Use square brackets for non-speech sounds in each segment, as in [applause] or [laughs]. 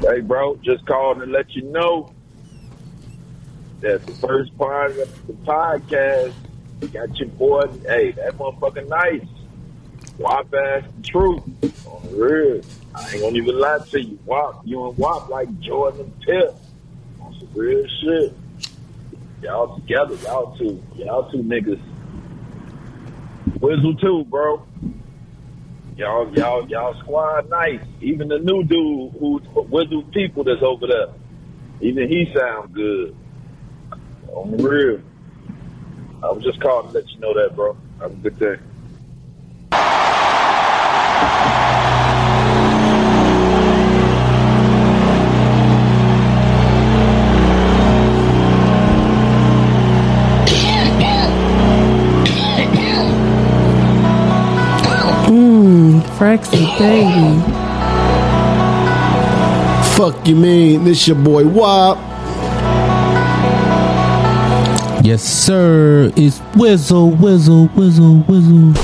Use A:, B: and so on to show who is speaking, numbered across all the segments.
A: Hey, bro, just called to let you know that the first part of the podcast we got your boy. Hey, that motherfucker nice. Wop ass the truth. On the real. I ain't gonna even lie to you. Wop, you and Wop like Jordan and Pip. On some real shit. Y'all together, y'all two. Y'all two niggas. Whistle too, bro. Y'all, y'all, y'all squad nice. Even the new dude who's Whistle people that's over there. Even he sound good. On the real. I was just calling to let you know that, bro. Have a good day.
B: Mmm, Fraxy baby.
C: Fuck you mean? This your boy Wop.
D: Yes, sir. It's Wizzle, Wizzle, Wizzle, Wizzle.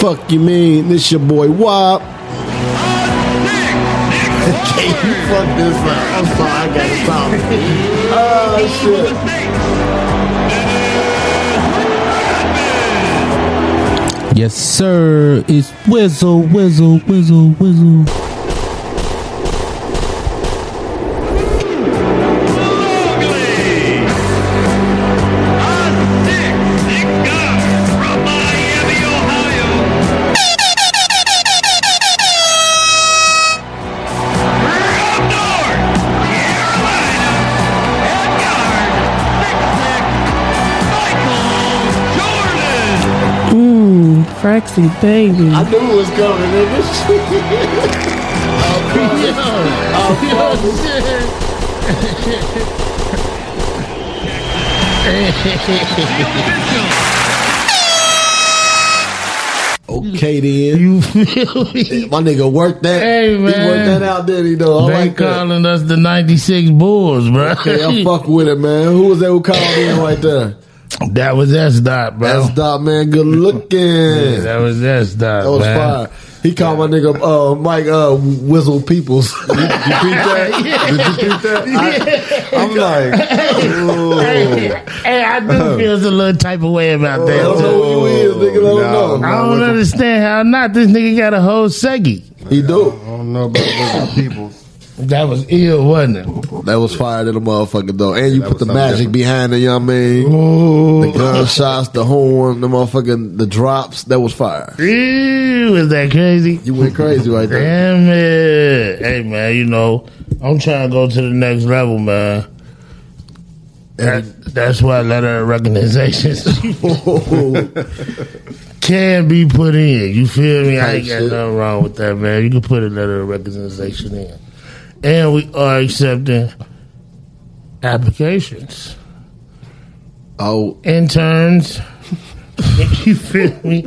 C: Fuck you mean? This your boy [laughs] Wop. Okay, you fuck this up. I'm sorry, I got something. Oh shit.
D: Yes, sir. It's Wizzle, Wizzle, Wizzle, Wizzle.
B: Mmm, Fraxy baby.
C: I knew it was coming, nigga.
E: [laughs]
C: oh, Okay then,
E: You feel me?
C: my nigga worked that.
E: Hey,
C: he
E: man.
C: worked that out, did he? Though I
E: they
C: like that.
E: calling us the 96 Bulls, bro.
C: Okay,
E: [laughs]
C: I fuck with it, man. Who was that who called in right there?
E: that was S Dot, bro.
C: That's dot man. Good looking.
E: Yeah, that was S Dot.
C: That was
E: man.
C: fire. He called my nigga uh, Mike uh, Whistle Peoples. Did you peep that? Did you
E: [laughs]
C: peep that? I, I'm like, ooh.
E: Hey, hey, I do feel a little type of way about
C: I
E: that.
C: don't
E: too.
C: know who you is, nigga. I don't
F: No,
C: know.
E: I don't
F: Whistle-
E: understand how not this nigga got a whole seggy.
C: He do.
F: I don't know about those people.
E: That was ill, wasn't it?
C: That was fire to the motherfucker though, and you
F: That
C: put the
F: was something
C: magic
F: different.
C: behind it. You know what I mean? The gunshots, the horn, the motherfucking the drops. That was fire.
E: Ew, is that crazy?
C: You went crazy right there.
E: Damn it. Hey, man, you know, I'm trying to go to the next level, man. That, that's why letter of [laughs] recognitions can be put in. You feel me? I ain't got
C: Type shit.
E: nothing wrong with that, man. You can put a letter of recommendation in. And we are accepting applications.
C: oh, [laughs]
E: Interns. you feel me?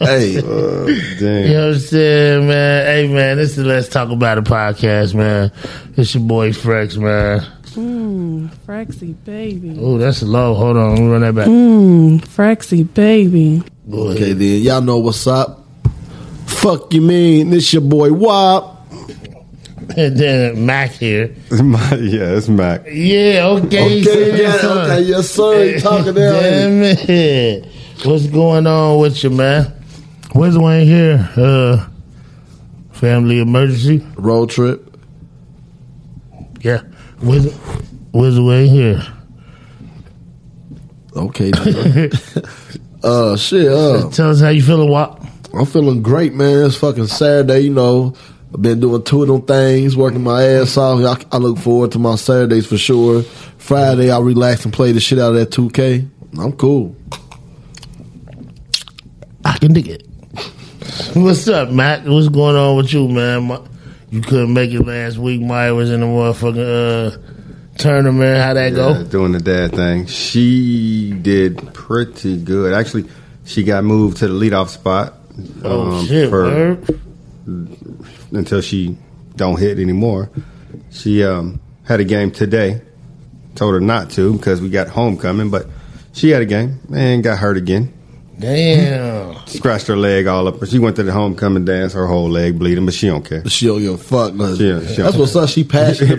C: hey, uh,
F: Damn.
E: You know what I'm saying, man? Hey, man, this is Let's Talk About It podcast, man. It's your boy Frex, man.
B: Mmm, Fraxy baby.
E: Oh, that's low. Hold on, let me run that back.
B: Mmm, Fraxy baby.
E: Go ahead.
C: okay then. Y'all know what's up. Fuck you mean? This your boy Wop.
E: And then Mac [laughs] here.
F: My- yeah, it's Mac.
E: Yeah, okay.
C: Okay,
E: son,
C: yeah,
E: son.
C: okay, yes sir. He talking
E: [laughs]
C: there.
E: Damn it. What's going on with you, man? Where's Wayne here? Uh, family emergency?
C: Road trip.
E: Yeah. Where's, where's Wayne here? [laughs]
C: Okay. then. uh, shit. Uh,
E: Tell us how you feeling, Wop.
C: I'm feeling great, man. It's fucking Saturday, you know. I've been doing two of them things, working my ass off. I, I look forward to my Saturdays for sure. Friday, I relax and play the shit out of that 2K. I'm cool.
E: I can dig it. What's up, Matt? What's going on with you, man? My- You couldn't make it last week. Maya was in the motherfucking uh, tournament. How that
G: Yeah,
E: go?
G: doing the dad thing. She did pretty good. Actually, she got moved to the leadoff spot.
E: Oh
G: um,
E: shit,
G: for-
C: [laughs]
E: word.
G: until she don't hit anymore. She um, had a game today. Told her not to because we got homecoming, but she had a game and got hurt again.
E: Damn.
G: [laughs] Scratched her leg all up. She went to the homecoming dance. Her whole leg bleeding, but she don't care.
C: She don't give a fuck. nothing.
G: Yeah, she don't
C: That's what's
G: care.
C: up. She passionate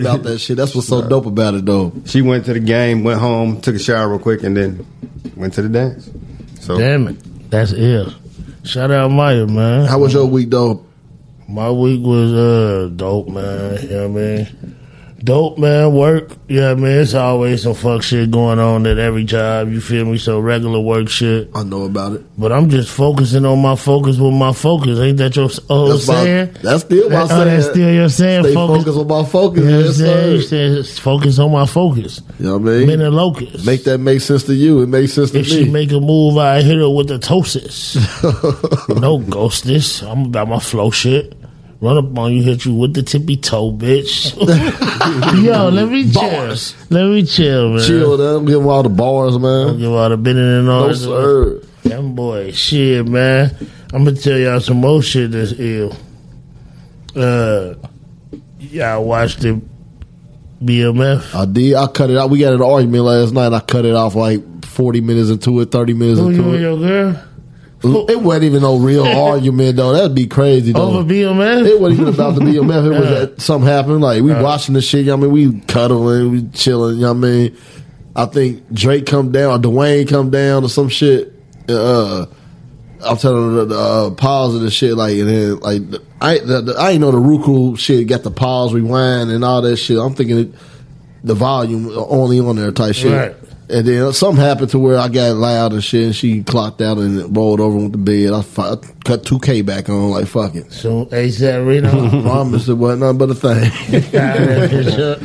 G: [laughs]
C: about that shit. That's what's so dope about it, though.
G: She went to the game, went home, took a shower real quick, and then went to the dance. So
E: Damn it. That's ill. Shout out Maya, man.
C: How was your week, though?
E: My week was uh dope, man. You know what I mean? Dope, man. Work. You know what I mean? It's always some fuck shit going on at every job. You feel me? So regular work shit.
C: I know about it.
E: But I'm just focusing on my focus with my focus. Ain't that your old
C: why-
E: Oh, saying?
C: that's still what
E: That-
C: I'm saying.
E: oh, that's still your saying.
C: Stay
E: focus.
C: focused on my focus.
E: You know what I'm
C: yes,
E: saying? You
C: sir.
E: said, Focus on my focus.
C: You know what I mean?
E: Men and locusts.
C: Make that make sense to you. It makes sense to
E: If she
C: me.
E: make a move, I hit her with the tosis. no ghost this. I'm about my flow shit. Run up on you, hit you with the tippy toe, bitch. [laughs] Yo, let me
C: Bars.
E: chill. Let me chill, man.
C: Chill, man. I'm giving all the bars,
E: Don't
C: man.
E: give all the bending and all
C: No,
E: that.
C: sir.
E: Them boy, shit, man. I'm gonna tell y'all some more shit that's ill. Uh, y'all watched the BMF.
C: I did. I cut it out. We got in an argument last night. I cut it off like 40 minutes into it, 30 minutes
E: Who you
C: into
E: and
C: it.
E: your girl
C: It wasn't even no real argument, though. That'd be crazy, though.
E: over BMF?
C: It wasn't even about the BMF. It
E: [laughs]
C: was
E: Yeah.
C: that something happened. Like we watching the shit. You know what I mean, we cuddling, we chilling. You know what I mean, I think Drake come down, or Dwayne come down, or some shit. Uh, I'm telling her the, the uh, pause of the shit. Like and then like the- I the, the, I ain't know the Ruku shit got the pause, rewind, and all that shit. I'm thinking it, the volume only on there type shit.
E: Right.
C: And then something happened to where I got loud and shit, and she clocked out and rolled over with the bed. I, fi- I cut 2K back on, like, fuck it.
E: So ASAP Reno.
C: [laughs] Promise it wasn't nothing but a thing. [laughs]
E: [laughs] uh,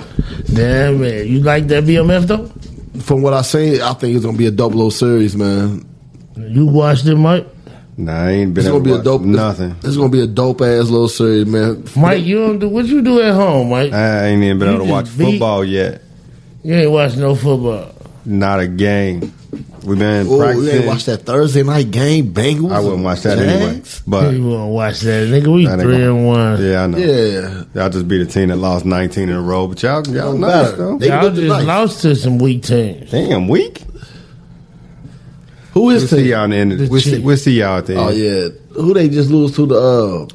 E: Damn it. You like that BMF though?
C: From what I seen, I think it's gonna be a double O series, man.
E: You watched it, Mike?
G: nah, I ain't been
C: It's
G: able
C: gonna
G: to
C: be a
G: watch
C: dope
G: nothing.
C: It's, it's gonna be a dope ass little series, man.
E: Mike, you don't do what you do at home, Mike.
G: I ain't even been
E: You
G: able to
E: just
G: watch
E: beat-
G: football yet.
E: You ain't watch no football.
G: Not a game. We've been
C: Oh, you
G: practicing.
C: ain't watch that Thursday night game, Bengals.
G: I wouldn't watch that anyway.
C: Jags?
G: But
E: you won't watch that, nigga. We
G: Nah, they
E: three
G: don't.
E: and one.
G: yeah, I know.
C: Yeah,
G: Y'all just be the team that lost 19 in a row, but y'all, y'all
C: Don't
G: nice,
C: matter.
G: though.
C: They
E: Y'all
C: looked
E: just
C: nice.
E: lost to some weak teams.
G: Damn, weak.
C: Who
G: We'll
C: is
G: see
C: they?
G: y'all in the end.
E: The
G: Of, we'll, see,
E: Chiefs.
G: we'll see y'all at the end.
C: Oh yeah, who they just lose to the? uh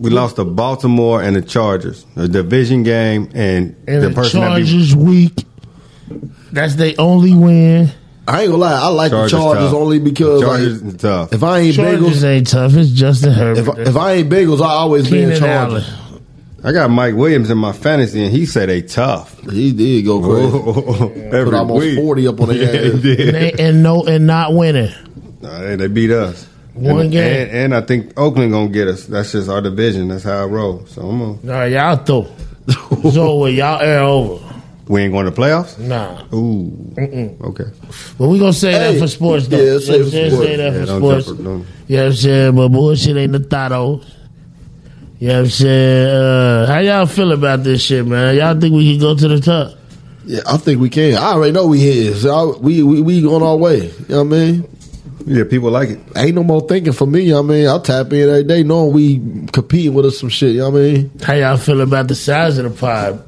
G: We lost to Baltimore and the Chargers, a division game, and,
E: And the,
G: the person that be
E: Chargers weak. That's they only win.
C: I ain't gonna lie, I like
G: Chargers,
C: the Chargers
G: tough.
C: only because
G: Chargers
C: like,
G: is tough.
C: if I ain't
E: Chargers
C: Bengals,
E: ain't tough. It's Justin
C: if,
E: Herbert.
C: if I ain't Bengals, I always been
E: Keenan
C: Chargers.
E: Allen.
G: I got Mike Williams in my fantasy, and he said they tough. Oh,
C: He did go crazy.
G: [laughs]
C: Put
G: Every
C: almost
G: week.
C: forty up
G: [laughs]
C: on the
G: Yeah,
C: ass.
G: he
E: And,
G: did.
E: they, and no, and not winning.
G: Nah, They, they beat us.
E: One
G: and,
E: game.
G: And, and I think Oakland gonna get us. That's just our division. That's how I roll. So I'm gonna,
E: All right, y'all
G: [laughs]
E: throw. so well, y'all air over.
G: we ain't going to playoffs.
E: Nah.
G: Ooh. Okay.
E: But we gonna say
C: Hey,
E: that for sports though. You
C: yeah,
E: know
C: say
E: what I'm saying?
C: for
E: Say
C: sports.
E: that
G: Yeah,
E: for
G: don't
E: sports.
G: jump- don't-
E: You know what I'm saying? But bullshit ain't the thottos. You know what I'm saying? Uh, how y'all feel about this shit, man? Y'all think we can go to the top?
C: Yeah, I think we can. I already know we here. So I- we, we we on our way. You know what I mean?
G: Yeah, people like it.
C: Ain't no more thinking for me. You know what I mean, I tap in every day knowing we competing with us some shit. You know what I mean?
E: How y'all feel about the size of the pod?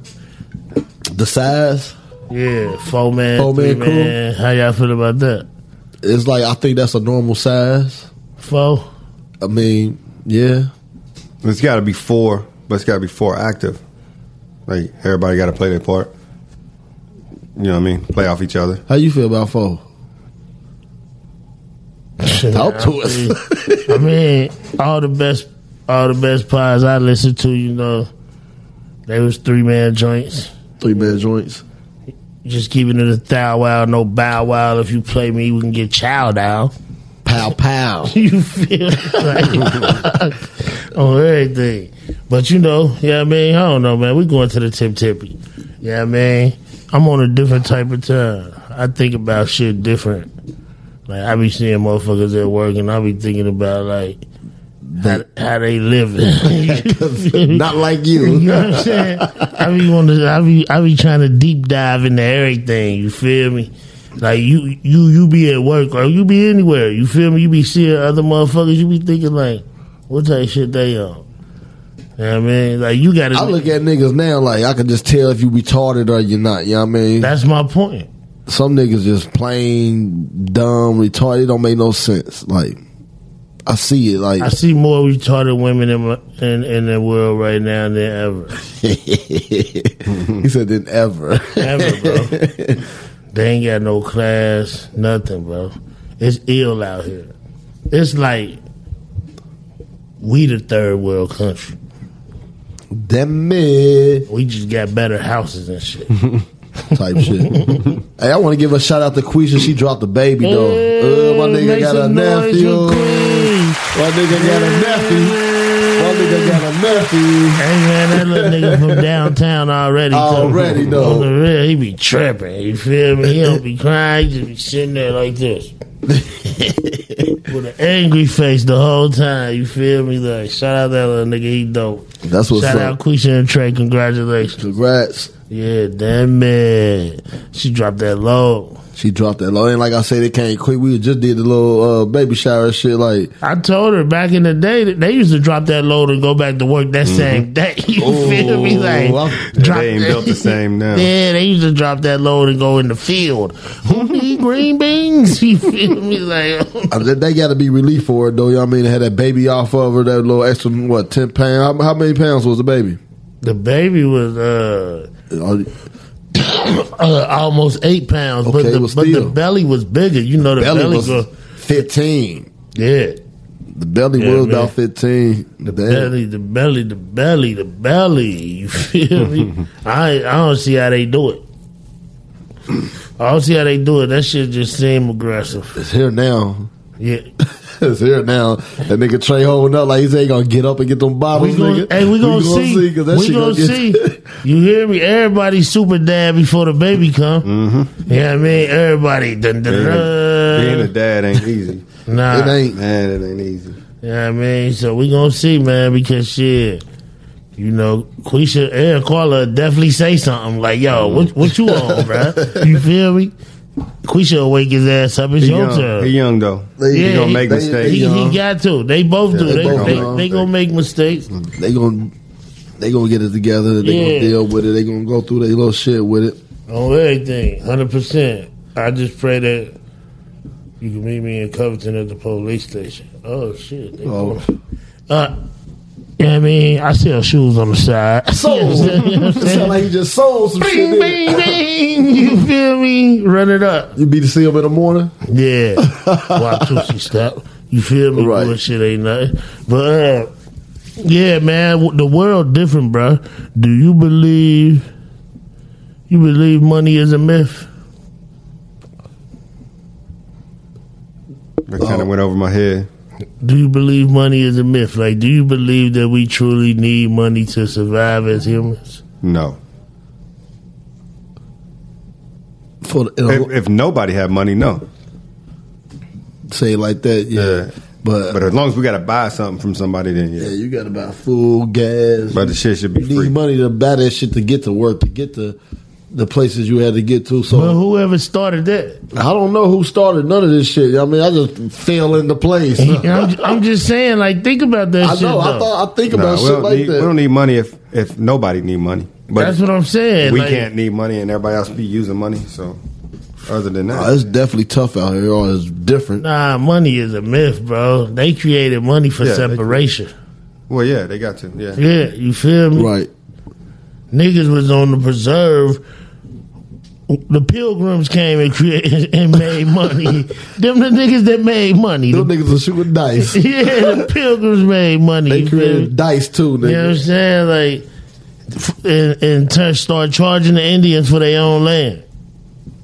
C: The size,
E: Yeah, four man,
C: Four
E: three
C: man crew?
E: man. How y'all feel about that?
C: it's like I think that's a normal size.
E: Four?
C: I mean, yeah.
G: It's got to be four, but it's got to be four active. Like everybody got to play their part. You know what I mean? Play off each other.
C: How you feel about four? Talk to us.
E: I mean, all the best, all the best pods I listened to, you know, they was three man joints.
C: Three
E: [laughs]
C: man joints.
E: Just keeping it a thou wow, no bow wow. If you play me, we can get chow down.
C: Pow pow.
E: [laughs] You feel like [laughs] on everything. But you know, yeah, I mean, I don't know, man. We going to the tip tippy. Yeah, I mean, I'm on a different type of time. I think about shit different. Like I be seeing motherfuckers at work, and I be thinking about like how, how they living. [laughs]
C: [laughs] Not like
E: You
C: you.
E: know what I'm saying? I be want to. I be. I be trying to deep dive into everything. You feel me? Like you, you, you be at work or you be anywhere. You feel me? You be seeing other motherfuckers. You be thinking like, what type of shit they on? You know what I mean? Like you got
C: I look
E: to.
C: at niggas now like I can just tell if you retarded or you're not. You know what I mean?
E: That's my point.
C: Some niggas just plain dumb, retarded. It don't make no sense. Like I see it. Like [laughs]
E: I see more retarded women in my, in, in the world right now than ever.
C: [laughs] he said, "Than ever." [laughs]
E: Ever, bro. they ain't got no class, nothing, bro. It's ill out here. It's like we the third world country.
C: Damn it.
E: We just got better houses and shit.
C: type
E: [laughs]
C: shit. hey, I want to give a shout out to Quisha. She dropped a baby though. Uh, my nigga
E: Mm, Make
C: got a
E: some noise,
C: nephew.
E: you queen.
C: My nigga got a nephew. My nigga got a nephew.
E: Hey man, that little nigga from downtown already.
C: Already,
E: though.
C: though.
E: On the real, he be tripping. You feel me? He don't be crying. He just be sitting there like
C: [laughs]
E: this. With an angry face the whole time. You feel me? Like, shout out that little nigga. He dope.
C: That's what's
E: shout out
C: up.
E: Quisha and Trey. Congratulations.
C: Congrats.
E: Yeah, damn man. She dropped that low.
C: She dropped that low. And like I said, it came quick. We just did the little uh, baby shower and shit. Like,
E: I told her back in the day that they used to drop that load and go back to work that same day. [laughs] You feel me?
C: Mm-hmm. Ooh,
E: Like
C: I'm-
E: drop
F: They ain't
E: that-
F: built
E: [laughs]
F: the same now.
E: Yeah, they used to drop that load and go in the field. Who need green beans? [laughs] You feel me? Like [laughs]
C: I- they- they got to be relief for it though. You know what I mean? They had that baby off of her. That little extra what ten pound? How, how many pounds was the baby?
E: the baby was uh,
C: Uh,
E: uh almost eight pounds,
C: Okay,
E: but the
C: well,
E: but
C: still.
E: the belly was bigger. You know the belly,
C: Belly was
E: go-
C: fifteen.
E: yeah.
C: The belly
E: Yeah,
C: was
E: man.
C: about fifteen. Damn.
E: belly, the belly, the belly, the belly. You feel
C: [laughs]
E: me? I I don't see how they do it. I don't see how they do it. That shit just seem aggressive.
C: It's here now.
E: Yeah,
C: [laughs] It's here now. That nigga Trey holding up like he's ain't gonna get up and get them bottles.
E: we gonna,
C: nigga.
E: hey, we gonna, see.
C: 'cause that
E: we
C: shit
E: gonna,
C: get-
E: see.
F: [laughs]
E: you hear me? Everybody super dad before the baby come. Mm-hmm. Yeah, I mean everybody. Dun, dun,
F: Being a, being a
E: dun.
F: dad ain't easy. [laughs]
E: Nah,
C: It ain't.
F: Man, it ain't easy.
E: Yeah, I mean, so we gonna see, man, because shit, you know, Quisha and Carla definitely say something like, "Yo,
F: Mm.
E: what what you
F: [laughs]
E: on, bro? You feel me?" Quisha will wake his ass up. It's
F: He
E: your
F: young,
E: turn.
F: he young though.
C: They,
E: Yeah,
F: gonna make
C: they,
F: mistakes.
C: They,
E: He,
C: young.
E: he got to. They both do.
C: they
E: They
C: both
E: they,
C: young.
E: they gonna make mistakes.
F: Mm.
C: they gonna they gonna get it together. They
E: Yeah.
C: gonna deal with it. They gonna go through their little shit with it.
E: on everything, hundred percent. I just pray that you can meet me in Covington at the police station. Oh shit! They
C: Oh.
E: going- Uh, [laughs] you know what I mean, I sell shoes on the side. [laughs]
C: So
E: You know what I'm saying? You know what I'm
C: it sound
E: saying?
C: like he just sold some shit.
E: Bing,
C: in.
E: bing, bing.
C: [laughs]
E: You feel me? Run it up.
C: You be to see him in the morning. [laughs]
E: Yeah. Watusi stop. You feel me?
C: Right.
E: Bullshit ain't nothing. But, uh, yeah, man, w- the world different, bro. Do you believe, you believe money is a myth?
F: That kind of went over my head.
E: Do you believe money is a myth? Like, do you believe that we truly need money to survive as humans?
F: No.
C: For the,
F: If, if nobody had money, no.
C: say it like that, yeah.
F: Yeah.
C: But,
F: But as long as we gotta buy something from somebody, then
C: yeah,
F: yeah.
C: you got to buy food, gas.
F: But the shit should be
C: you need
F: free.
C: money to buy that shit to get to work to get to the places you had to get to. So
E: But whoever started that,
C: I don't know who started none of this shit. I mean, I just fell into place. I
E: I'm, I'm just saying, like, think about that shit.
C: know. I
E: though.
C: thought I think
F: Nah,
C: about
F: we,
C: shit
F: don't
C: like
F: need, we
C: that.
F: don't need money if if nobody need money. But
E: That's what I'm saying.
F: we
E: like-
F: can't need money and everybody else be using money. So other than that,
C: Oh, it's definitely tough out here. Oh, it's different.
E: Nah, money is a myth, bro. They created money for
F: Yeah, they-
E: separation.
F: well, yeah, they got to. Yeah,
E: Yeah, you feel me?
C: Right.
E: Niggas was on the preserve. The pilgrims came and created [laughs] and made money. Them the niggas that made money.
C: Them
E: The-
C: niggas are shooting
E: [laughs]
C: dice.
E: yeah, the pilgrims made money.
C: They
E: you feel me?
C: created dice too,
E: You know what I'm
C: nigga.
E: saying? Like, f- and, and turn, start charging the Indians for their own land.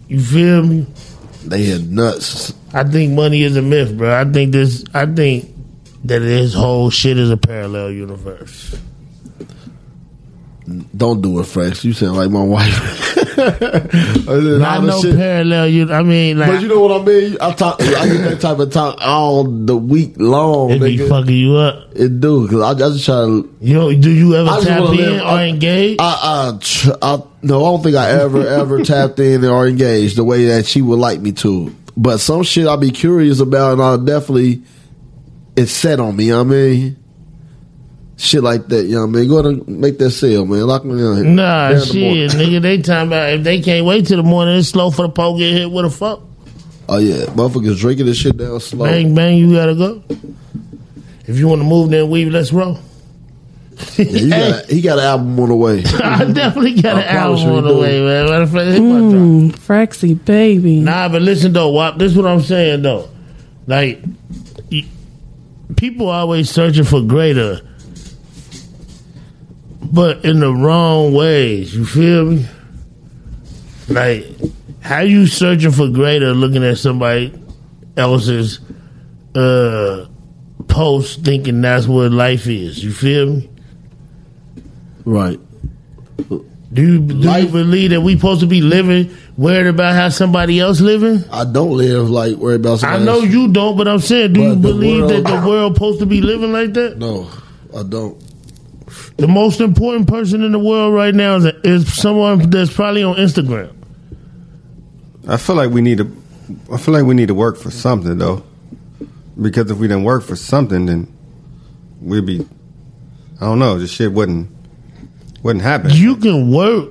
E: You feel me?
C: They had nuts.
E: I think money is a myth, bro. I think this. I think that this whole shit is a parallel universe.
C: Don't do it, Fresh. You sound like my wife. [laughs]
E: Not no parallel. You, I mean, like
C: But you know what I mean? I talk. I get that type of talk all the week long.
E: it be
C: nigga.
E: fucking you up.
C: It do because I, I just try to.
E: You don't- do you
C: I
E: ever
C: just
E: tap
C: wanna
E: in
C: live-
E: or engage?
C: I, I, tr- I no, I don't think I
E: [laughs]
C: ever ever tapped in or engaged the way that she would like me to. But some shit I'll be curious about, and I'll definitely it's set on me. You know what I mean. Shit like that, you know what I mean? Go ahead and make that sale, man. Lock me in here.
E: nah,
C: There in the morning.
E: shit, nigga. They time about if they can't wait till the morning, it's slow for the pole get hit with a fuck.
C: Oh, yeah. Motherfuckers drinking this shit down slow.
E: Bang bang, you gotta go. If you want to move, then weave. Let's roll. [laughs]
C: Yeah, he, got a, he got an album on the way.
E: I definitely got
C: I
E: an
C: promise
E: album
C: you
E: on
C: we
E: the
C: do.
E: way, man. Matter of fact, hit my drop.
H: Mm, Fraxy baby.
E: Nah, but listen though, Wop, this is what I'm saying though. Like, y- people always searching for greater, but in the wrong ways. You feel me? Like, how you searching for greater looking at somebody else's uh post, thinking that's what life is? You feel me?
C: Right.
E: Do you, do you
C: Life-
E: believe that we supposed to be living worried about how somebody else living?
C: I don't live like worry about
E: I
C: somebody
E: know
C: else.
E: you don't, but I'm saying, do
C: But
E: you
C: the
E: believe
C: world-
E: that the world supposed to be living like that?
C: No, I don't.
E: The most important person in the world right now is, is someone that's probably on Instagram.
G: I feel like we need to. I feel like we need to work for something though, because if we didn't work for something, then we'd be. I don't know. This shit wouldn't wouldn't happen.
E: You can work.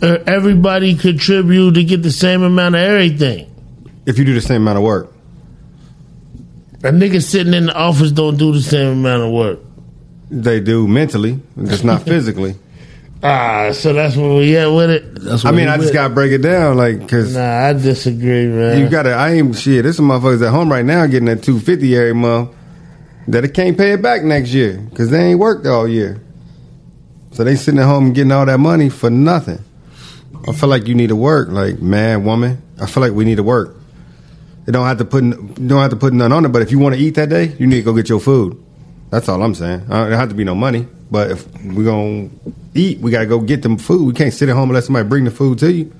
E: Uh, Everybody contribute to get the same amount of everything.
G: if you do the same amount of work,
E: A nigga sitting in the office don't do the same amount of work.
G: they do mentally,
E: [laughs]
G: just not physically.
E: Ah, so that's where we at with it.
C: That's
G: I
C: what
G: mean,
C: he
G: I
C: with.
G: just gotta break it down, like, cause
E: Nah, I disagree, man.
G: you gotta. I ain't shit. There's some motherfuckers at home right now getting that two fifty every month that it can't pay it back next year because they ain't worked all year. So they sitting at home getting all that money for nothing. I feel like you need to work, like man, woman. I feel like we need to work. They don't have to put n- you don't have to put none on it, but if you want to eat that day, you need to go get your food. That's all I'm saying. I don't it don't have to be no money, but if we gonna eat, we gotta go get them food. We can't sit at home and let somebody bring the food to you.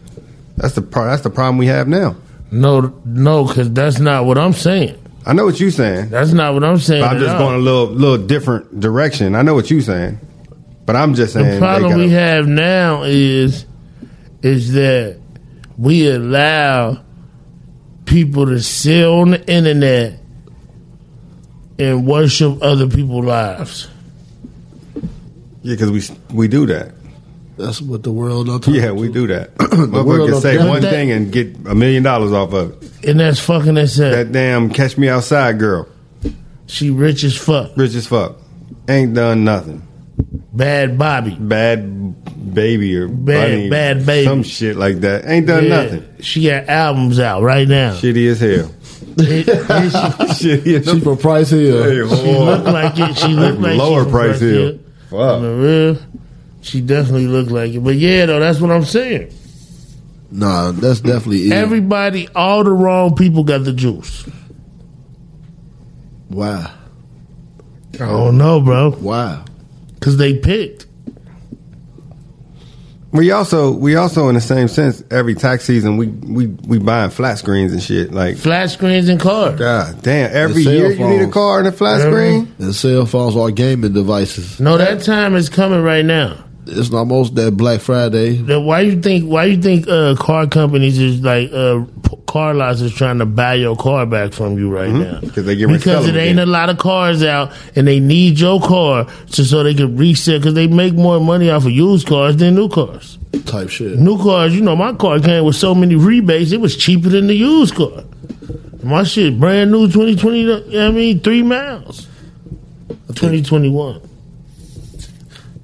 G: That's the pro- that's the problem we have now.
E: no, no, because that's not what I'm saying.
G: I know what you're saying.
E: That's not what I'm saying.
G: But I'm
E: at
G: just
E: all.
G: going a little little different direction. I know what you're saying, but I'm just saying.
E: the
G: they
E: problem
G: gotta-
E: we have now is is that we allow people to sit on the internet and worship other people's lives.
G: yeah, because we we do that.
C: That's what the world up to.
G: Yeah, we do
C: [clears throat]
G: that.
C: world
G: Motherfucker can
C: of
G: say
C: that-
G: one
E: that-
G: thing and get a million dollars off of it.
E: And that's fucking that's it.
G: That damn catch me outside girl,
E: She rich as fuck.
G: rich as fuck, ain't done nothing.
E: Bad Bobby.
G: Bad baby or
E: Bad-
G: bunny,
E: bad baby.
G: some shit like that. Ain't done
E: Yeah.
G: nothing.
E: She got albums
C: [laughs]
E: out right now.
G: Shitty as hell.
E: It- it- she,
G: Shitty as
C: She
G: hell.
C: from Price Hill.
E: she look like it. She look like
G: [laughs] Lower
E: she from
G: price hill.
E: On the
G: Fuck.
E: real, she definitely look like it. But yeah, though, that's what I'm saying.
C: Nah, that's definitely it.
E: Everybody, all the wrong people got the juice.
C: Wow.
E: I don't know, bro,
C: Wow.
E: because they picked.
G: We also we also in the same sense every tax season we we we buying flat screens and shit like
E: Flat screens and cars.
G: God damn! Every
C: cell
G: year you need a
C: phones.
G: car and a flat
E: Every-
G: screen.
C: And cell phones are gaming devices.
E: No, that time is coming right now.
C: It's almost that Black Friday.
E: That- Why you think? Why you think uh, car companies is like uh, p- car lots is trying to buy your car back from you right now?
G: Mm-hmm. 'Cause they get ready to
E: because
G: sell
E: it
G: them
E: ain't
G: again.
E: a lot of cars out, and they need your car so so they can resell because they make more money off of used cars than new cars.
C: type shit.
E: New cars, you know, my car came with so many rebates, it was cheaper than the used car. My shit, brand new 2020, you know what I mean, three miles. 2021.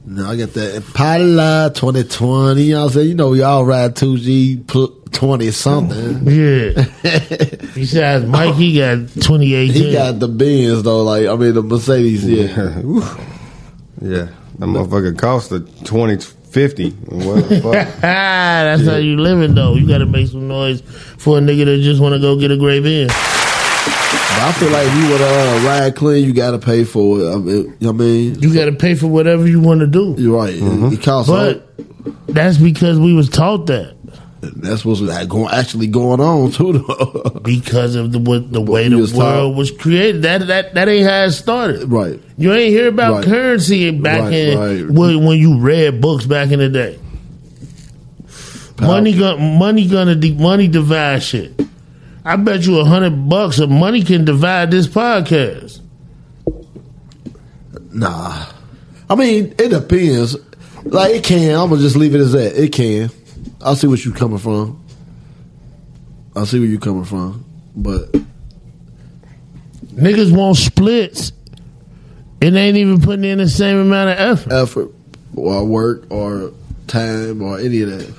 C: Now I got that Impala 2020. You know what I'm saying? You know, we all ride 2G pl- 20
E: [laughs]
C: something.
E: Yeah. Besides, Mike, he got 2018.
C: [laughs]
E: [laughs]
C: He got the Benz though, like, I mean, the Mercedes, yeah.
G: Woo. yeah, that motherfucker cost a twenty fifty. What the
C: [laughs]
G: fuck?
E: ah, that's how you living, though. You got to make some noise for a nigga that just want to go get a gray beer.
C: But I feel like if you want to uh, ride clean, you got to pay for it. I mean, you know what I mean?
E: You got to pay for whatever you want to do.
G: Mm-hmm.
C: You're right. It, it costs.
E: But That's because we was taught that
C: That's what's like going actually going on too. Though. [laughs]
E: because of the what the way
C: we
E: the
C: was
E: world
C: taught.
E: was created. That that that ain't how it started.
C: right.
E: You ain't hear about
C: Right.
E: currency back
C: Right,
E: in
C: right.
E: When, when you read books back in the day. Money gon money gonna de- money divide shit. I bet you a hundred bucks of money can divide this podcast.
C: Nah. I mean, it depends. Like it can. I'm gonna just leave it as that. It can. I see what you coming from. I see where you coming from, but
E: Niggas want splits. It ain't even putting in the same amount of effort.
C: effort or work or time or any of that,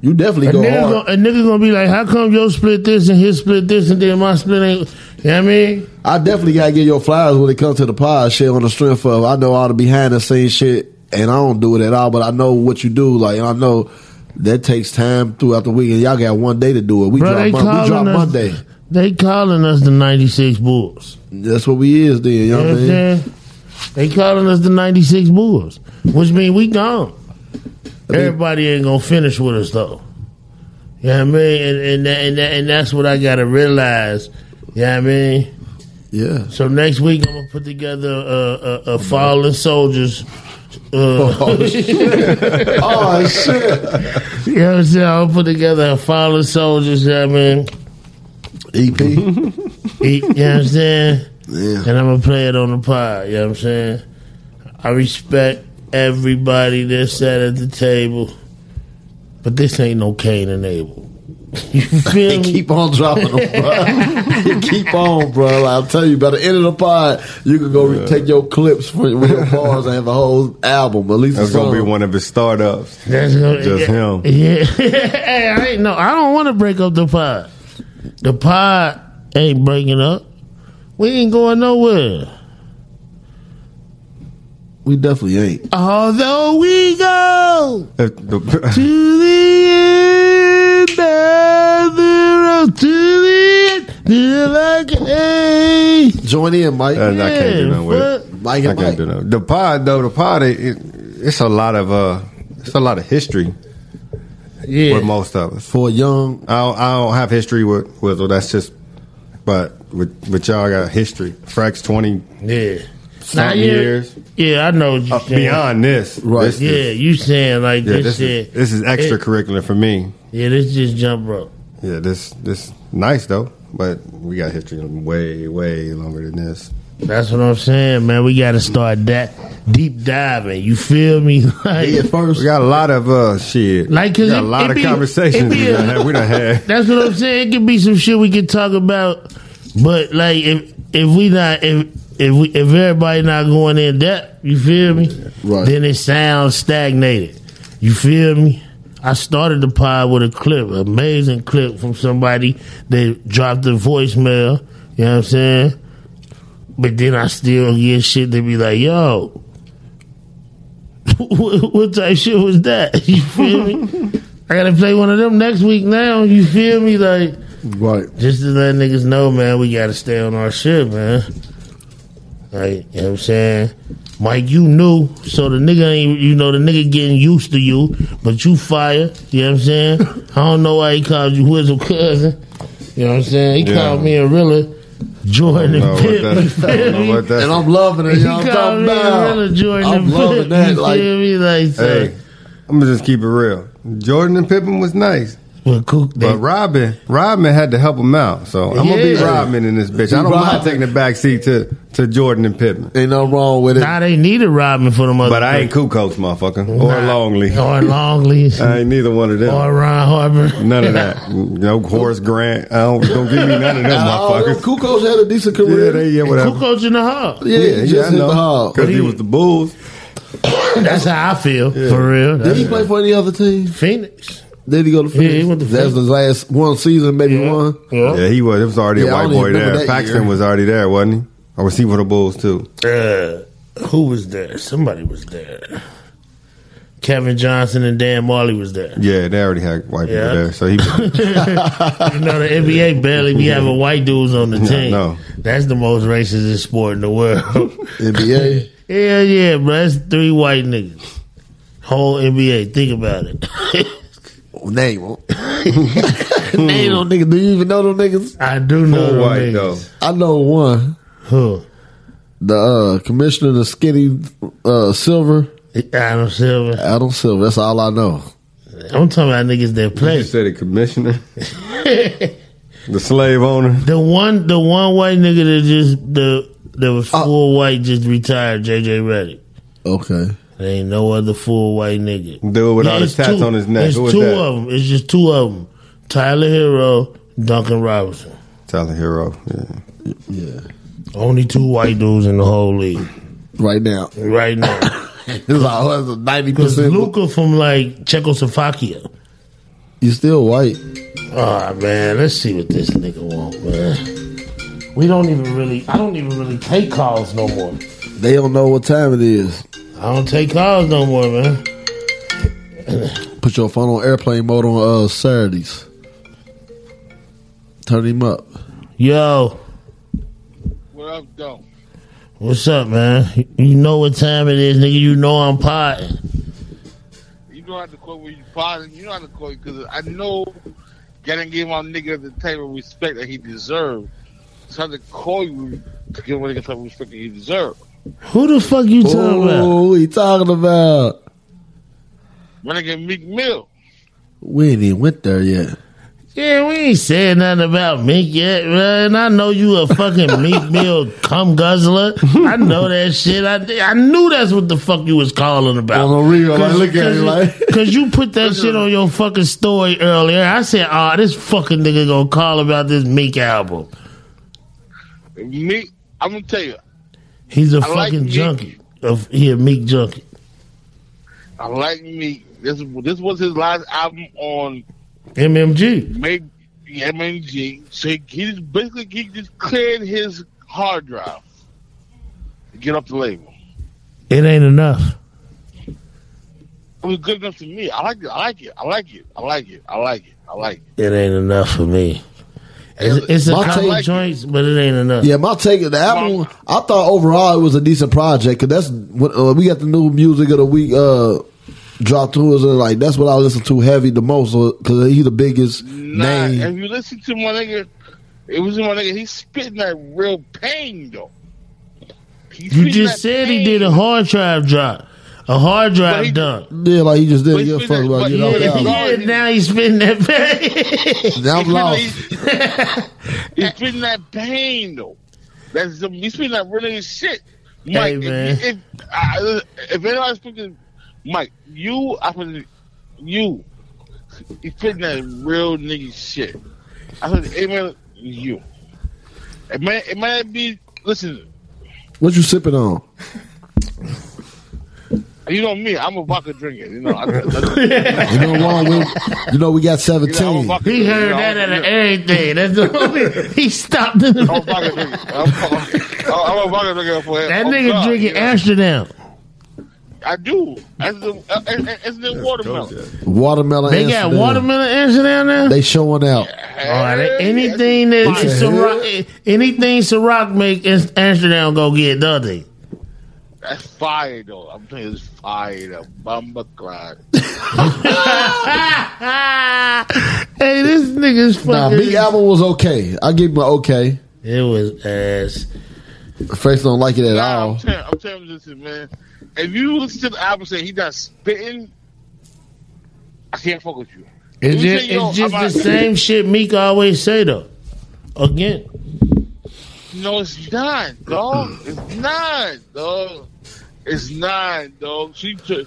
C: you definitely
E: A
C: go
E: nigga,
C: hard.
E: gonna, a nigga gonna be like, how come your split this and his split this and then my split ain't. You know what I mean?
C: I definitely gotta get your flowers when it comes to the pod shit on the strength of I know all the behind the scenes shit and I don't do it at all, but I know what you do, like and I know that takes time throughout the week and y'all got one day to do it. We
E: Bro, they
C: drop Mon- we drop
E: calling us.
C: Monday.
E: They calling us the 96 Bulls.
C: That's what we is then, you know
E: You
C: what
E: know
C: I
E: what I'm
C: mean?
E: saying? Mm-hmm. They calling us the 96 Bulls, which mean we gone. Everybody ain't gonna finish with us though. You know what I mean? And and that, and, that, and that's what I gotta realize. You know what I mean?
C: Yeah.
E: So next week I'm gonna put together a, a, a fallen soldiers.
C: [laughs]
E: Uh,
C: Oh shit.
E: you know what I'm saying? I'll put together a fallen soldiers. You know what I mean? E,
C: EP.
E: You know what I'm saying?
C: E Yeah.
E: And I'm gonna play it on the pod. You know what I'm saying? I respect everybody that sat at the table, but this ain't no Cain and Abel. [laughs]
C: [laughs]
E: You feel
C: And
E: me?
C: keep on dropping
G: [laughs]
C: them, bro. keep on, bro. Like, I'm telling you, by the end of the pod, you can go re- take your clips for with your bars and have a whole album. At least a
G: That's gonna be
C: song.
G: one of his startups.
E: That's gonna, [laughs]
G: Just
E: yeah,
G: him.
E: [laughs] Yeah. hey, I ain't no. I don't want to break up the pod. The pod ain't breaking up. We ain't going nowhere.
C: We definitely ain't.
E: Although we go.
G: If Uh, the- [laughs]
E: to the end of the road, to the end till I can.
C: Join in, Mike.
G: Uh, I can't do nothing with it.
C: Mike
G: I
C: and
G: can't
C: Mike.
G: do no. The pod though, the pod it, it, it's a lot of uh, it's a lot of history
E: Yeah,
G: with most of us.
C: For young,
G: I don't, I don't have history with Wizzle. That's just, but with with y'all I got history. Frax twenty
E: yeah. Now,
G: something
E: yeah,
G: years
E: Yeah, I know what you
G: Uh,
E: saying.
G: beyond this.
C: Right.
G: This is-
E: Yeah, you saying like
G: yeah,
E: this,
G: this
E: shit.
G: is this is extracurricular for me.
E: yeah, this just jump rope.
G: Yeah, this this nice though, but we got history way way longer than this.
E: That's what I'm saying, man. We got to start that deep diving. You feel me? [laughs] Like,
C: he at first.
G: We got a lot of uh shit.
E: Like, 'cause
G: we got
E: it-
G: a
E: it
G: lot of
E: be- it
G: conversations
E: be
G: we
E: a-
G: done had. We done had.
E: [laughs] That's what I'm saying. It could be some shit we could talk about, but like if if we not if if we if everybody not going in depth, you feel me?
C: Right.
E: Then it sounds stagnated. You feel me? I started the pod with a clip, an amazing clip from somebody that dropped a voicemail. You know what I'm saying? But then I still get shit to be like, yo, what, what type shit was that? [laughs] You feel me? I gotta play one of them next week now. You feel me? Like,
C: Right.
E: just to let niggas know, man, we gotta stay on our shit, man. Like, you know what I'm saying? Mike, you new, so the nigga ain't, you know, the nigga getting used to you, but you fire, you know what I'm
G: [laughs]
E: saying? I don't know why he called you Whistle Cousin, you know what I'm saying? He
G: Yeah.
E: called me a really Jordan
G: I don't know
E: and
G: what
E: Pitt,
G: that-
E: you
G: I don't know
E: feel me?
G: what that-
C: And I'm loving it.
E: He
C: Y'all
E: called
C: talking
E: me a really
C: about.
E: Jordan
C: I'm
E: and
C: loving
E: Pitt,
C: that.
E: you
C: Like,
E: feel me? Like, so,
G: Hey, I'm gonna just keep it real. Jordan and Pippen was nice,
E: well, Cook, they,
G: but Robin, Robin had to help him out. So I'm gonna be
E: Yeah.
G: Robin in this bitch.
C: Be
G: I don't
C: Robin.
G: mind taking the back seat to to Jordan and Pippen,
C: ain't nothing wrong with it.
E: now they needed Rodman for the mother.
G: but I ain't Kukoc, motherfucker, or Longley.
E: Or Longley.
G: I ain't neither one of them.
E: or Ron Harper.
G: None of that. No Horace Grant. I don't, don't give me none
C: [laughs]
G: of them
C: Oh, them
G: motherfuckers.
C: Kukoc had a decent career.
G: Yeah, they yeah whatever.
E: Kukoc in the hall.
C: yeah, he just hit the hall.
G: Because he was the Bulls.
E: That's how I feel for real.
C: Did he
E: That's
C: play for any other team?
E: Phoenix.
C: Did he go to Phoenix?
E: he went to
C: That's the last one season, maybe one.
E: Yeah.
G: Yeah, he was. It was already
C: Yeah,
G: a
C: I
G: white
C: don't even
G: boy
C: remember
G: there.
C: that
G: Paxton
C: year.
G: was already there, wasn't he? Or was he for the Bulls too?
E: Uh, who was there? Somebody was there. Kevin Johnson and Dan Marley was there.
G: Yeah, they already had white
E: Yeah.
G: people there. So
E: [laughs]
G: he.
E: You know, the NBA barely be having white dudes on the team.
G: no.
E: That's the most racist sport in the world.
C: NBA.
E: [laughs] Hell yeah, bro. That's three white niggas. Whole NBA. Think about it.
C: Name them.
E: [laughs]
C: Name them niggas. Do you even know them niggas?
E: I do know
F: Full
E: them
F: white
E: niggas.
F: though.
C: I know one.
E: Who?
C: The uh, commissioner, the skinny uh, Silver,
E: Adam Silver.
C: Adam Silver. That's all I know.
E: I'm talking about niggas that
F: You
E: play.
F: said the commissioner, [laughs] the slave owner.
E: The one, the one white nigga that just the that was
C: Uh,
E: full white just retired. JJ Reddick.
C: Okay.
E: There ain't no other full white nigga.
F: Dude with all his
E: it's
F: tats
E: two-
F: on his neck.
E: It's
F: Who was
E: two
F: that?
E: of them. It's just two of them. Tyler Hero, Duncan Robinson.
F: Tyler Hero. Yeah.
C: Yeah.
E: Only two white dudes in the whole league
C: Right now,
E: right now.
C: [coughs] it's like ninety
E: Cause
C: percent.
E: Luca from like Czechoslovakia.
C: You still white?
E: Oh man, let's see what this nigga want, man. We don't even really. I don't even really take calls no more.
C: They don't know what time it is.
E: I don't take calls no more, man.
C: Put your phone on airplane mode on uh, Saturdays. Turn him up.
E: Yo,
I: What up, though?
E: what's up, man? You know what time it is, nigga. You know I'm potting.
I: You don't have to quote when you pausing. You don't have to quote because I know gotta give my nigga at the type of respect that he deserves. So I have to call you to give my nigga the type of respect that he deserves.
E: Who the fuck you talking about?
C: Oh, he talking about?
I: My nigga Meek Mill.
C: We ain't even went there yet.
E: Yeah, we ain't said nothing about Meek yet, man. I know you a
C: [laughs]
E: fucking Meek Mill cum guzzler. I know that shit. I I knew that's what the fuck you was calling about.
C: On Rio, like, look at
E: Cause
C: him,
E: you-
C: like
E: Cause you put that shit on your fucking story earlier. I said, "Ah, this fucking nigga gonna call about this Meek album.
I: Meek, I'm gonna tell you,
E: He's a
I: I like
E: fucking
I: Meek.
E: junkie. Of he a Meek junkie.
I: I like Meek. This this was his last album on
E: MMG.
I: Make MNG. So he, he just basically he just cleared his hard drive to get up the label.
E: It ain't enough.
I: It was good enough to me. I like it. I like it. I like it. I like it. I like it. I like it.
E: It ain't enough for me. It's, it's a
C: My
E: couple
C: take-
E: joints, but it ain't enough.
C: Yeah, my take the album. I thought overall it was a decent project because that's what uh, we got the new music of the week uh, dropped to us. And like that's what I listen to heavy the most because he the biggest
I: Nah, eh. if
C: name.
I: you listen to my nigga, it was my nigga. He's spitting that real pain though. He's
E: You
I: spitting
E: just
I: that
E: said he
I: pain.
E: did a hard drive drop. A hard drive
I: But he-
E: done.
C: Yeah, like he just
I: But
C: didn't give a
I: he's
C: fuck
I: been-
C: about
I: but
C: getting
I: he-
C: off the
I: he-
C: album.
E: Yeah, now he's spitting that back. [laughs]
C: Now I'm
I: He's
C: lost.
I: [laughs] spitting that- He's spitting that pain though. That's the, he's spitting that real shit. Mike, if-
E: man.
I: if, I, if anybody's speaking, Mike, you, I put you, he's spitting that real nigga shit. I said, amen, you. It might, it might be. Listen,
C: What you sipping on?
I: You know me, I'm a vodka drinker. [laughs]
E: [laughs]
I: You know, I, I,
C: You know wrong with you know we got
I: you know I'm a
C: seventeen.
I: vodka
E: He
I: drinker.
E: heard
I: you know,
E: that out
I: I'm,
E: of everything. That's the only he stopped in the
I: I'm a vodka drinker. I'm, I'm, I'm a vodka drinker for
E: That [laughs]
I: for
E: nigga
I: God,
E: drinking
I: you know?
E: Amsterdam.
I: I do. That's the, uh, it's- it's the watermelon.
C: Watermelon.
E: They got
C: Amsterdam.
E: watermelon Amsterdam now.
C: They showing out.
E: All right, anything that
C: Fire.
E: Ciroc, anything Ciroc make is Amsterdam go get nothing.
I: That's fire, though. I'm telling you, it's fire. The bumba clock.
E: Hey, this nigga's
C: Nah,
E: fucking.
C: Big album was okay. I give him an okay.
E: it was ass.
C: Face don't like it at
I: Nah, I'm
C: all.
I: telling I'm telling you this, man. If you listen to the album saying he not spitting, I can't fuck with you.
E: It's
I: Let me
E: just,
I: tell you,
E: it's just
I: I'm
E: the
I: out.
E: same shit Meek always say though. Again,
I: No, it's not, dog. It's not, dog. It's not, dog. So you, t-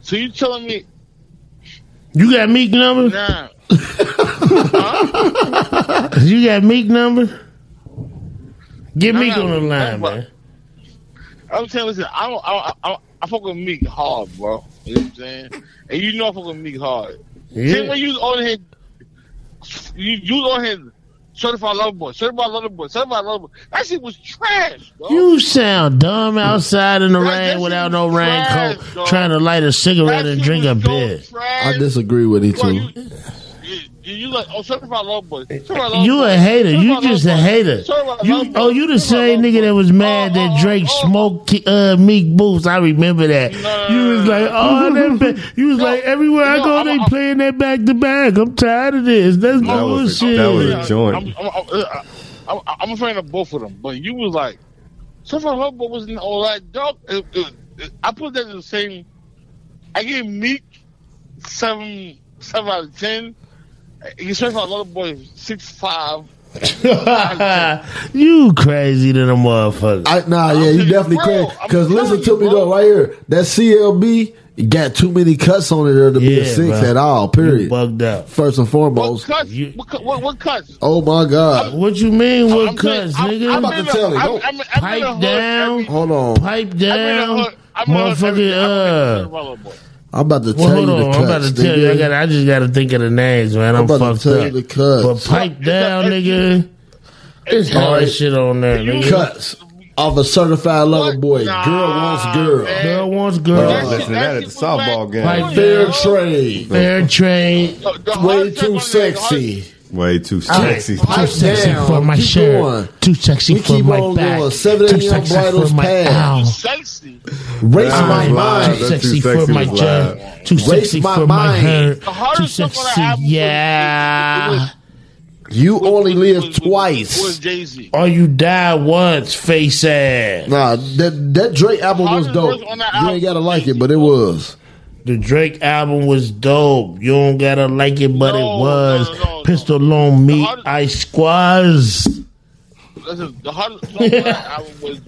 I: so you telling me
E: you got Meek number.
I: nah?
E: [laughs] You got Meek number. Get Meek
I: nah,
E: on the line,
I: that's
E: man.
I: I'm telling you, listen, I don't, I, I, I fuck with Meek hard, bro. You know what I'm saying? And you know I fuck with Meek hard. Then
E: Yeah.
I: when you was on here, you, you was on here, certified lover boy, certified lover boy, certified lover boy. That shit was trash, dog.
E: You sound dumb outside in the
I: That- that
E: rain
I: shit
E: without
I: was
E: no
I: trash,
E: raincoat,
I: dog.
E: trying to light a
I: That
E: cigarette and
I: shit
E: drink
I: was
E: a
I: so
E: beer.
I: trash,
C: I disagree with you
I: bro.
C: too.
I: You- you like oh certified low boy. Certified low
E: You
I: boy.
E: a hater. You
I: Certified
E: just
I: low
E: a
I: boy.
E: hater.
I: Certified low
E: You
I: boy.
E: oh you the
I: Certified
E: same
I: low
E: nigga
I: boy.
E: that was mad
I: Oh,
E: that
I: oh,
E: Drake
I: oh, oh.
E: smoked uh, Meek boots. I remember that.
I: No,
E: You
I: no,
E: was
I: no,
E: like,
I: [laughs]
E: oh that. Ba-. You was
I: No,
E: like, everywhere I
I: no,
E: go,
I: I'm-
E: they
I: I'm-
E: playing that back to back. I'm tired of this. That's
F: That was a-
E: bullshit.
F: that was a
I: Yeah,
F: joint.
I: I'm, I'm, I'm, I'm, I'm a fan of both of them, but you was like, Certified Low Boy wasn't all that dope. It- it- it- I put that in the same. I gave Meek seven seven out of ten. You Certified Low Boy six five.
E: [laughs] you crazy than a motherfucker.
C: I, nah, yeah,
I: telling
C: you definitely
I: you,
C: crazy.
I: bro, I'm
C: Because
I: telling
C: listen
I: you,
C: to me
I: bro.
C: though, right here, that CLB got too many cuts on it there to be a
E: Yeah,
C: six
E: bro.
C: at all.
E: You
C: Period.
E: bugged up.
C: First and
I: What
C: foremost.
I: cuts?
E: you-
I: What, cu- what, what cuts?
C: Oh my God!
E: What you mean? What
I: I'm saying,
E: cuts,
I: I'm-
E: nigga?
I: I'm
C: about
I: in
C: to
I: a-
C: tell you,
I: I'm-
C: don't-
I: I'm- I'm in
E: Pipe
I: a hood
E: down.
I: every-
C: Hold on,
E: pipe
I: I'm in a
E: down,
I: hood- I'm in a hood every day. I'm
E: motherfucking.
I: a
E: Uh,
I: Certified Low Boy.
C: I'm about to
E: well,
C: tell
E: hold
C: you
E: on.
C: the cuts.
E: I'm about to tell
C: nigga.
E: you. I got. I just got to think of the names, man. I'm,
C: I'm about
E: fucked
C: to tell
E: up.
C: you the cuts.
E: But pipe
I: It's
E: down,
I: a-
E: nigga. It's
I: It's a-
E: hard
C: Alright.
E: shit on there.
I: You
E: Nigga.
C: cuts of a certified lover
I: What?
C: boy.
I: Nah,
C: girl wants girl.
I: man.
E: Girl wants
F: I was
E: girl.
I: That's-
F: listening to that at the
I: that's-
F: softball game.
E: Like,
C: Fair trade.
E: Fair trade.
I: The- the
C: Way
I: hard
C: too
I: stuff on there, the hard-
C: sexy.
F: Way too
E: Alright.
F: sexy.
E: Too
C: Pipe
E: sexy
C: down.
E: for my
C: Keep
E: shirt.
C: going.
E: Too sexy
C: We
E: for
C: keep
E: my
C: on
E: back.
C: going. Seven
E: Too
C: AM
E: sexy
C: bridals
E: for my
C: pass.
E: ow.
I: Sexy.
C: Race
F: Nah,
C: my
F: nah.
C: mind.
E: Too
F: That's
E: sexy
F: too
E: for
F: sexy
E: my
F: was
E: job. Too sexy
C: my
E: for my
C: mind.
E: hair.
I: The
E: Too
I: hardest stuff on that
E: sexy.
I: album. was- was-
E: Yeah.
I: was-
C: You only
I: was-
C: live
I: was- Was
C: twice.
I: Jay Z?
E: Or you die once, face ass.
C: Nah, that that Drake album was
I: Hardest
C: dope.
I: verse on that
C: You ain't gotta
I: album.
C: like it, but it was.
E: The Drake album was dope. You don't gotta like it, but it
I: No,
E: was.
I: no, no, no.
E: Pistol on me,
I: hardest-
E: Ice Squaz.
I: Listen, the hardest song on that album was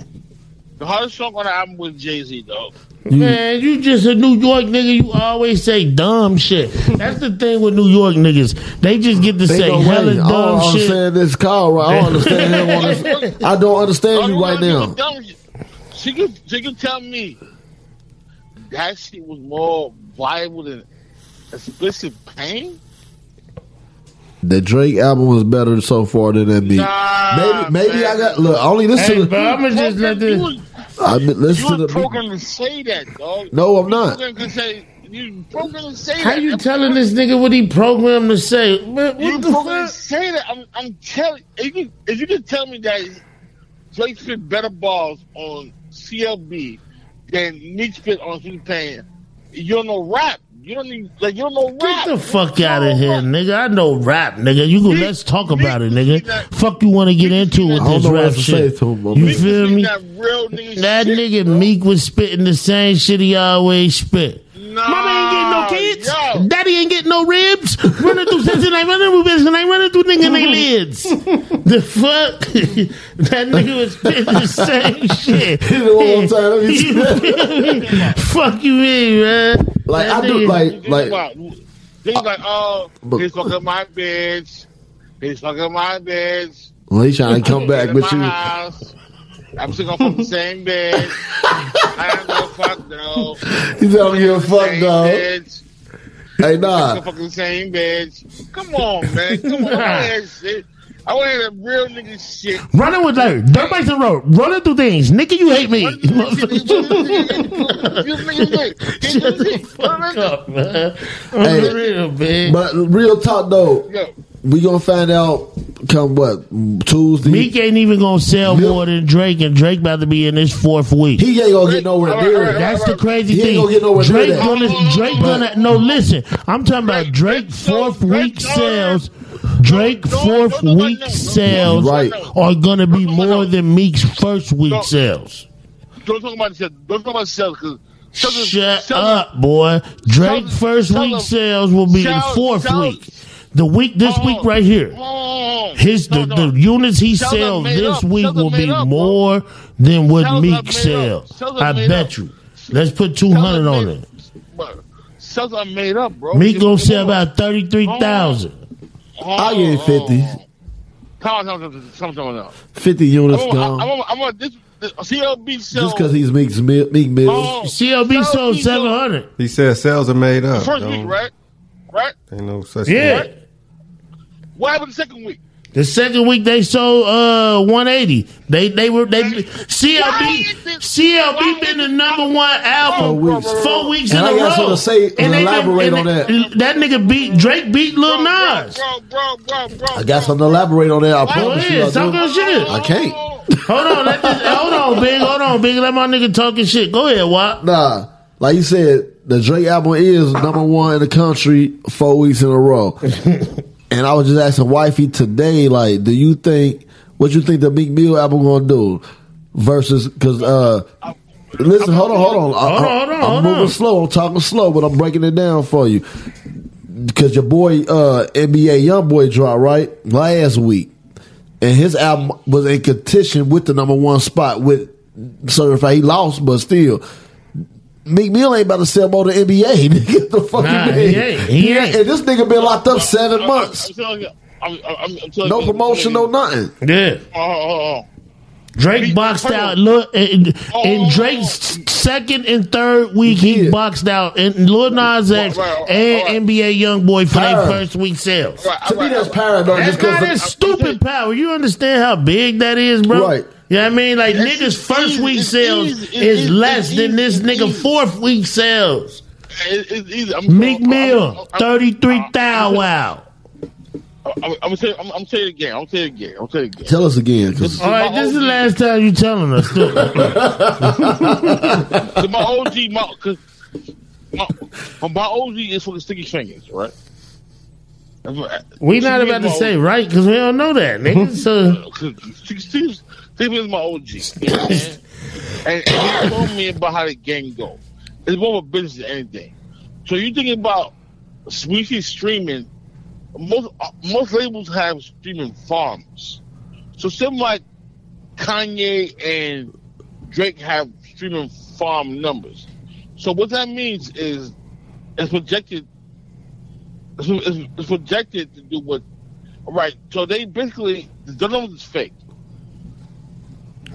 I: the hardest song on the album was Jay Z though.
E: Man, you just a New York nigga. You always say dumb shit. That's the thing with New York niggas. They just get to
C: They
E: say
C: no way.
E: hella
C: I don't
E: dumb shit.
C: understand this call. Right? I don't understand him. on this- I don't understand you right now.
I: She could she could tell me that shit was more viable than explicit pain.
C: The Drake album was better so far than that beat.
I: Nah,
C: Maybe, maybe
I: man.
C: I got look. I Only listen
E: Hey,
C: to
E: bro,
C: the.
E: I'ma just let
I: You
E: this.
I: was-
C: I been
I: You
C: listening to
I: were
C: the. beat.
I: programmed to say that, dog.
C: No, I'm not.
I: You programmed to say you programmed to say
E: How
I: that.
E: you telling this nigga what he programmed to say? Man,
I: You
E: what the
I: programmed
E: fuck?
I: to say that. I'm, I'm telling. If you, if you could tell me that Drake spit better balls on CLB than Nick spit on Sweet Pain, you don't know rap. You don't need like you don't know rap.
E: Get the fuck
I: You
E: out
I: don't
E: of here,
I: know rap.
E: nigga. I know rap, nigga. You go,
I: Me-
E: let's talk about it,
I: me-
E: nigga. Fuck you want to get into with
C: I don't
E: this
C: know what
E: rap
C: else to say
E: shit.
C: to him.
E: You
I: Meek
C: man.
E: feel
I: was spitting
E: me?
I: That real nigga.
E: That
I: shit,
E: nigga
I: bro.
E: Meek was spitting the same shit he always spit.
I: Nah,
E: Mama ain't getting no kids.
I: yo.
E: Daddy ain't getting no ribs. Running through sense and I running through business and I running through nigga
I: [laughs]
E: and they lids. The fuck? [laughs] that nigga was spitting the
C: [laughs]
E: same shit.
C: Hit it one more time. Let me see
E: [laughs] You feel me? fuck you mean, man.
C: Like
E: That
C: I do.
E: nigga-
C: Like
I: Like,
C: like.
I: about, things like, oh,
C: But-
I: he's fucking my bitch. He's fucking my bitch.
C: Well, he trying to come
I: I'm [laughs]
C: back
I: in
C: with
I: my
C: you.
I: House. I'm still gonna fuck the same bitch. I don't give a fuck
C: [laughs]
I: though.
C: [laughs] He said, I'm giving a fuck,
I: Same
C: dog.
I: bitch.
C: Hey,
E: [laughs]
I: I'm
C: nah.
I: fucking the same bitch. Come on, man. Come on. I wanna
C: [laughs]
I: hear that shit. I want to hear that real nigga shit.
E: Running with like dirt bikes and road, running through things. Nigga, you hate me.
I: What the fuck
E: [laughs]
I: you niggas
E: Fuck, man. On
C: Hey.
E: the real, man.
C: But real talk, though, we going to find out come what? Tuesday?
E: Meek ain't even gonna sell
C: Milk-
E: more than Drake, and Drake about to be in his fourth week.
C: He ain't going to get nowhere
I: Alright,
C: near
I: alright,
C: it.
I: alright.
E: That's the crazy
C: He ain't
E: thing.
C: gonna get nowhere near
E: Drake
C: that.
E: gonna Drake gonna no listen. I'm talking about Drake
I: Drake
E: fourth
I: sold- Drake
E: week sales. Drake
I: no,
E: fourth
I: no, no, no,
E: week
I: no, no.
E: sales
C: Right.
E: are gonna be
I: No, no, no.
E: more than Meek's first
I: No.
E: week sales.
I: Don't talk about yourself. Don't talk about yourself. Cause something-
E: Shut
I: something-
E: up, boy. Drake
I: Tell-
E: first
I: tell
E: week
I: him-
E: sales will be
I: tell-
E: in fourth
I: tell-
E: week. The week this
I: Hold
E: week
I: on.
E: right here.
I: Hold on.
E: His the,
I: Hold on.
E: the units he
I: Tell them
E: sells
I: made
E: this
I: up.
E: week
I: Tell them
E: will be
I: made up, bro.
E: more than what
I: Tell them
E: Meek
I: made up.
E: sells.
I: Tell them
E: I
I: made
E: bet
I: up.
E: you. Let's put two
I: Tell them
E: hundred on
I: made-
E: it.
I: Bro, Stuff I made up, bro.
E: Meek gonna
I: Come
E: sell
I: on.
E: about thirty three thousand.
C: I'll give you 50.
I: Come on, come on, come on, come on.
C: 50 units
E: Oh,
I: I'm
C: gone.
I: on, I'm on, I'm on this, this CLB show.
C: just because he's Meek's, Mi- Meek Mills.
I: Oh,
E: CLB sold seven hundred.
F: He said sales are made up.
I: First
F: Don't-
I: week, right? Right?
F: Ain't no such
E: Yeah.
F: thing.
I: What happened the second week?
E: The second week they sold uh 180. They they were they CLB
I: is this-
E: CLB
I: why
E: been
I: is
E: the
I: it-
E: number one album
C: Four weeks.
E: four weeks
C: And
E: in
C: I
E: a
C: got
E: row.
C: something to say and
E: they done-
C: elaborate
E: and
C: on
E: they- That nigga beat Drake beat Lil Nas.
I: Bro, bro, bro, bro, bro.
C: I got something to elaborate on that. I promise you.
E: yeah, talk
C: I
E: your
C: do.
E: shit.
C: I can't.
E: Hold on, let this, hold on, big, hold on, big. Let my nigga talk his shit. Go ahead, Wop.
C: Nah, like you said, the Drake album is number one in the country four weeks in a row. and I was just asking Wifey today, like, do you think what you think the Meek Mill album gonna do versus because uh, listen, hold on, hold on,
E: Hold on, hold on,
C: I'm
E: hold
C: moving
E: on.
C: slow, I'm talking slow, but I'm breaking it down for you because your boy uh, NBA YoungBoy dropped right last week, and his album was in contention with the number one spot with certified. He lost, but still. Meek Mill ain't about to sell more than NBA. [laughs] Nigga, the fuck
E: Nah,
C: you
E: he
C: mean?
E: ain't. He ain't.
C: And this nigga been locked up seven months.
I: I'm telling you, I'm, I'm, I'm telling
C: No
I: you,
C: promotion, no nothing.
E: Yeah.
I: Oh, oh,
E: Drake boxed out. Look, in, in Drake's second and third week, he
C: Yeah.
E: boxed out, and Lil Nas X
I: Right, right,
E: and
I: right.
E: NBA YoungBoy for their
C: Power.
E: first week sales.
I: oh. Right,
C: To
I: right,
C: me, that's
I: right.
C: paranoid.
E: That's
C: Just
E: not that
C: because
E: stupid power. You understand how big that is, bro?
C: Right.
E: You know what I mean? Like, niggas'
I: it's
E: first
I: easy,
E: week
I: it's
E: sales
I: easy, it's
E: is
I: easy,
E: less
I: it's
E: than this
I: easy, it's
E: nigga
I: easy.
E: fourth week sales.
I: It, it's easy. I'm,
E: Meek
I: I'm- I'm-
E: Mill,
I: I'm-
E: 33 thou
I: I'm-
E: wow.
I: I'm, I'm, I'm, saying- I'm, I'm saying it again. I'm saying it again. I'm saying it again.
C: tell us again, because
E: All right, this is the last time you telling us. too.
I: So my OG, my, cause my, my OG is for the sticky fingers, right? That's what-
E: we not about to say right because we don't know that,
I: [laughs]
E: nigga. So
I: Cause Steve, Steve, Steve is my OG.
E: [laughs]
I: You know what I'm saying? and, and he told me about how the game go. It's more of a business than anything. So you think about weekly streaming, most uh, most labels have streaming farms. So something like Kanye and Drake have streaming farm numbers. So what that means is it's projected it's, it's, it's projected to do what right. So they basically the numbers is fake.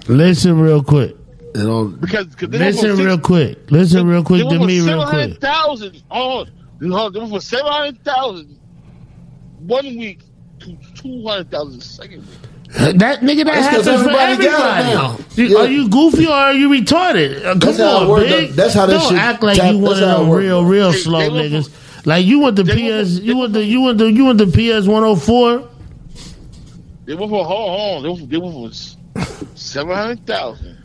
E: listen real quick.
C: you know,
I: Because cause they went
E: Listen
I: from
E: real
I: six-
E: quick. Listen real quick
I: they
E: to
I: went
E: me
I: from
E: real quick.
I: 700,000 on, no, they went from 700,000 one week to 200,000 the second week.
E: That nigga, that
C: That's
E: happens
C: 'cause
E: for
C: everybody got it
E: everybody.
C: now.
E: You- Are
C: Yeah.
E: you goofy or are you retarded? Uh,
C: That's
E: come
C: how it
E: on,
C: work,
E: big.
C: though. That's how this
E: Don't
C: shit
E: act like
C: tap-
E: you one of
C: that's how it
E: them
C: work,
E: real,
C: though.
E: real
I: They-
E: slow
I: they went
E: niggas. Like you want the
I: they went
E: PS,
I: from-
E: you want the you want the you want the PS one hundred four.
I: They went from, hold on, they went from, they went from s-
E: [laughs]
I: 700,000.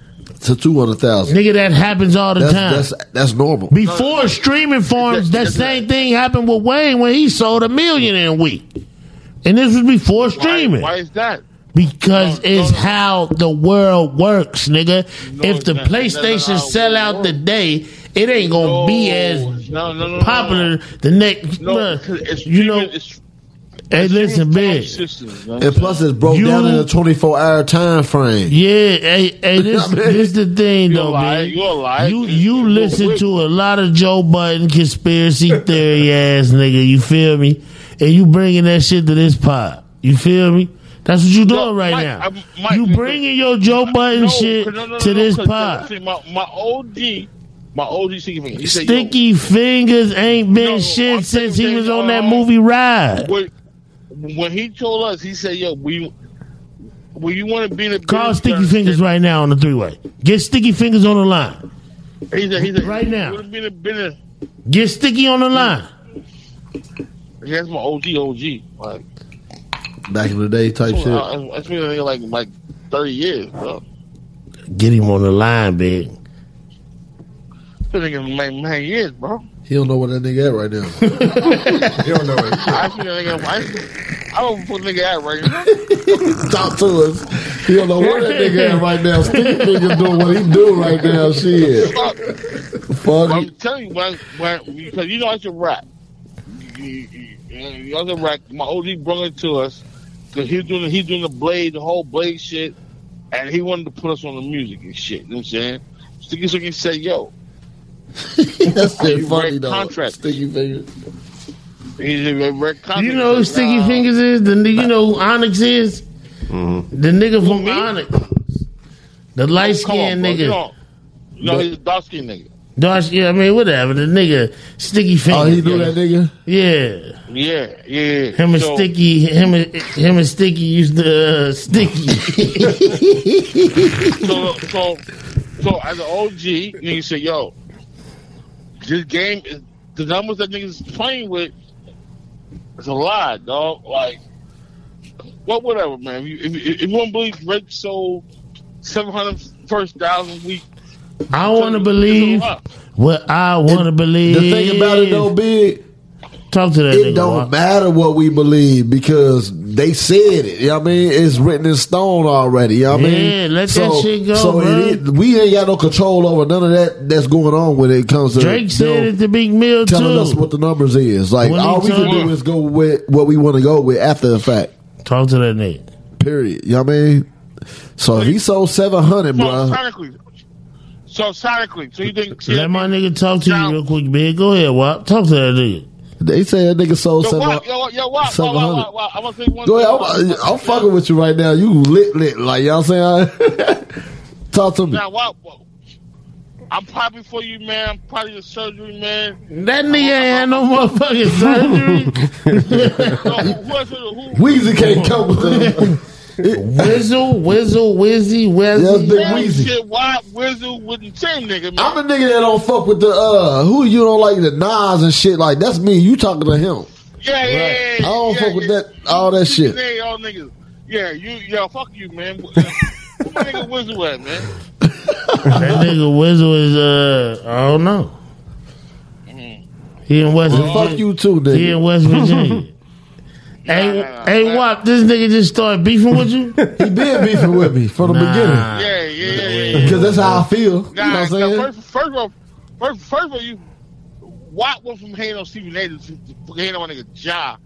C: to 200,000.
E: Nigga, that happens all the
C: That's,
E: time.
C: that's, that's normal.
E: Before streaming farms, that same thing happened with Wayne when he sold a million in a week. And this was before
I: Why,
E: streaming.
I: why is that?
E: Because
I: No, no,
E: it's
I: no.
E: how the world works, nigga.
I: No,
E: if the
I: it's not. That's
E: PlayStation
I: not how
E: sell
I: it
E: out
I: works.
E: today, it ain't gonna
I: No,
E: be as
I: no, no, no, no,
E: popular the next.
I: No, no,
E: look,
I: 'cause it's
E: you know,
I: streaming- it's,
E: hey, listen,
I: streaming farm
E: big.
I: systems, you know what I'm
C: And plus,
I: saying?
C: it's broke
E: You-
C: down in a 24 hour time frame.
E: Yeah, hey,
C: [laughs]
E: hey, this this the thing
I: You a
E: though,
I: liar,
E: man.
I: you a liar.
E: You
I: You
E: you
I: a
E: listen
I: witch.
E: to a lot of Joe Button
C: [laughs]
E: conspiracy theory ass nigga. You feel me? And you bringing that shit to this pod. You feel me? That's what you doing
I: No,
E: right
I: Mike,
E: now.
I: I'm- Mike,
E: you
I: listen.
E: bringing your Joe Button
I: No, 'cause
E: shit
I: no, no,
E: to
I: no,
E: this
I: 'cause- 'cause
E: pod.
I: see, My, my OG, my OG sticky finger. he said, yo,
E: Sticky fingers ain't been
I: No,
E: shit
I: I'm
E: since he
I: saying,
E: was on that
I: uh,
E: movie ride.
I: when, when he told us, he said, "Yo, we, when you want to be in the
E: Call
I: business,
E: Sticky Fingers right now on the three way. Get Sticky Fingers on the line.
I: He said, he said,
E: right now.
I: You want to be in the business?
E: Get Sticky on the line.
I: That's my OG, OG. Like,
C: Back in the day type shit.
I: I, I, has been there like like thirty years, bro.
E: Get him on the line, big.
I: Been there like nine years, bro.
C: He don't know where that nigga at right now. [laughs]
F: You don't know it.
I: I been there like I, I don't put nigga out right now.
C: Talk to us. He don't know where that nigga at right now.
E: [laughs]
C: Sticky fingers doing what he do right now. Shit.
I: But
C: Fuck.
I: I'm telling you, when, I- when because you know I should rap. You- you- you- You know I should rap. My OG brought it to us because he's doing he's doing the blade, the whole blade shit, and he wanted to put us on the music and shit. You know what I'm saying? Sticky Sticky
E: [laughs]
I: said, "Yo,
C: That shit
I: You
C: funny
I: break
C: though.
I: contract.
C: Sticky fingers.
I: He's a red
E: You know who Sticky Fingers is? The ni- you know who Onyx is?
C: Mm-hmm.
E: The nigga from
I: me?
E: Onyx. The light skinned nigga.
I: No, no he's a dark skinned nigga.
E: Dodge, yeah, I mean, whatever. The nigga, Sticky Fingers.
C: Oh, he knew that nigga.
E: Yeah.
I: Yeah, yeah.
E: Him and
I: So,
E: Sticky, him and, him and Sticky used to, uh, Sticky.
I: So, so, so as an OG, nigga say, yo, this game, is, the numbers that niggas playing with, is a lot, dog. Like, what, whatever, man. If you, if you, if you want to believe Drake sold 700 first thousand week,
E: I want to
I: it's a
E: believe
I: lot.
E: what I want to believe.
C: The thing about it though, big,
E: Talk to that
C: it
E: nigga.
C: don't
E: Walt.
C: matter what we believe because they said it. You know what I mean? It's written in stone already. You know what I mean?
E: Yeah, let that shit go,
C: So
E: bro.
C: is- we ain't got no control over none of that that's going on when it comes to
E: Drake
C: them
E: said it to Big Mill, too.
C: telling us what the numbers is. Like
E: When he
C: all we can
E: told-
C: do is go with what we want to go with after the fact.
E: Talk to that nigga.
C: Period. You know what I mean? So if he sold seven hundred,
I: so
C: bruh.
I: sonically. So sonically, so you think
E: Let my nigga talk to you real quick, man. Go ahead, Wop. Talk to that nigga.
C: They said that nigga sold
I: Yo,
C: seven
I: what?
C: hundred.
I: Yo, what? Yo, what? Wow,
C: 700.
I: wow, wow, wow. I want to say one
C: Go
I: thing.
C: ahead. I'm, I'm fucking with you right now. You lit lit like y'all saying. [laughs] Talk to me.
I: Now, wow, wow. I'm probably for you, man. I'm probably your surgery, man.
E: That nigga ain't had no motherfucking surgery.
I: Yo, who, who, else- who, who,
C: Weezy can't come with them.
E: Whizzle, whizzle, whizzy,
C: That's Big
E: wazzy.
I: Holy
C: Weezy.
I: shit, why Wizzle with the team, nigga,
C: I'm
I: man?
C: a nigga that don't fuck with the uh who you don't like the Nas and shit like that's me. You talking to him?
I: yeah, yeah, yeah,
C: I don't
I: yeah,
C: fuck
I: yeah.
C: with that all that shit.
I: Hey, y'all niggas. Yeah, you, yo, fuck you,
C: [laughs]
I: man. Where my nigga Wizzle at, man?
E: That nigga Whizzle is, uh, I don't know. He in West
C: Fuck
E: Virginia.
C: you too,
E: He in
C: nigga.
E: West Virginia. Hey, hey, Wop, this nigga just started beefing with you?
C: He been beefing with me from the beginning
E: Nah.
I: Yeah, yeah, yeah, yeah.
C: because that's how I feel. You know
I: Nah,
C: what
I: nah,
C: I'm saying?
I: first, first of all, first, first of all, you Watt went from hating on Stephen A to fucking hating on a nigga Ja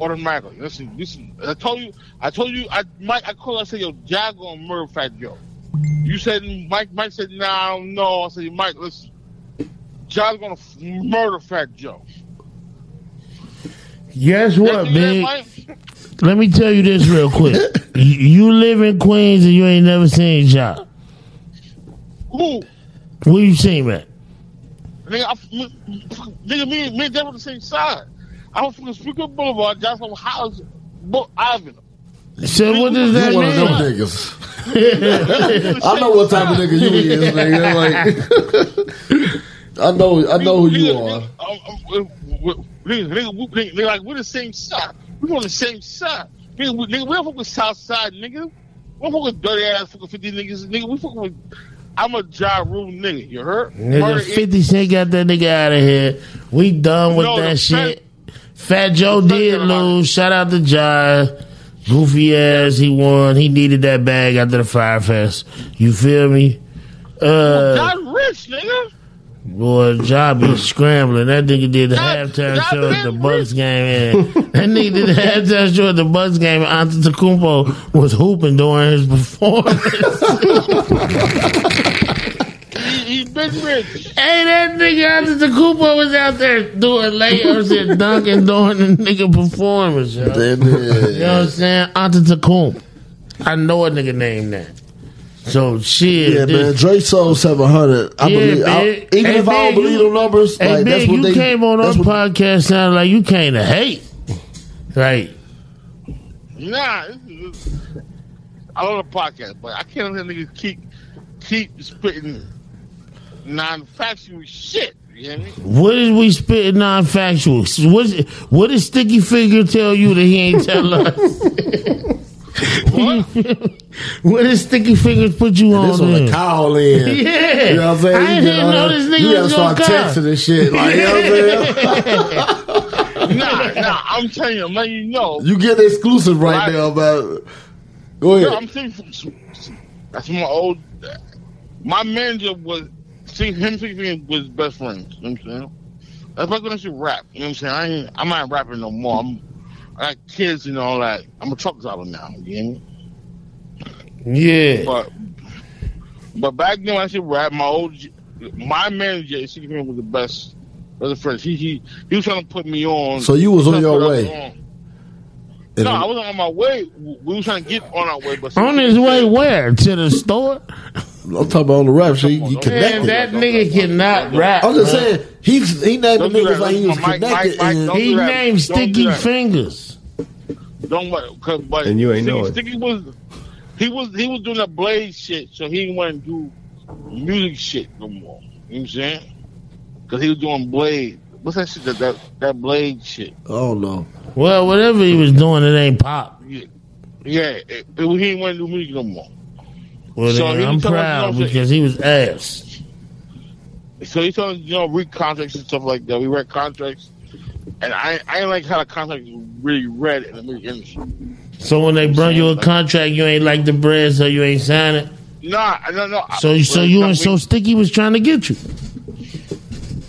I: automatically. Listen, listen. I told you, I told you, I Mike, I called. I said, yo, Ja gonna murder Fat Joe. You said Mike. Mike said, nah, I don't know. I said, Mike, listen, Ja's gonna f- murder Fat Joe.
E: Guess what,
I: Listen, yeah,
E: big?
I: Mike?
E: Let me tell you this real quick. you, you live in Queens and you ain't never seen Ja.
I: Who?
E: Where you seen him at?
I: Nigga, I, nigga, me, me and Jeff on the same side. I was from the Speaker Boulevard. Ja's from House Bo- Avenue.
E: So what does that
C: You one of them
E: mean?
C: niggas. [laughs] I know what type of nigga you is, nigga. Like, [laughs] I know, I know who you are.
I: Nigga, nigga, nigga, nigga, nigga, we- nigga, nigga, like we're the same side. We on the same side. Nigga, we, nigga, we don't fuck with South Side, nigga. We don't fuck with dirty ass fucking fifty niggas, nigga. We fuck with. I'm a Ja Rule nigga. You heard? Murder
E: Nigga,
I: is-
E: 50 Cent got that nigga out of here. We done with
I: No, the
E: that
I: fact-
E: shit. Fat Joe
I: fact
E: did
I: of the matter-
E: lose. Shout out to Ja. Goofy ass, he won. He needed that bag after the Fire Fest. You feel me? Uh,
I: Ja rich, nigga.
E: boy, Ja be scrambling. That nigga did the
I: Ja-
E: halftime
I: Ja
E: show at the
I: been
E: Bucks
I: rich.
E: game. And
I: [laughs]
E: that nigga did the halftime show at the Bucks game. And Antetokounmpo was hooping during his performance.
I: He, he been rich.
E: Hey, that nigga out of the Cooper was out there doing layups and dunking during the nigga performance, yo. You
C: And then-
E: know what I'm saying? Antetokounmpo. I know a nigga named that. So shit.
C: Yeah, man.
E: this-
C: Drake sold seven hundred. I
E: Yeah,
C: believe. I,
E: man.
C: even
E: Hey,
C: if I
E: man,
C: don't believe
E: you-
C: them numbers,
E: Hey,
C: like, that's
E: big,
C: what
E: you
C: they
E: came on our
C: that's what-
E: podcast sounding like you came to hate. Like,
I: Nah, this is, this, I love the podcast, but I can't let niggas keep keep spitting non-factual shit. You hear me?
E: what is we spitting non factual? What, is- what did Sticky Figure tell you that he ain't tell us?
I: What?
E: [laughs] what did Sticky Figure put you on?
C: This was
E: then?
C: a call
E: [laughs]
C: in.
E: Yeah.
C: You know what I'm saying? uh,
E: I
C: You
E: didn't
C: gotta-
E: know this nigga
C: You gotta
E: was
C: start
E: gonna come.
C: texting this shit. Like, you know what I'm
E: [laughs]
I: [laughs]
C: saying?
I: nah, nah, I'm telling you, I'm letting you know.
C: You get exclusive right
I: Right.
C: now, but go
I: No, I'm saying
C: ahead.
I: from, that's my old. My manager was see him thinking was best friends. You know what I'm saying that's like when I should rap. You know what I'm saying I ain't, I'm not rapping no more. I'm I got kids and all that. I'm a truck driver now. You hear me?
E: Yeah.
I: But but back then when I should rap. My old my manager see him was the best. Was the friends. He he he was trying to put me on.
C: So you was on
I: That's
C: your
I: what I was
C: way.
I: on. No, I wasn't on my way. We we was trying to get on our way, but
E: On his way where? To the store?
C: I'm talking about on the rap sheet. You
E: Man,
C: connected.
E: that nigga cannot rap.
C: I'm just
E: bro.
C: saying he's he named the
I: Don't do
C: niggas
I: that.
C: like he was
I: Mike, Mike,
C: connected.
I: Mike,
C: and-
I: don't-
E: He
I: do that.
E: named
I: Don't do
E: Sticky
I: that.
E: Fingers.
I: Don't worry, cause but
F: And you ain't
I: Sticky,
F: know it.
I: Sticky was he was he was doing the blade shit, so he didn't want to do music shit no more. You know what I'm saying? Cause he was doing blade. What's that shit? That that, that blade shit.
C: Oh no.
E: Well, whatever he was doing, it ain't pop.
I: Yeah, yeah. It, it, he didn't want to do music no more.
E: Well,
I: So
E: then
I: he
E: I'm
I: was telling
E: proud
I: us, you know,
E: because he was ass.
I: So he told us, you know, read contracts and stuff like that. We read contracts, and I I didn't like how the contracts were really read in the music industry.
E: So when they bring you a
I: Like-
E: contract, you ain't like the bread, so you ain't sign it.
I: Nah, no, no. I-
E: So, so
I: well,
E: you
I: no,
E: and
I: we-
E: so Sticky was trying to get you.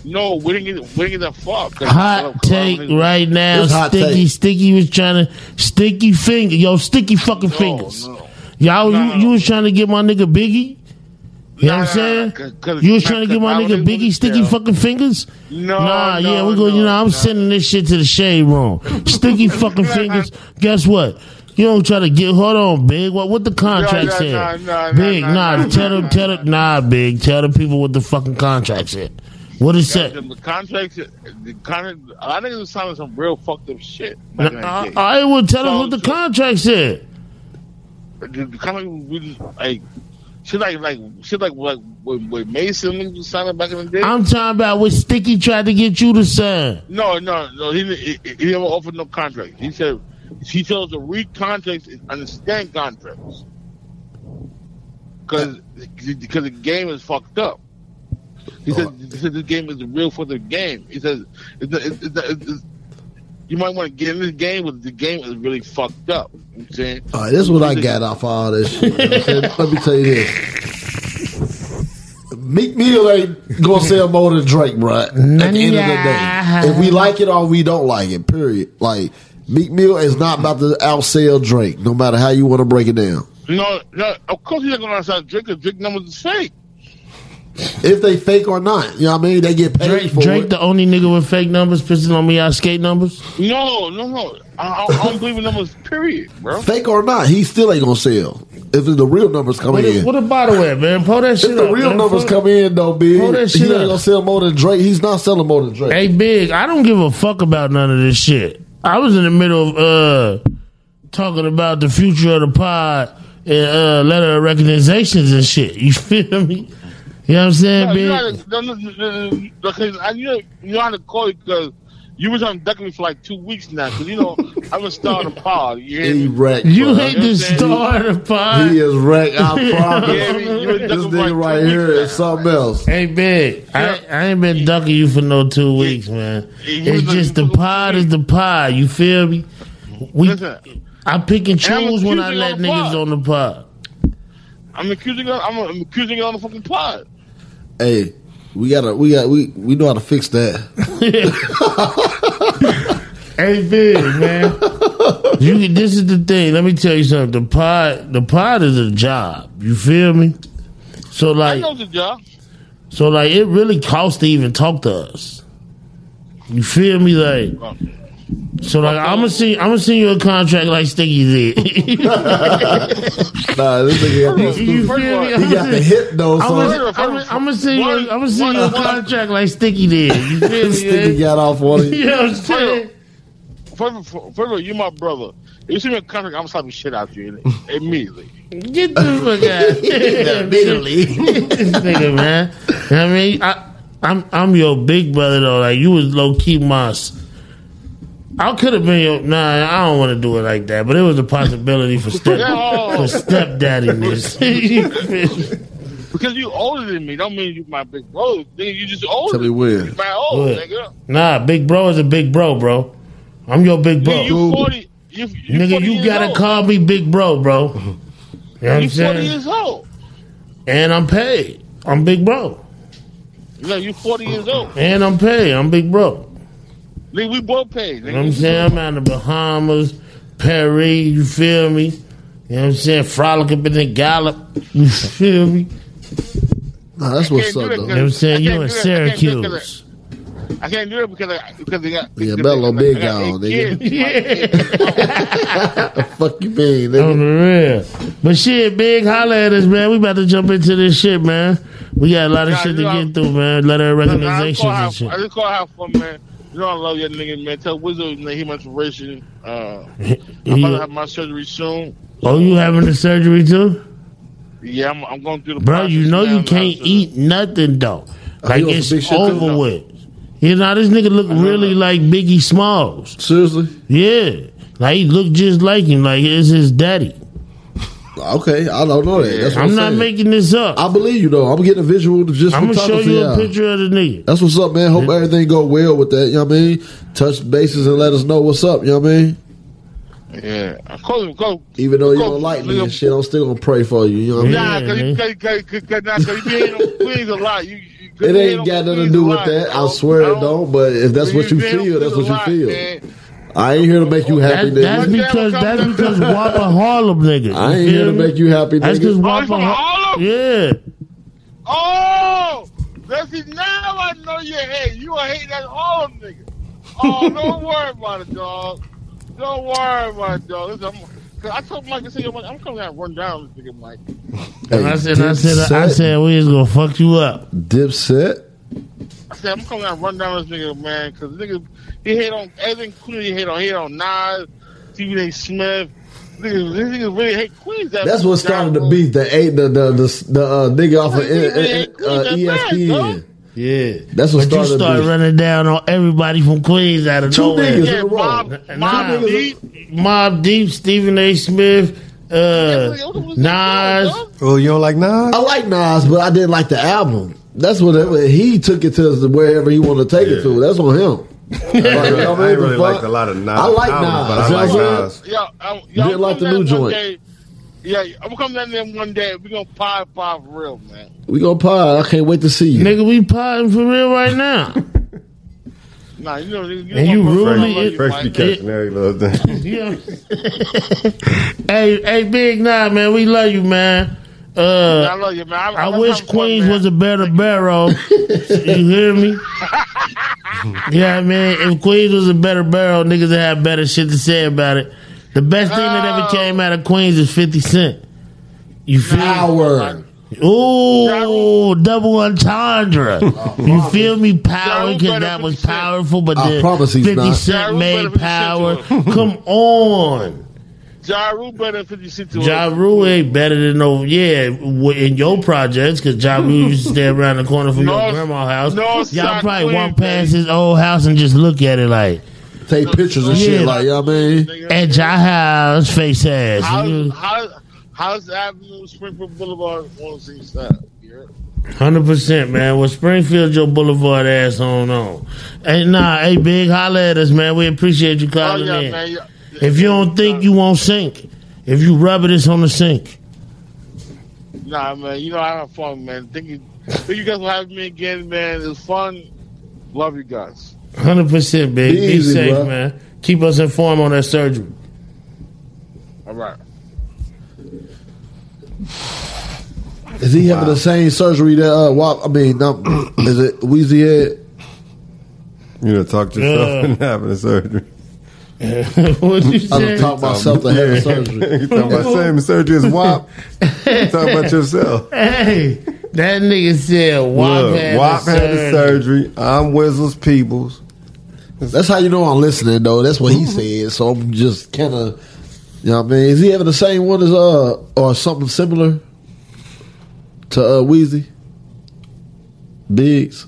I: No, we didn't get we didn't get that far. 'cause-
E: Hot take right now.
C: It's hot
E: Sticky,
C: take.
E: Sticky was trying to Sticky finger. Yo, Sticky fucking
I: No,
E: fingers.
I: no.
E: Y'all,
I: No, no,
E: you, you
I: no.
E: was trying to get my nigga Biggie. You know what I'm saying? You was trying to get my nigga Biggie Sticky fucking fingers?
I: No,
E: nah,
I: no,
E: yeah, we go. you
I: no,
E: know, I'm
I: no.
E: sending this shit to the shade room.
I: [laughs]
E: Sticky fucking fingers. Guess what? You don't try to get. Hold on, big. What what the contract
I: no,
E: said?
I: no, no,
E: big,
I: no,
E: nah.
I: no,
E: tell
I: no,
E: them,
I: no,
E: tell
I: no.
E: them, nah, big. Tell the people what the fucking contract said. What it said?
I: The contracts, the contract, a lot of niggas was signing some real fucked up shit.
E: Nah,
I: back in
E: I,
I: that day.
E: Uh, I will tell them what the
I: So-
E: contract said.
I: The, the contract was really, like shit, like like shit, like like with, with Mason niggas was signing back in the day.
E: I'm talking about what Sticky tried to get you to sign.
I: no, no, no. He, didn't- he he never offered no contract. He said he told us to read contracts and understand contracts because because the game is fucked up. He said, he said this game is real for the game. He says it's, it's, it's, it's, you might want to get in this game, but the game is really fucked up. You know what I'm saying
C: All right, this is what I got off all this shit. you know what I'm saying? Let me tell you this. Meek Mill ain't gonna sell more than Drake, bro. At the end of the day, if we like it or we don't like it, period. Like Meek Mill is not about to outsell Drake, no matter how you want to break it down.
I: No, no, of course he's not going to start drinking. Drink numbers is fake.
C: If they fake or not, you know what I mean. They get paid
E: Drake,
C: for
E: Drake,
C: it.
E: the only nigga with fake numbers pissing on me out skate numbers.
I: No, no, no. I, I, I don't believe in numbers, period, bro.
C: fake or not, he still ain't gonna sell. If the real numbers come
E: What,
C: in,
E: a, what a bottle at, man. Pull that shit
C: if the
E: up,
C: real
E: man.
C: numbers
E: Pull-
C: come in though, big, he
E: Hold that
C: ain't
E: shit up.
C: gonna sell more than Drake. He's not selling more than Drake.
E: Hey, big. I don't give a fuck about none of this shit. I was in the middle of uh talking about the future of the pod and uh letter of recognizations and shit. You [laughs] feel me? You know what I'm saying,
I: No, you
E: big?
I: know how to- no, no, no, no, no, because I you know, you know how to call it because you was on duck me for like two weeks now. Because you know [laughs] I'm a star of the pod. You hear
C: He
I: me?
C: wrecked.
E: you
C: bruh.
E: hate
I: You know
E: the
I: what I'm saying?
E: star of the pod.
C: He is
E: [laughs]
C: wrecked. I promise.
I: Yeah, you were
C: this
I: ducking like
C: nigga right
I: two
C: here
I: weeks
C: is something else.
E: Hey, big. I, I ain't been ducking you for no two weeks, man.
I: you
E: It's
I: was-
E: just
I: you
E: the
I: was-
E: pod is the pod. You feel me? We
I: Listen,
E: I pick and
I: And I'm
E: choose when I let
I: accusing on the
E: niggas
I: pod.
E: on the pod.
I: I'm accusing her. I'm, I'm accusing her on the fucking pod.
C: Hey, we gotta, we got, we we know how to fix that.
E: Hey, big man. [laughs] you can- this is the thing. Let me tell you something. The pod, the pod is a job. You feel me? So
I: I
E: like,
I: know the job.
E: so like, it really costs to even talk to us. You feel me? Like, so like, I'm gonna see, I'm gonna send you a contract like Sticky did.
C: Nah, this nigga got
E: you
C: no
E: feel
C: stupid.
E: me?
C: He got the hit though,
E: I'm
C: so
E: gonna, I'm gonna- I'm gonna send you,
I: One-
E: I'm gonna send you a
I: one-
E: contract like Sticky did. You feel
I: [laughs]
C: [laughs]
E: me?
C: this nigga
E: man?
C: got off
E: [laughs]
C: on it.
E: You know what I'm saying?
I: First, of- first of all, you my brother. If you see me in contract, I'm slapping shit out you
C: [laughs]
I: immediately.
E: Get the fuck out. Literally. this nigga, man. You know what I mean, I, I'm I'm your big brother though. Like you was low key moss. I could have been your nah. I don't want to do it like that, but it was a possibility for step
I: No.
E: for
I: [laughs]
E: stepdaddiness.
I: Because you older than me, don't mean you my big brother. Nigga, you just older.
C: Tell me when.
I: You my old
E: What?
I: nigga.
E: nah, big bro is a big bro, bro. I'm your big bro,
I: Nigga, you forty. You, you
E: nigga.
I: 40
E: You
I: years
E: gotta
I: old.
E: call me big bro, bro. You know what I'm
I: You forty
E: saying?
I: years old.
E: And I'm paid. I'm big bro,
I: No, you forty years old.
E: and I'm paid. I'm big bro.
I: Nigga, we both paid.
E: You know what I'm
I: Nigga.
E: saying? I'm out in the Bahamas, Perry, you feel me? You know what I'm saying? Frolic up in the gallop, you feel me? You
C: Nah, that's
I: I
C: what's
I: can't
C: up
I: do that
C: though.
E: know what I'm
I: I
E: saying?
I: can't
E: You in
I: do that. I can't do that.
E: Syracuse.
I: I can't do it because I because they got
C: Yeah,
I: because
C: Bello
I: they got-
C: big
I: I got
C: dog,
I: eight
C: nigga.
E: [laughs]
I: kids.
C: Fuck you
E: On
C: mean, nigga?
E: the Oh, real. But shit, big holler at us, man. We about to jump into this shit, man. We got a lot of
I: Nah,
E: shit to
I: you know-
E: get through, man. Letter of
I: I just
E: recommendations
I: call
E: and
I: out-
E: shit.
I: I just call out for man. You know I love your nigga, man. Tell Wizard nigga, he much ration.
E: [laughs]
I: Uh, I'm about to
E: You-
I: have my surgery soon.
E: oh, you having the surgery too?
I: Yeah, I'm, I'm going through the
E: Bro, you
I: process
E: know
I: now,
E: you
I: and
E: can't
I: I'll-
E: eat nothing, though. Like,
C: Oh, you on
E: it's
C: some big shit, too?
E: over with. You know, this nigga look really like Biggie Smalls.
C: Seriously?
E: Yeah. Like, he look just like him. Like, it's his daddy.
C: Okay, I don't know that. That's what
E: I'm not
C: saying.
E: making this up.
C: I believe you though. I'm getting a visual to just
E: I'm
C: from
E: gonna show
C: talking to
E: you a
C: y'all.
E: picture of the nigga.
C: That's what's up, man. Hope everything go well with that. You know what I mean? Touch bases and let us know what's up. You know what I mean?
I: Yeah, I call him, call.
C: Even though you
I: Go,
C: don't like me
I: nigga.
C: and shit, I'm still gonna pray for you. You know what I mean?
I: Nah, cause you,
E: man.
I: cause, cause, cause, cause, nah, cause you be hating on Queens a lot. You, you, cause
C: It
I: you hate
C: ain't
I: on
C: got nothing to
I: Queens
C: do
I: a
C: with
I: lot,
C: that. I
I: dog.
C: swear
I: I
C: it don't. But if that's what you
I: be hating on
C: feel, that's
I: Queens
C: what
I: a
C: you
I: lot,
C: feel.
I: man.
C: I ain't here to make you happy,
E: That, that's
C: nigga.
E: because that's because Wapa Harlem nigga.
C: I
E: You
C: ain't
E: feel
C: here to
E: me?
C: make you happy,
E: That's because
C: nigga.
I: Oh, you
E: Wapa
I: from
E: Har-
I: Harlem?
E: Yeah,
I: Oh, that's it. Now I know you hate. You a hate that Harlem nigga.
C: [laughs]
I: Oh, don't worry about it, dog. Don't worry about it, dog. Listen, I'm, cause I told Mike to say, I'm coming out and run down this nigga, Mike.
E: and I said, I said, I
C: Dipset-
E: said, we is gonna fuck you up.
C: Dipset.
I: I said, I'm coming out and run down this nigga, man, because nigga, he hate on everything Queen. He hate on, he hate on Nas, TV Day Smith. Niggas, these niggas really hate Queens. That
C: That's what started the beef. The eight, the the the, the uh, nigga off of uh, uh, ESPN.
E: Yeah,
C: That's what
E: but you
C: started the
E: start
C: beef.
E: running down on everybody from Queens out of
C: Two
E: nowhere.
C: niggas.
I: Yeah, Bob,
E: Nah.
I: Bob Deep.
E: Mob Deep, Stephen A. Smith, uh, Nas.
F: Oh, you don't like Nas?
C: I like Nas, but I didn't like the album. That's what it, he took it to wherever he wanted to take it to. That's on him.
F: [laughs]
C: Like,
F: I
C: you know what I
F: really
C: mean? The fuck?
F: liked a lot of Nas.
C: I like
F: albums,
C: Nas, you know
F: But
C: what
F: I
C: I'm
I: Yeah,
F: like Nas.
C: saying?
I: I'm,
C: You didn't like the new joint.
I: Day, yeah, I'm coming down there one day. We're going to pie pie for real, man.
C: We gonna pie. I can't wait to see you.
E: Nigga, we potting for real right now.
I: Nah, you know, you,
E: And you really-
I: you,
F: Fresh be
I: Mike.
F: catching every little thing.
E: Yeah. hey, hey, Big Nine, man, we love you, man.
I: Man, I
E: Uh,
I: love you, man. I,
E: I wish Queens was a better
I: [laughs]
E: barrow. you hear me? yeah, man. If Queens was a better barrel, niggas would have better shit to say about it. The best thing that ever
I: Oh.
E: came out of Queens is Fifty Cent. You feel?
C: Power.
E: Ooh, double
I: [laughs]
E: entendre. you feel me? Power,
I: Ja Rule
E: because
I: better
E: that was
I: 50 Cent.
E: powerful, but
C: I
E: then
C: promise he's
E: 50
C: not.
I: Ja
E: Cent
I: Rule better
E: made
I: 50 Cent
E: power.
I: to
E: Come on.
I: Ja Rule better than 50 Cent. to
E: Ja
I: us.
E: Rule ain't better than no, yeah, w- in your projects, because Ja Rule used
I: [laughs]
E: to stay around the corner from your
I: North-
E: grandma's house.
I: North
E: Y'all
I: side
E: probably
I: queen,
E: walk past
I: baby.
E: his old house and just look at it like,
C: Take pictures and
E: Yeah.
C: shit like you know what I mean.
I: Nigga.
E: at your house, face ass.
I: How's,
E: You-
I: how, how's Avenue Springfield Boulevard on the east side? Yeah.
E: 100%, man. Well, Springfield Joe Boulevard ass on on. Hey, nah, hey, Big, holla at us, man. We appreciate you
I: Oh,
E: calling
I: yeah,
E: in.
I: man. Yeah.
E: If you don't think you won't sink, if you rub it, it's on the sink.
I: Nah, man. You know, I have fun, man. Thank you, thank you guys for having me again, man. It was fun. Love you guys.
E: 100%, Big. Be,
C: Be easy,
E: safe,
C: bruh.
E: man. Keep us informed on that surgery. [laughs]
I: All right.
C: Is he having the same surgery that uh? Wap, I mean, not, [clears throat] is it Weezy had?
F: [laughs] You know, talk to
E: Yeah.
F: yourself and having surgery.
E: what you
C: I done
E: say?
C: talked myself to having surgery.
F: [laughs] you talking about same surgery as WAP? you
E: [laughs]
F: talking about yourself.
E: Hey, that nigga said WAP
F: Look,
E: had
F: WAP
E: the
F: had the
E: surgery.
F: surgery. I'm Whistles Peoples.
C: That's how you know I'm listening though. That's what he said. So I'm just kind of, you know what I mean. Is he having the same one as uh or something similar to uh Weezy? Biggs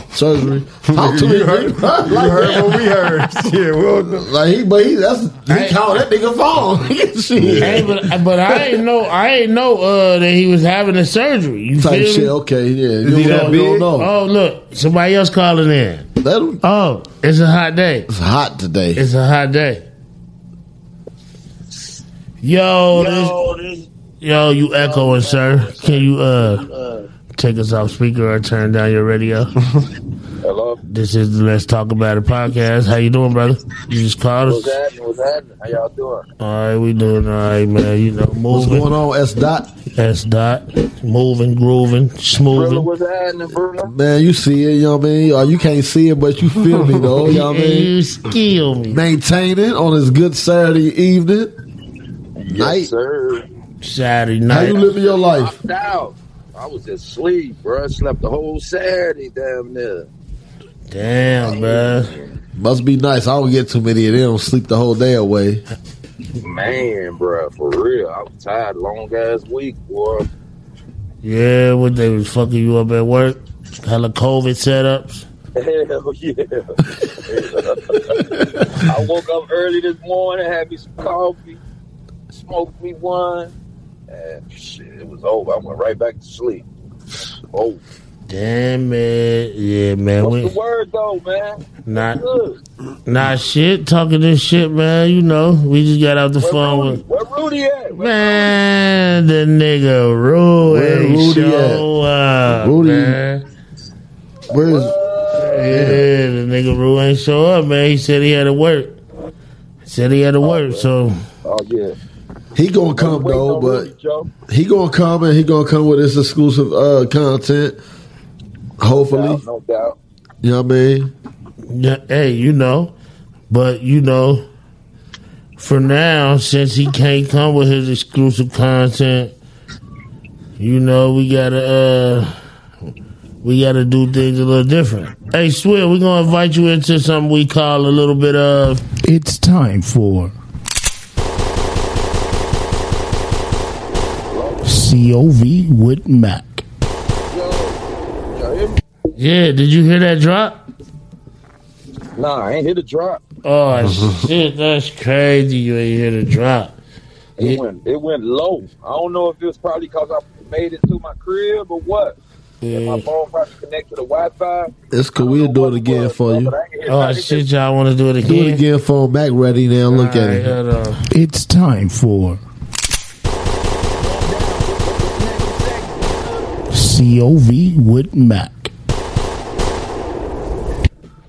F: [laughs]
C: surgery. Talk to me.
F: You heard,
C: nigga. Like
F: you
C: that.
F: heard what we heard. Shit, well,
C: Like he, but he that's he called that nigga phone. [laughs] shit.
E: Hey, but, but I ain't know I ain't know uh, that he was having a surgery. You
C: Type
E: feel
C: shit.
E: me?
C: Okay, yeah. You
F: he
C: don't,
F: that
C: know, you
F: big?
C: don't know.
E: Oh look, somebody else calling in.
C: That
E: Oh, it's a hot day.
C: was hot today.
E: It's a hot day. Yo, this,
I: this,
E: yo, you echoing, sir? Can you uh, take us off speaker or turn down your radio.
J: [laughs] Hello?
E: This is the Let's Talk About It podcast. How you doing, brother? You just called
J: What's
E: us.
J: happening? What's happening? How y'all doing?
E: All right, we doing all right, man. You know,
C: What's
E: moving.
C: going on, S Dot?
E: That's dot moving, grooving,
J: Brother,
E: smoothing.
J: what's happening, Bruno?
C: Man, you see it, you know what I mean? Or you can't see it, but you feel me [laughs] though, you know what I
E: [laughs]
C: mean?
E: You skill me.
C: Maintain it on this good Saturday evening.
J: Yes,
C: Night.
J: sir.
E: Saturday
C: How you
E: night.
C: living your life?
J: Knocked out. I was asleep, bro. I slept the whole Saturday damn near.
E: Damn, bruh.
C: Must be nice. I don't get too many of them. Sleep the whole day away.
J: Man, bro, for real. I was tired long ass week, boy. [laughs]
E: Yeah, what they was fucking you up at work? Hella COVID setups.
J: Hell yeah. [laughs] I woke up early this morning, had me some coffee, smoked me one, and shit, it was over. I went right back to sleep. Oh,
E: Damn it. Yeah, man.
J: what's
E: We
J: the word though, man?
E: not
J: Good.
E: not shit talking this shit, man. You know, we just got out the
J: Where
E: phone
J: Rudy,
E: with
J: where Rudy at? Where-
E: Man, the nigga Rudy,
C: Where Rudy
E: show up,
C: Rudy-
E: man.
C: Where is
E: Yeah, the nigga Rue ain't show up, man. He said he had to work. Said he had to work, so
J: Oh yeah.
C: he gonna come
J: Wait, no,
C: though,
J: Rudy,
C: but
J: Joe.
C: he gonna come and he gonna come with his exclusive uh content. Hopefully.
J: Doubt, no doubt.
C: You know what I mean?
E: yeah, hey, you know. But you know, for now, since he can't come with his exclusive content, you know, we gotta uh we gotta do things a little different. Hey Swill, we're gonna invite you into something we call a little bit of
I: It's time for COV with Mac.
J: Yo, y'all hear me?
E: Yeah, did you hear that drop?
J: Nah, I ain't hit a drop.
E: Oh [laughs] shit, that's crazy. You ain't hear the drop.
J: It
E: Yeah.
J: went it went low. I don't know if it was probably because I made it to my crib or what. And my
E: Yeah.
J: phone probably connected to Wi Fi.
C: It's cool. We'll do it again for you.
E: Oh shit, y'all want to do it again?
C: Do it again for Mac ready now. Look at
E: Alright,
C: it.
E: hold on.
I: It's time for COV with Mac.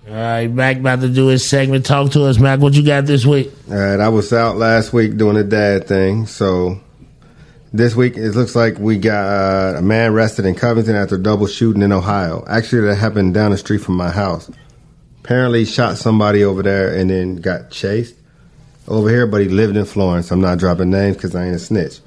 E: All right, Mac about to do his segment. Talk to us, Mac. What you got this week?
G: All right, I was out last week doing the dad thing, so this week it looks like we got uh, a man arrested in Covington after double shooting in Ohio. Actually, that happened down the street from my house. Apparently, shot somebody over there and then got chased over here, but he lived in Florence. I'm not dropping names because I ain't a snitch.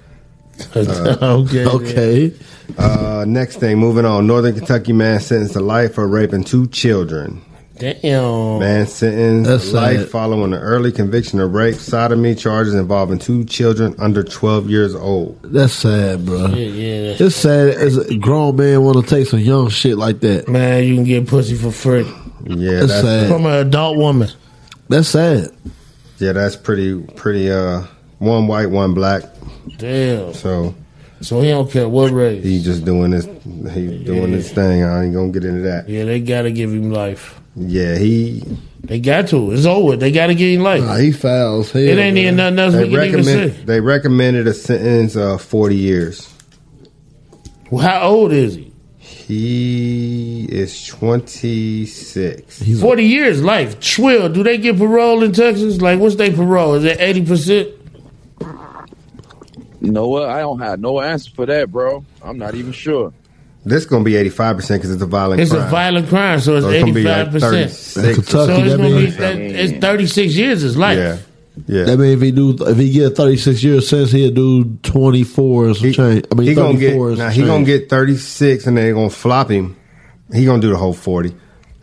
E: okay.
C: Okay.
G: Uh, next thing, moving on. Northern Kentucky man sentenced to life for raping two children.
E: Damn.
G: Man sentenced
C: That's
G: to life
C: sad.
G: following an early conviction of rape, sodomy charges involving two children under 12 years old.
C: That's sad, bro.
E: Yeah, yeah.
C: It's sad as a grown man want to take some young shit like that.
E: Man, you can get pussy for free
G: Yeah,
C: That's
G: that's
C: sad.
E: from an adult woman.
C: That's sad.
G: yeah, that's pretty pretty. Uh, one white, one black.
E: Damn.
G: So
E: So he don't care what race.
G: he just doing this. He doing this thing. I ain't gonna get into that.
E: Yeah, they gotta give him life.
G: Yeah, he.
E: They got to. It's over. They gotta give him life.
C: Nah, he fouls. Hell,
E: it ain't even nothing else
G: They
E: we can even
G: recommend.
E: say.
G: They recommended a sentence of forty years.
E: Well, How old is he?
G: He is twenty six.
C: He's a,
E: Forty years life. Twill. Do they get parole in Texas? Like, what's their parole? Is it eighty percent?
J: You know what? I don't have no answer for that, bro. I'm not even sure.
G: This gonna be eighty five percent because it's a violent.
E: It's
G: crime.
E: a violent crime, so it's
G: So it's gonna
E: eighty
G: be
E: five
G: like
E: percent. So
G: thirty six.
C: Kentucky,
E: it's
C: that
E: gonna be
C: means
E: that, it's thirty six years. It's life.
G: Yeah, yeah.
C: that mean if he do if he get thirty six years sentence, he'll do twenty four and some
G: He-
C: change. I mean
G: he gonna
C: thirty
G: get
C: four and some
G: nah, he gonna
C: change.
G: get thirty six, and they're gonna flop him. He gonna do the whole forty.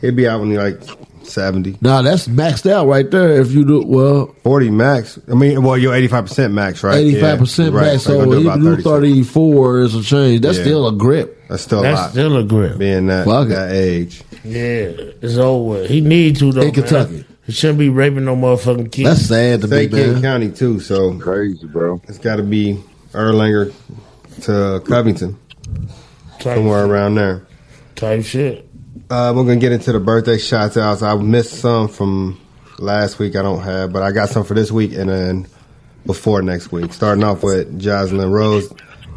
G: He'll be out when he like seventy.
C: Nah, that's maxed out right there. If you do well,
G: Forty max. I mean, well, you're eighty five percent max, right?
C: eighty five percent
G: Yeah, right.
C: max.
G: So he
C: So
G: gonna do
C: if
G: about
C: you do
G: 36.
C: thirty four and some change, that's
G: Yeah.
C: still a grip.
G: That's still a
E: That's
G: lot.
E: still a grip.
G: being that
C: Fuck it.
G: that age.
E: Yeah, it's over. He need to though.
C: In
E: man.
C: Kentucky.
E: he shouldn't be raping no motherfucking kids.
C: That's sad to
G: They
C: me,
G: King
C: man.
G: County too, so
J: Crazy, bro.
G: it's got to be Erlanger to Covington,
E: type,
G: somewhere around there.
E: type shit.
G: Uh, we're gonna get into the birthday shout outs. I missed some from last week. I don't have, but I got some for this week and then before next week. Starting off with Jocelyn Rose.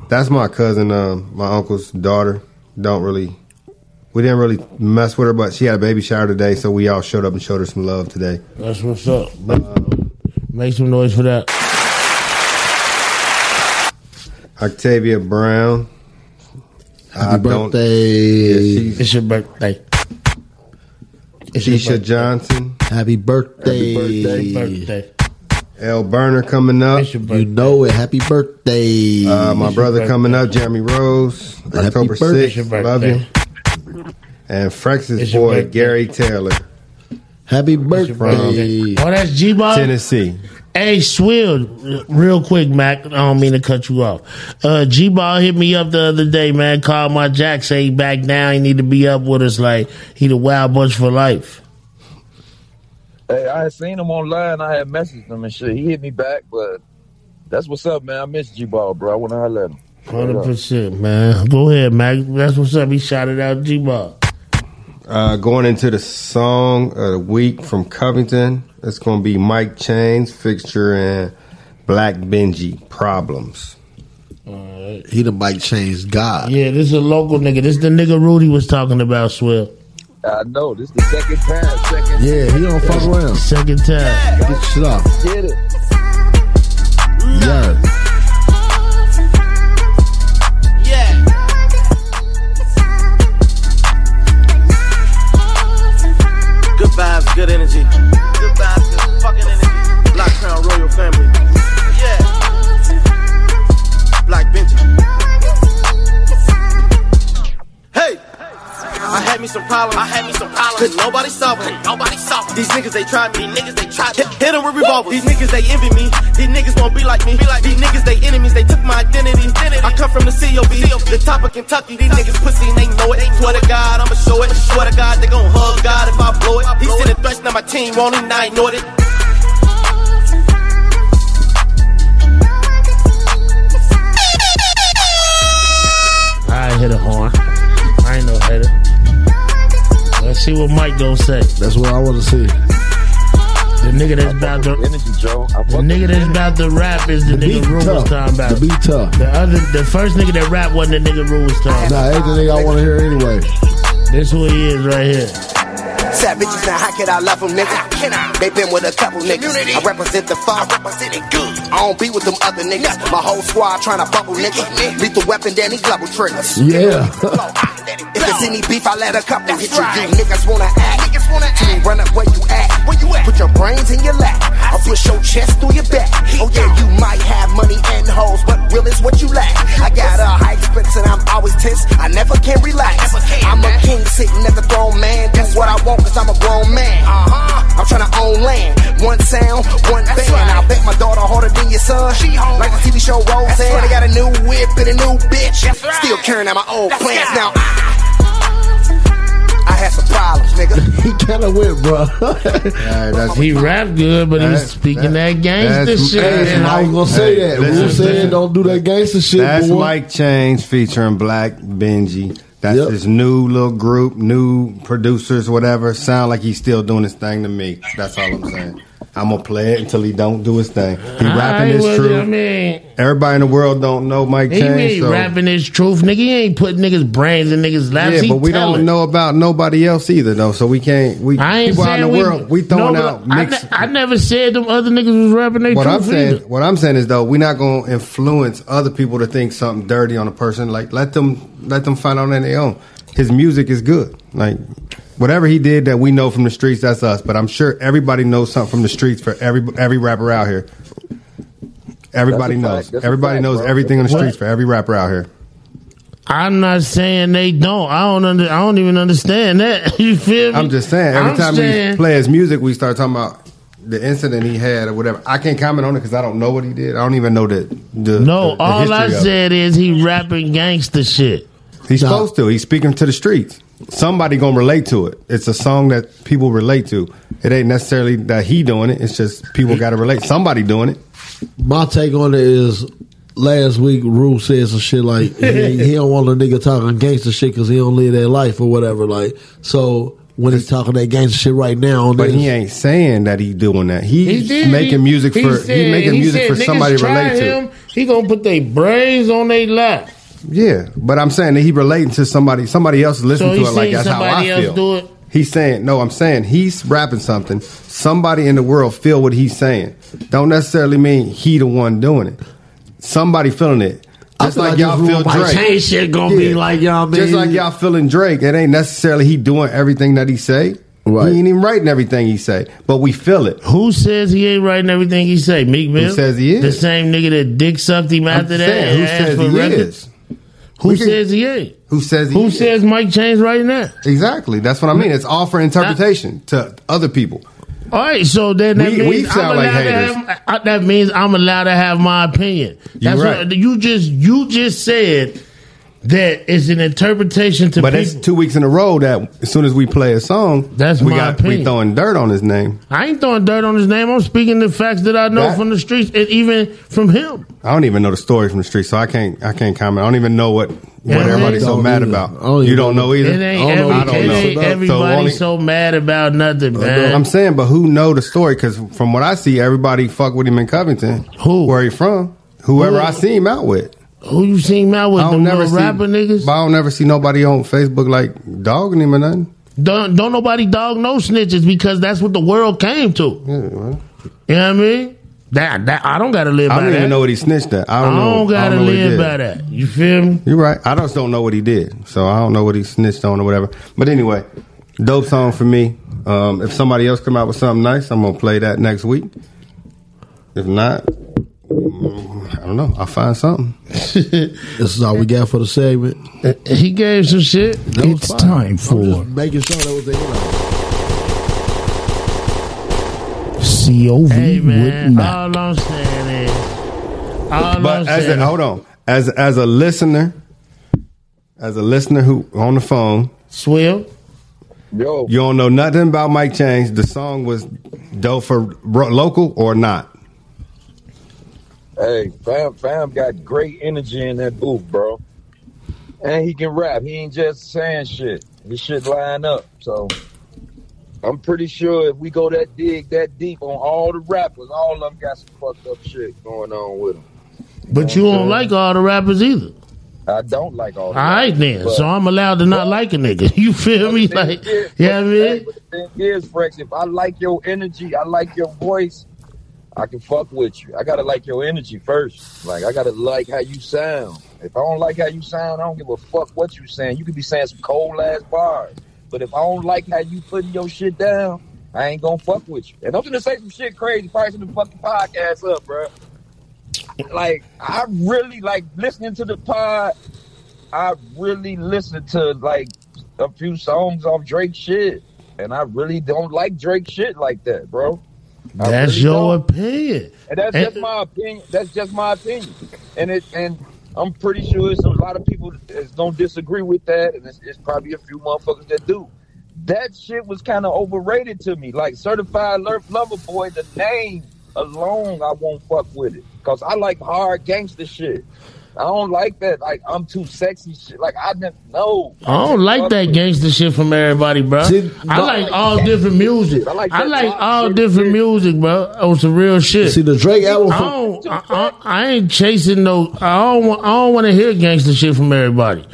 G: That's my cousin, um, my uncle's daughter don't really we didn't really mess with her, but she had a baby shower today, so we all showed up and showed her some love today.
E: That's what's up. Make, make some noise for that.
G: Octavia Brown.
C: Happy
G: don't-
C: birthday.
G: She-
E: It's your birthday. It's your
G: Keisha Johnson,
C: Happy birthday.
G: Happy birthday,
E: birthday.
G: L. Burner coming up,
E: It's your
C: You
E: birthday.
C: know it. Happy birthday.
G: uh, my brother coming up, Jeremy Rose,
C: Happy
G: October
C: birthday.
E: It's your
G: 6th, love you,
E: birthday.
G: and Frex's
E: It's your
G: boy,
E: birthday.
G: Gary Taylor,
C: Happy
E: It's your birthday.
C: birthday.
E: Oh, that's G Bob.
G: Tennessee.
E: Hey, Swill, real quick, Mac. I don't mean to cut you off. Uh, G Ball hit me up the other day, man. Called my Jack, say he back down. He need to be up with us. Like he the wild bunch for life.
J: Hey, I had seen him online. I had messaged him and shit. He hit me back, but that's what's up, man. I miss G Ball, bro. I want to holler at him.
E: Hundred percent, man. Go ahead, Mac. That's what's up. He shouted out G Ball.
G: Uh, going into the song of the week from Covington, it's going to be Mike Chain's fixture and Black Benji problems.
C: He done might change God.
E: Yeah, this is a local nigga. This the nigga Rudy was talking about. Swill,
J: I know this the second time, second
C: Yeah, he don't fuck around.
E: second time.
C: Get your shit off.
J: get it.
C: Yeah.
K: Good vibes, good energy. Good vibes, good fucking energy. Black Crown Royal Family. Yeah. Black Benji. Hey! I had me some problems. I had me some problems. Could nobody solve it. Nobody solve it. These niggas they tried me. These niggas they tried me. Hit, hit 'em with revolvers. These niggas they envy me. These niggas won't be like me. Be like These niggas they enemies. They took my identity. I come from the COB, the top of Kentucky. These niggas pussy and they know it. Swear to God, I'ma show it. Swear to God, they gon' hug God if I blow it. He sending threats now my team on it. and I ignored it.
E: I ain't hit a horn. I ain't no hater. Let's see what Mike gonna say.
C: That's what I want to see.
E: The nigga that's about to.
J: Energy, Joe. I
E: The
J: fuck
E: nigga
J: with
E: that's about to rap is the,
C: The
E: nigga
C: beat
E: Rue was
C: tough.
E: talking about.
C: The
E: The,
C: beat tough.
E: other, the first nigga that rap wasn't the nigga Rue was talking about.
C: Nah, everything I want to hear anyway.
E: This who he is right here.
K: Sad bitches, now how can I love them niggas? How can I? They been with a couple niggas. I represent the fuck. I represent it good. I don't be with them other niggas. My whole squad tryna bubble niggas. Lethal weapon, then these level triggers.
C: Yeah.
K: [laughs] If it's any beef, I let a couple hit you. You niggas wanna act. Niggas wanna act. Run up where you at. Where you at? Put your brains in your lap. I'll push your chest through your back. Oh yeah, you might have money and hoes, but real is what you lack. I got a high expense and I'm always tense. I never can relax. I'm a king sitting at the throne, man. Do what I want, cause I'm a grown man. Uh-huh. I'm tryna own land. One sound, one band. I bet my daughter harder than your son. She like the TV show Roseanne. I got a new whip and a new bitch. Still carrying out my old plans. Now I, I had some problems, nigga.
C: [laughs] He kind of went, bro.
E: He rap good, but he was
G: That-
E: speaking that,
G: that-
E: gangster
G: that's-
E: shit.
G: that's
E: And
C: I was going to say
G: Hey,
C: that.
G: listen,
C: Rule
G: listen.
C: said don't do that gangster shit,
G: That's
C: boy.
G: Mike Chains featuring Black Benji. That's
C: Yep.
G: his new little group, new producers, whatever. Sound like he's still doing his thing to me. That's all I'm saying. I'm gonna play it until he don't do his thing. He
E: I
G: rapping
E: ain't
G: his
E: with it, I
G: truth.
E: mean,
G: Everybody in the world don't know Mike
E: he ain't
G: Chains. So.
E: rapping his truth, nigga. He ain't putting niggas' brains in niggas' laps.
G: Yeah,
E: He
G: but we
E: telling.
G: don't know about nobody else either, though. So we can't. We
E: I ain't
G: people out
E: saying
G: in the
E: we,
G: world we throwing
E: no, but
G: out
E: I,
G: mixed.
E: ne- I never said them other niggas was rapping their
G: what
E: truth
G: I'm saying,
E: either.
G: what I'm saying is though, we're not going to influence other people to think something dirty on a person. Like let them let them find out on their own. His music is good. Like whatever he did that we know from the streets, that's us. But I'm sure everybody knows something from the streets for every every rapper out here. Everybody
J: That's a fact.
G: knows.
J: That's a
G: Everybody
J: fact,
G: knows
J: bro.
G: everything on the
E: What?
G: streets for every rapper out here.
E: I'm not saying they don't. I don't under, I don't even understand that. [laughs] You feel me?
G: I'm just saying. Every
E: I'm
G: time
E: saying-
G: we play his music, we start talking about the incident he had or whatever. I can't comment on it because I don't know what he did. I don't even know the
E: No,
G: the the- the
E: oh, all I
G: history of it.
E: said is he rapping gangster shit.
G: He's
C: Nah.
G: supposed to. He's speaking to the streets. Somebody gonna relate to it. It's a song that people relate to. It ain't necessarily that he doing it. It's just people gotta relate. Somebody doing it.
C: My take on it is last week Rue said some shit like he, he don't want a nigga talking gangster shit because he don't live that life or whatever. Like so when he's talking that gangster shit right now, on
G: But
C: this,
G: he ain't saying that he doing that. He's
E: did.
G: making music
E: He
G: for
E: said-
G: he's making
E: he
G: music
E: said
G: for
E: niggas
G: somebody to
E: try
G: relate to.
E: him, He gonna put their brains on their lap.
G: Yeah, but I'm saying that he relating to somebody. Somebody else listening
E: So
G: to
E: he
G: it like
E: seen
G: that's how I
E: somebody else
G: feel.
E: do it?
G: He's saying no. I'm saying he's rapping something. Somebody in the world feel what he's saying. Don't necessarily mean he the one doing it. Somebody feeling it.
E: I
G: Just
E: feel
G: like,
E: like
G: y'all
E: this
G: feel
E: room by
G: Drake.
E: change shit gonna be like, y'all
G: Just
E: mean-
G: like y'all feeling Drake. It ain't necessarily he doing everything that he say. Right. He ain't even writing everything he say, but we feel it.
E: Who says he ain't writing everything he say? Meek Mill
G: says he is?
E: the same nigga that dick sucked him after that.
G: saying, who
E: and asked
G: says
E: for
G: he
E: records?
G: is?
E: Who
G: We can-
E: says he ain't?
G: Who says he
E: Who
G: is?
E: says Mike James writing that?
G: Exactly. That's what I mean. It's all for interpretation to other people.
E: All right, so then that
G: We-
E: means
G: we
E: I'm
G: sound like
E: allowed to
G: haters.
E: have, I, that means I'm allowed to have my opinion.
G: You
E: That's
G: right.
E: what you just you just said that it's an interpretation to
G: But
E: people.
G: it's two weeks in a row that as soon as we play a song,
E: That's
G: we
E: my
G: we
E: opinion.
G: throwing dirt on his name.
E: I ain't throwing dirt on his name. I'm speaking the facts that I know
G: That-
E: from the streets and even from him.
G: I don't even know the story from the street, so I can't I can't comment. I don't even know what
E: Yeah,
G: what
E: I
G: everybody's so
E: don't
G: mad
C: either.
G: about.
C: I don't
G: you
C: even
G: don't
C: know.
G: know either.
E: It ain't,
G: I
E: every,
G: don't know.
E: it
G: So
E: ain't everybody
G: only- Uh,
E: so mad about nothing, man.
G: I'm saying, but who know the story? Because from what I see, everybody fuck with him in Covington. Who? Where he from? Whoever
E: Who?
G: I see him out with.
E: Who you seen him out with?
G: I don't
E: Them
G: never
E: little
G: see.
E: rapper niggas.
G: But I don't never see nobody on Facebook like dogging him or nothing.
E: Don't, don't nobody dog no snitches because that's what the world came to.
G: Yeah, well,
E: You know what I mean? That, that I don't gotta live
G: I
E: by
G: don't
E: that.
G: even know what he snitched at. I
E: I
G: don't
E: don't,
G: know.
E: gotta
G: know what he
E: live
G: did.
E: by that. You feel me?
G: You're right. I just don't know what he did, so I don't know what he snitched on or whatever. But anyway, dope song for me. Um, if somebody else come out with something nice, I'm gonna play that next week. If not, mm, I don't know. I'll
E: [laughs]
G: find something.
C: This is all we got for the segment.
E: Uh, He gave some shit.
L: It's time for
C: Making sure that was the end.
L: COV
E: Hey
L: with
E: man,
L: Matt.
E: all I'm saying is, all
G: but
E: I'm
G: as a,
E: saying,
G: hold on, as as a listener, as a listener who on the phone,
E: Swill,
J: Yo,
G: you don't know nothing about Mike Change. The song was dope for ro- local or not.
J: hey, fam, fam got great energy in that booth, bro. And he can rap. He ain't just saying shit. His shit line up. So I'm pretty sure if we go that dig that deep on all the rappers, all of them got some fucked up shit going on with them.
E: but you don't like all the rappers either.
J: I don't like all.
E: All
J: the
E: right
J: rappers,
E: then,
J: but-
E: so I'm allowed to not like a nigga. [laughs] You feel me?
J: But the
E: Like,
J: thing is-
E: yeah,
J: but-
E: man.
J: but the thing is, Rex, if I like your energy, I like your voice, I can fuck with you. I gotta like your energy first. Like I gotta like how you sound. If I don't like how you sound, I don't give a fuck what you saying. You could be saying some cold ass bars, but if I don't like how you putting your shit down, I ain't gonna fuck with you. And I'm gonna say some shit crazy, probably to the fucking podcast up, bro. Like I really like listening to the pod. I really listen to like a few songs off Drake shit, and I really don't like Drake shit like that, bro. I
E: That's
J: really
E: your
J: don't.
E: opinion.
J: And that's
E: And-
J: just my opinion. That's just my opinion, and it and I'm pretty sure it's a lot of people that don't disagree with that, and it's, it's probably a few motherfuckers that do. That shit was kind of overrated to me. Like Certified Lo- Lover Boy, the name alone, I won't fuck with it because I like hard gangster shit. I don't like that. Like I'm too sexy shit. Like I didn't know.
E: I don't like that gangster shit from everybody, bro.
C: See,
E: I
C: no,
E: like all different music.
J: I
E: I
J: like
E: like,
J: that rock
E: all
J: shit,
E: different
J: shit.
E: music, bro. On some real shit.
C: See the Drake album.
E: I
C: From,
E: don't. I, I, I ain't chasing no. I don't. Want, I don't want to hear gangster shit from everybody,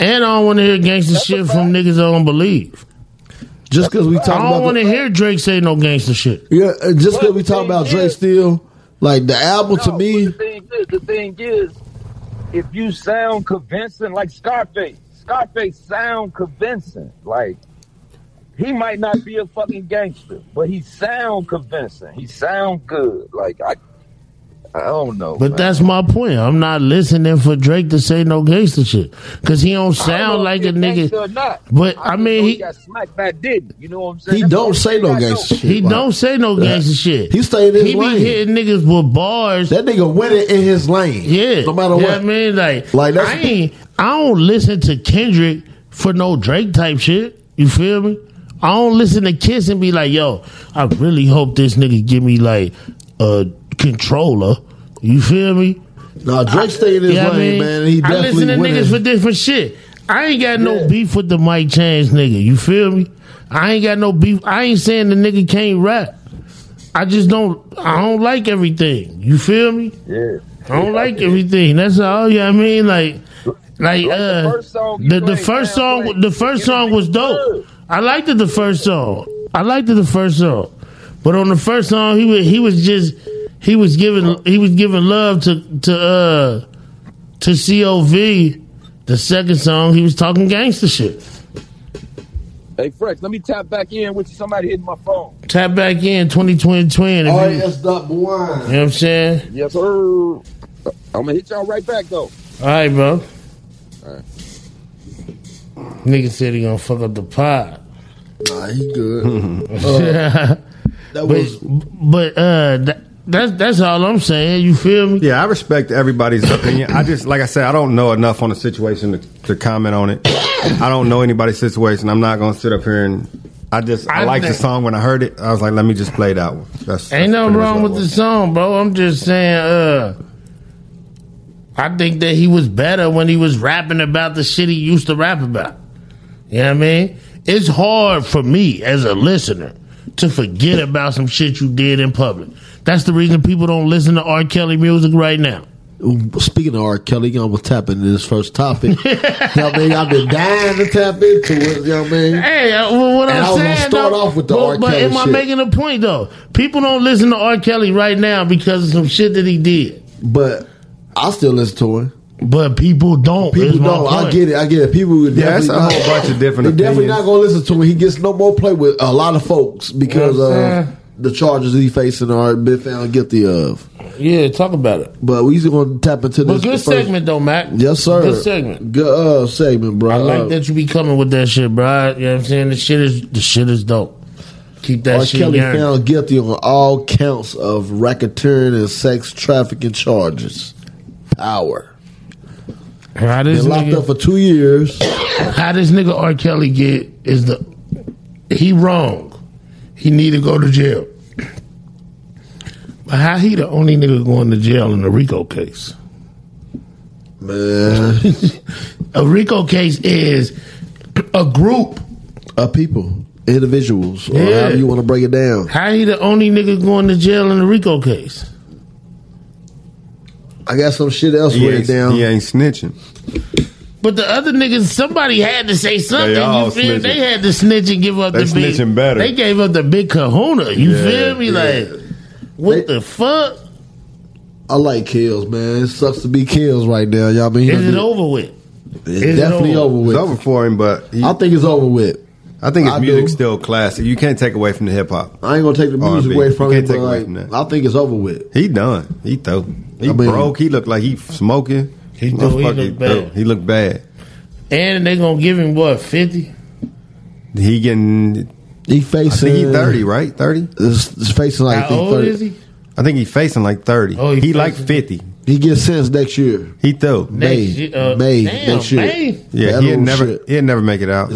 E: and I don't want to hear gangster shit from niggas I don't believe.
C: just because we talking
E: I don't
C: about
E: want
C: the,
E: to hear Drake say no gangster shit.
C: yeah, uh, just because
J: But
C: we talking
J: the
C: about
J: thing
C: Drake
J: is-
C: still, like the album to
J: No,
C: me.
J: but The thing, is, the thing is, if you sound convincing, like Scarface, Scarface sound convincing. Like he might not be a fucking gangster, but he sound convincing. He sound good. Like I, I don't know.
E: But
J: man.
E: that's my point. I'm not listening for Drake to say no gangster shit because he don't
J: I don't know
E: sound
J: if
E: like
J: he
E: a
J: gangster Or
E: nigga.
J: not.
E: but, I
J: just
E: mean,
J: know
E: he-
J: [laughs] got smacked back. Didn't you know what I'm saying?
C: He
J: That's
C: don't
J: the
C: say
J: only
C: no
J: thing I know.
C: gangster shit.
E: He
C: like-
E: don't say no gangster shit.
C: He stayed in his
E: He be
C: lane.
E: hitting niggas with bars.
C: That nigga winning in his lane.
E: yeah,
C: No matter
E: You know
C: what.
E: I mean, like,
C: Like, that's-
E: I ain't. I don't listen to Kendrick for no Drake type shit. You feel me? I don't listen to Kiss and be like, yo, I really hope this nigga give me like a controller. You feel me?
C: Nah, Drake stayed in his
E: Yeah,
C: lane, man. He
E: I listen
C: definitely
E: to
C: winning.
E: niggas for different shit. I ain't got no beef with the Mike Change nigga. You feel me? I ain't got no beef. I ain't saying the nigga can't rap. I just don't. I don't like everything. You feel me?
J: Yeah.
E: I don't like everything. That's all. Yeah, I mean, like, Like uh, the the first song, the first song was dope. I liked it. The first song, I liked it. The first song, but on the first song, he was he was just he was giving he was giving love to to uh to Cov. The second song, he was talking gangster shit.
J: Hey, Fresh, let me tap back in with you. Somebody hit my phone.
E: Tap back in, twenty twin twin. if you-
J: Oh, yes,
C: double
E: You know what I'm saying?
J: Yes, sir. I'm gonna hit y'all right back though.
E: All right, bro.
J: All right.
E: Nigga said he gonna fuck up the pot.
C: Nah, he good.
E: [laughs]
C: Uh,
E: Yeah.
C: that
E: was, but uh, that, that's that's all I'm saying. You feel me?
G: Yeah, I respect everybody's opinion. I just, like I said, I don't know enough on the situation to, to comment on it. I don't know anybody's situation. I'm not gonna sit up here and. I just, I,
E: I
G: liked
E: think-
G: the song when I heard it. I was like, let me just play that one. That's
E: Ain't nothing wrong with the song, bro. I'm just saying. Uh, I think that he was better when he was rapping about the shit he used to rap about. You know what I mean? It's hard for me as a listener to forget about some shit you did in public. That's the reason people don't listen to R. Kelly music right now.
C: Speaking of R. Kelly, you know, was tapping into this first topic. you know what I mean? I've been dying to tap into it. You know what I mean?
E: Hey, uh, well, what
C: And
E: I'm
C: I was gonna
E: saying,
C: start
E: though,
C: off with the
E: but,
C: R.
E: but
C: Kelly
E: am I
C: shit.
E: making a point though? People don't listen to R. Kelly right now because of some shit that he did.
C: But I still listen to him.
E: But people don't. is
C: People
E: my
C: don't. I
E: point.
C: get it. I get it. People would
G: Yeah, it's
C: definitely
G: a
C: not-
G: whole bunch of different
C: They're definitely
G: opinions.
C: not going to listen to him. He gets no more play with a lot of folks because
E: You know what I'm
C: of
E: saying?
C: the charges he facing are been found guilty of.
E: Yeah, talk about it.
C: But we just going to tap into
E: But
C: this.
E: good
C: first-
E: segment though, Mac.
C: Yes, sir.
E: Good segment.
C: Good uh, segment, bro.
E: I
C: Uh,
E: like that you be coming with that shit, bro. I- You know what I'm saying? The shit is the shit is dope. Keep that
C: R.
E: shit
C: Kelly
E: yearning.
C: found guilty on all counts of racketeering and sex trafficking charges. Power.
E: How this
C: Been locked
E: nigga,
C: up for two years.
E: [laughs] how this nigga R. Kelly get is the he wrong. He need to go to jail. But how he the only nigga going to jail in the Rico case?
C: Man.
E: [laughs] A Rico case is a group.
C: Uh, people, individuals, or
E: Yeah.
C: however you want to break it down.
E: How he the only nigga going to jail in the Rico case?
C: I got some shit else
G: He
C: written
G: ain't,
C: down.
G: he ain't snitching.
E: But the other niggas, somebody had to say something.
G: all
E: you feel?
G: snitching.
E: They had to snitch and give up
G: They
E: the big.
G: snitching better.
E: They gave up the big Kahuna. You
G: Yeah,
E: feel me?
G: yeah.
E: Like what the fuck?
C: I like kills, man. It sucks to be kills right now. Y'all mean
E: Is it over with?
C: It's
E: is it
C: definitely
E: over?
C: over,
G: It's
C: with.
G: over for him, but he,
C: I think it's over with.
G: I think his
C: I
G: music's
C: do.
G: still classic. You can't take away from the hip hop.
C: I ain't gonna take the music
G: R&B.
C: away from
G: You
C: it,
G: can't
C: but
G: take away
C: like,
G: from that.
C: I think it's over with.
G: He done. He throw. He
C: I mean-
G: broke. He looked like he smoking.
E: He do. He
G: Motherfucker,
E: look
G: throw.
E: bad.
G: He looked bad.
E: And they gonna give him what fifty?
G: He getting.
C: He
G: I
C: facing
G: think he thirty, right? Thirty.
C: It's, it's facing like I
E: How
C: think
E: old
C: 30.
E: is he?
G: I think he facing like thirty.
E: Oh,
G: Oh,
E: he
G: he, like
E: facing-
G: fifty.
C: He gets sentenced next year.
G: He throw.
E: Next
C: May.
E: year- uh,
C: May.
E: damn,
C: next year.
E: May?
G: Yeah,
C: That
G: he'd
C: little
G: never.
C: shit.
G: He'd never make it out.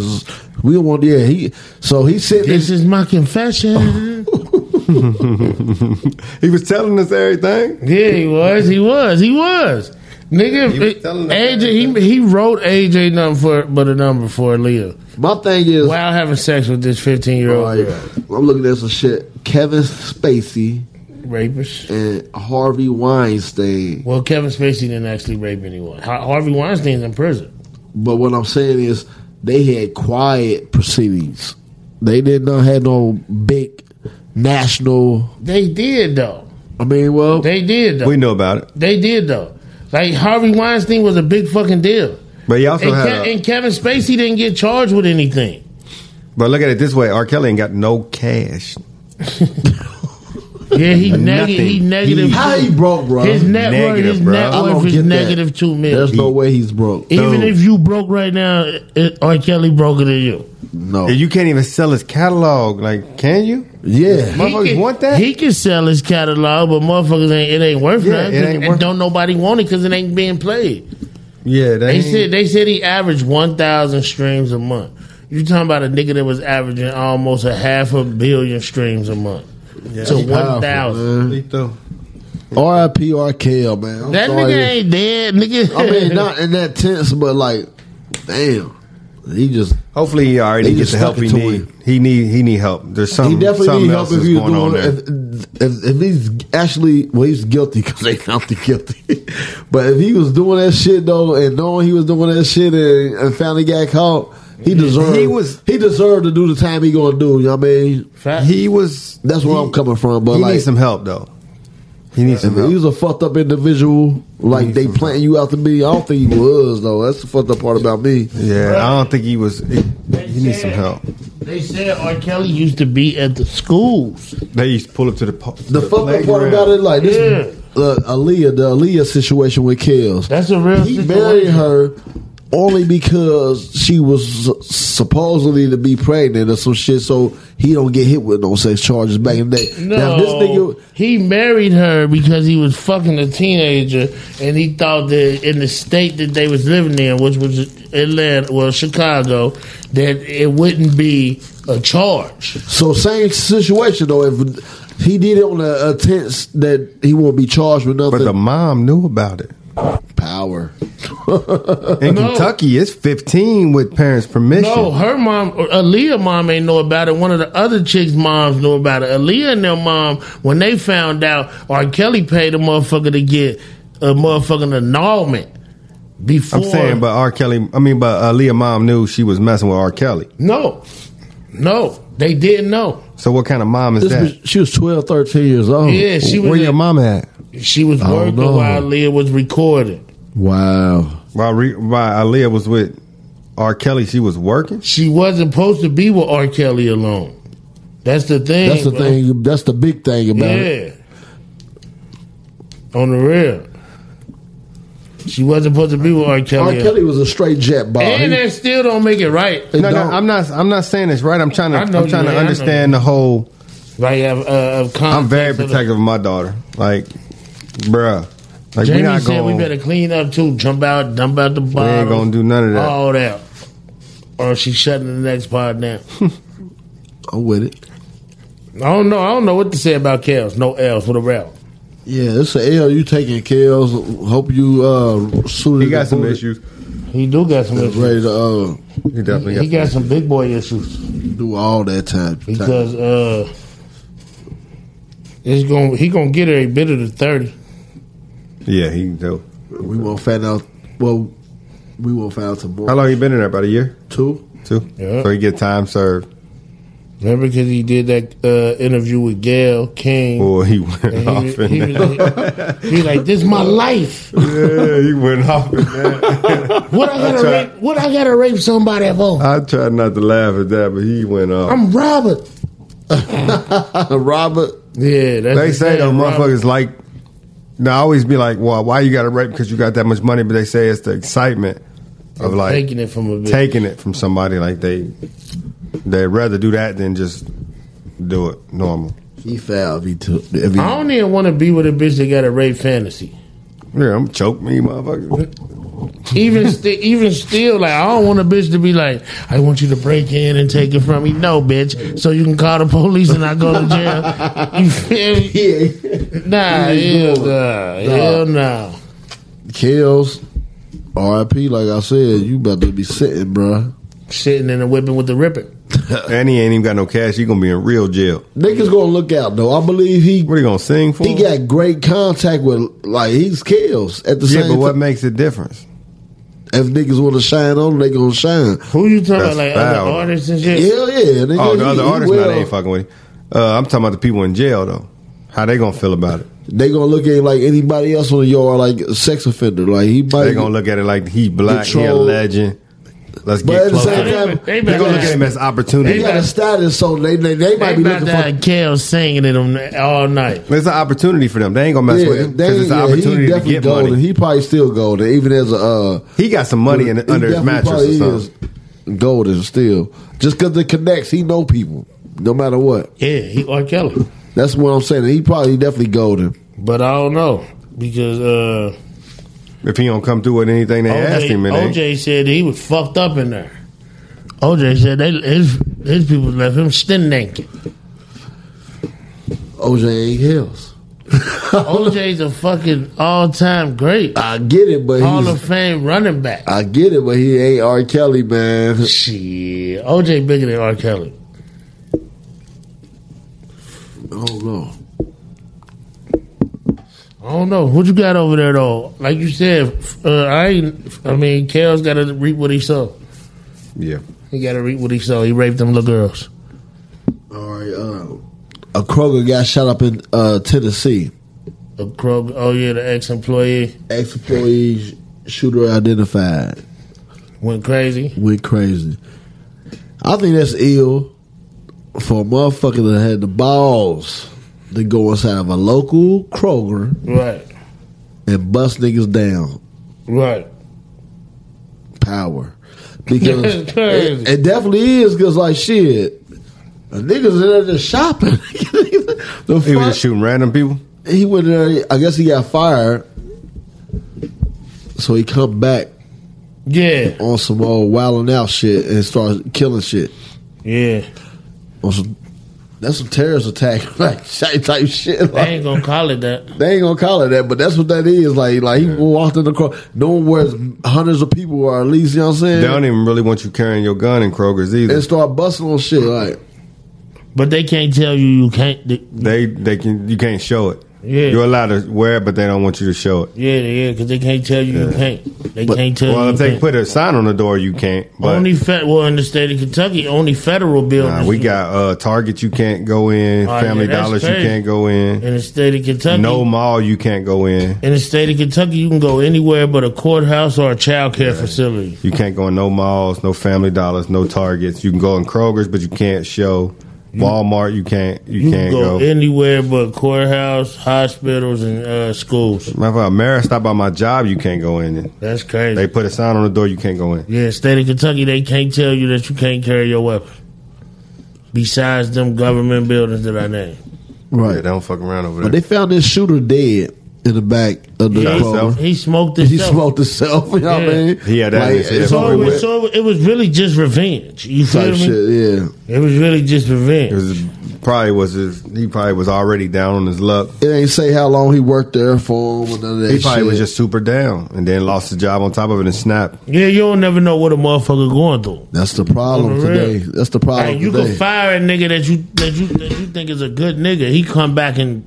C: We don't want. Yeah, he. So he sentenced.
E: This is my confession.
G: He was telling us everything.
E: yeah, he was. He was. He was. Nigga,
G: He was
E: it-
G: telling us
E: AJ, he, he wrote AJ nothing for but a number for Leah.
C: My thing is, Oh,
E: While having sex with this fifteen year
C: all
E: old
C: right, I'm looking at some shit. Kevin Spacey
E: rapist.
C: and Harvey Weinstein.
E: Well, Kevin Spacey didn't actually rape anyone. Har- Harvey Weinstein's in prison.
C: But what I'm saying is, they had quiet proceedings. They did not have no big national.
E: They did though.
C: I mean, well,
E: They did though.
G: We know about it.
E: They did though. Like Harvey Weinstein was a big fucking deal,
G: But he also
E: and,
G: had.
E: Ke-
G: a-
E: and Kevin Spacey didn't get charged with
G: [laughs]
E: anything.
G: [laughs] but look at it this way: R. Kelly ain't got no cash.
E: Yeah, he negative.
G: Nothing.
E: He negative.
G: He-
C: how he broke, bro?
E: his net worth, his
G: Negative, bro.
E: net
G: I
C: don't
E: worth is
C: get that.
E: negative two
C: There's
E: million.
C: no way he's broke.
E: Even
G: Dude.
E: if you broke right now, it, R. Kelly broker than you.
C: No.
G: And you can't even sell his catalog. Like, can you?
C: Yeah.
E: He
G: Motherfuckers
E: can-
G: want that?
E: He can sell his catalog, but motherfuckers ain't it ain't worth
G: Yeah,
E: nothing.
G: it ain't
E: and
G: worth-
E: don't nobody want it because it ain't being played.
G: yeah, they
E: They
G: ain't-
E: said they said he averaged one thousand streams a month. You talking about a nigga that was averaging almost a half a billion streams a month to one thousand.
G: He throw.
C: R.I.P. R. Kelly, man. I'm
E: That [laughs]
C: sorry.
E: nigga ain't dead, nigga.
C: I mean, not in that tense, but like, damn. He just
G: hopefully he already
C: They
G: gets
C: just
G: the help he
C: stuck it to
G: need. He need he need help. There's something
C: he definitely
G: something
C: need help
G: else
C: if
G: that's
C: he was
G: going on
C: doing
G: there.
C: if, if, if he's actually well he's guilty because they found him guilty. but if he was doing that shit though and knowing he was doing that shit and, and finally got caught, he deserved
G: He was-
C: he deserved to do the time he gonna do. You know what I mean?
G: He was.
C: That's where I'm coming from. But
G: he
C: like
G: needs some help though. He needs some
C: if
G: help.
C: he was a fucked up individual, like they planting you out to be. I don't think he was though. That's the fucked up part about me.
G: Yeah, I don't think he was. He, he needs some help.
E: They said R. Kelly used to be at the schools.
G: They used to pull up to the pu- to
C: The fucked up part
G: playground.
C: about it, like this, look, Aaliyah, the Aaliyah situation with Kills.
E: That's a real
C: He
E: situation.
C: married her only because she was s- supposedly to be pregnant or some shit, so he don't get hit with no sex charges back in the day.
E: No,
C: Now this nigga,
E: he married her because he was fucking a teenager, and he thought that in the state that they was living in, which was Atlanta, well Chicago, that it wouldn't be a charge.
C: so same situation though. If he did it on a, a tense that he won't be charged with nothing,
G: But the mom knew about it.
C: power. [laughs]
G: In
E: No.
G: Kentucky, it's 15 with parents' permission.
E: No, her mom, or Aaliyah mom ain't know about it. One of the other chicks' moms knew about it. Aaliyah and their mom, when they found out, R. Kelly paid a motherfucker to get a motherfucking annulment before.
G: I'm saying, but R. Kelly, I mean, but Aaliyah mom knew she was messing with R. Kelly.
E: no, no, they didn't know.
G: So what kind of mom is
C: This
G: that?
C: was, she was 12, 13 years old.
E: Yeah, she was.
G: Where your
E: at-
G: mom at?
E: She was
C: Oh,
E: working
C: no.
E: while Leah was recording.
C: Wow.
G: While, re, while Aaliyah was with R. Kelly, she was working.
E: She wasn't supposed to be with R. Kelly alone. That's the thing.
C: That's the
E: bro.
C: thing. That's the big thing about it.
E: Yeah. On the real. She wasn't supposed to be with R.
C: R.
E: Kelly.
C: Kelly was a straight jet bar.
E: and that still don't make it right.
C: They
G: No, no,
C: don't-
G: I'm not. I'm not saying this right. I'm trying to.
E: I know
G: I'm trying
E: you, man. I
G: to
E: know
G: understand the whole.
E: Right? Of, uh, of
G: I'm very
E: context of the-
G: protective of my daughter. Like, bruh. Like
E: Jamie
G: we not
E: said
G: going.
E: we better clean up too. Jump out, dump out the
G: we
E: bottle.
G: ain't gonna do none of that.
E: all that. Or she's shutting the next part down. [laughs]
C: I'm with it.
E: I don't know. I don't know what to say about Kels. No L's with a rap.
C: Yeah, it's a L you taking, Kels. Hope you uh suited.
G: He got
C: and
G: some
C: booted.
G: issues.
E: He do got some issues.
C: Ready to uh,
G: He definitely
E: He
G: got.
E: got some big boy issues
C: do all that time.
E: because uh, it's going he gonna get her a bit of the
G: [laughs]
E: thirty.
G: some- Yeah, he do.
C: we won't find out. Well, we won't find out some more.
G: How long you been in there? About a year,
C: Two.
G: two.
E: Yeah.
G: So he get time served.
E: Remember, because he did that uh, interview with Gail King.
G: Boy, he went
E: And
G: off in
E: he, he,
G: that.
E: was like, he like, this my life.
G: [laughs] yeah, he
E: [laughs]
G: went off in that.
E: What I gotta
G: tried-
E: rape? What I gotta rape somebody for?
G: I tried not to laugh at that, but he went off.
E: I'm Robert.
C: [laughs] Robert.
E: Yeah, that's
G: they
E: the
G: say
E: thing,
G: though,
E: Robert.
G: motherfuckers like. Now I always be like, well, why you got to rape because you got that much money? But they say it's the excitement of like
E: taking it from a bitch.
G: taking it from somebody. Like they they'd rather do that than just do it normal.
C: He fouled. He took. If he,
E: I don't even want to be with a bitch that got a rape fantasy.
G: Yeah, I'm choke me, motherfucker.
C: [laughs]
E: Even sti- even still, like I don't want a bitch to be like, I want you to break in and take it from me. No, bitch. So you can call the police and I go to
C: [laughs]
E: jail. You feel me?
C: yeah.
E: Nah,
C: Yeah,
E: hell nah,
C: go Nah.
E: hell no.
C: Kels. R.I.P. Like I said, you about to be sitting, bruh.
E: Sitting in a whipping with the ripper.
C: [laughs]
G: and he ain't even got no cash. He gonna be in real jail.
C: Niggas gonna look out though. I believe he
G: What are you gonna sing for?
C: he got great contact with like he's Kels at the
G: yeah,
C: same.
G: but what
C: time.
G: makes a difference?
C: If niggas want to shine on, they gonna shine.
E: Who you talking
G: That's
E: about? Like
G: foul.
E: other artists and shit.
C: Hell yeah! Nigga,
G: Oh, the
C: he-
G: other
C: he
G: artists, no,
C: well-
G: they ain't fucking with him. Uh, I'm talking about the people in jail though. How they gonna feel about it?
C: they gonna look at it like anybody else on the yard, like a sex offender. Like he might.
G: They gonna look at it like he black, he a
C: Control.
G: legend. Let's
C: But at
G: get
C: the
G: close.
C: same
G: They
C: time,
E: They
G: gonna look at him as
C: he
G: opportunity.
C: got a status, so they they, they might
E: They
C: be
E: about
C: looking
E: to
C: for.
E: have Kale singing it on- all night.
G: It's an opportunity for them. They ain't gonna mess
C: Yeah,
G: with him because
C: they,
G: it's an
C: yeah,
G: opportunity to
C: he definitely
G: get
C: golden.
G: money.
C: He probably still golden, even as a uh,
G: He got some money in,
C: he
G: under his
C: definitely
G: mattress or
C: probably
G: something.
C: is Golden still, just because the connects, he know people, no matter what.
E: Yeah, he R. Kelly.
C: That's what I'm saying. He probably definitely golden.
E: But I don't know. Because uh
G: If he don't come through with anything they asked
E: OJ,
G: him, it ain't.
E: OJ said he was fucked up in there. OJ said they his
C: [laughs]
E: his people left him stinking.
C: OJ ain't Hills.
E: OJ's a fucking all time great.
C: I get it, but
E: Hall
C: he's-
E: of Fame running back.
C: I get it, but he ain't R. Kelly, man.
E: Shit. OJ bigger than R. Kelly.
C: Oh no.
E: I don't know what you got over there though. Like you said, f- uh, I ain't. I mean, Kale's got to reap what he sow.
G: Yeah.
E: He got to reap what he sow. He raped them little girls.
C: All right. Uh, a Kroger got shot up in uh, Tennessee.
E: The Kroger. Oh yeah, the ex-employee
C: Ex-employee shooter identified.
E: went crazy.
C: Went crazy. I think that's ill for a motherfucker that had the balls to go inside of a local Kroger
E: Right.
C: and bust niggas down.
E: Right.
C: Power. Because
E: That's crazy.
C: it, it definitely is because like shit. A niggas in there just shopping. [laughs] the
G: He was
C: fuck?
G: just shooting random people.
C: he went there. I guess he got fired, so he come back
E: Yeah.
C: on some old wilding out shit and starts killing shit.
E: Yeah.
C: On some, that's some terrorist attack [laughs] like type type shit.
E: They
C: Like,
E: ain't gonna call it that.
C: they ain't gonna call it that, but that's what that is. Like like he walked in the car, knowing where hundreds of people are at least. You know what I'm
G: They
C: saying?
G: don't even really want you carrying your gun in Kroger's either.
C: and start busting on shit like.
E: But they can't tell you you can't. th-
G: They they can you can't show it.
E: Yeah.
G: You're allowed to wear it, but they don't want you to show it.
E: Yeah, yeah, because they can't tell you you can't. They
C: But-
E: can't tell
G: Well,
E: you.
G: if
E: you
G: they
E: can't.
G: put a sign on the door, you can't. But
E: only fe- well in the state of Kentucky, only federal buildings.
G: nah, we got uh, Target you can't go in,
E: Oh,
G: Family
E: yeah, that's
G: Dollars
E: crazy.
G: you can't go in,
E: in the state of Kentucky.
G: no mall you can't go in.
E: In the state of Kentucky, you can go anywhere but a courthouse or a child care facility.
G: You can't go in no malls, no Family Dollars, no Targets. You can go in Kroger's, but you can't show. Walmart you can't you,
E: You can
G: can't
E: go,
G: go.
E: anywhere but courthouse, hospitals, and uh, schools.
G: Matter of fact, Mara stopped by my job. You can't go in.
E: That's crazy.
G: They put a sign on the door. You can't go in.
E: yeah, state of Kentucky, they can't tell you that you can't carry your weapon. Besides them government buildings that I named.
G: Yeah,
C: Right.
G: they don't fuck around over
C: But
G: there.
C: they found this shooter dead in the back of the
E: Yeah,
C: car.
G: himself?
E: he, he smoked
C: He
E: himself.
C: smoked himself. You know what I
E: Yeah.
C: mean?
G: He had that in his head.
C: it's
E: So,
C: over
E: it was,
C: with
E: so it was really just revenge. You feel
C: type
E: me?
C: shit. Yeah.
E: It was really just revenge.
G: It was probably was his. He probably was already down on his luck.
C: It ain't say how long he worked there for or none of that
G: He probably
C: shit.
G: was just super down and then lost his job on top of it and snapped.
E: yeah, you don't never know what a motherfucker going through.
C: That's the problem
E: On the real.
C: today. That's the problem
E: Like, you
C: today.
E: can fire a nigga that you that you that you think is a good nigga. He come back and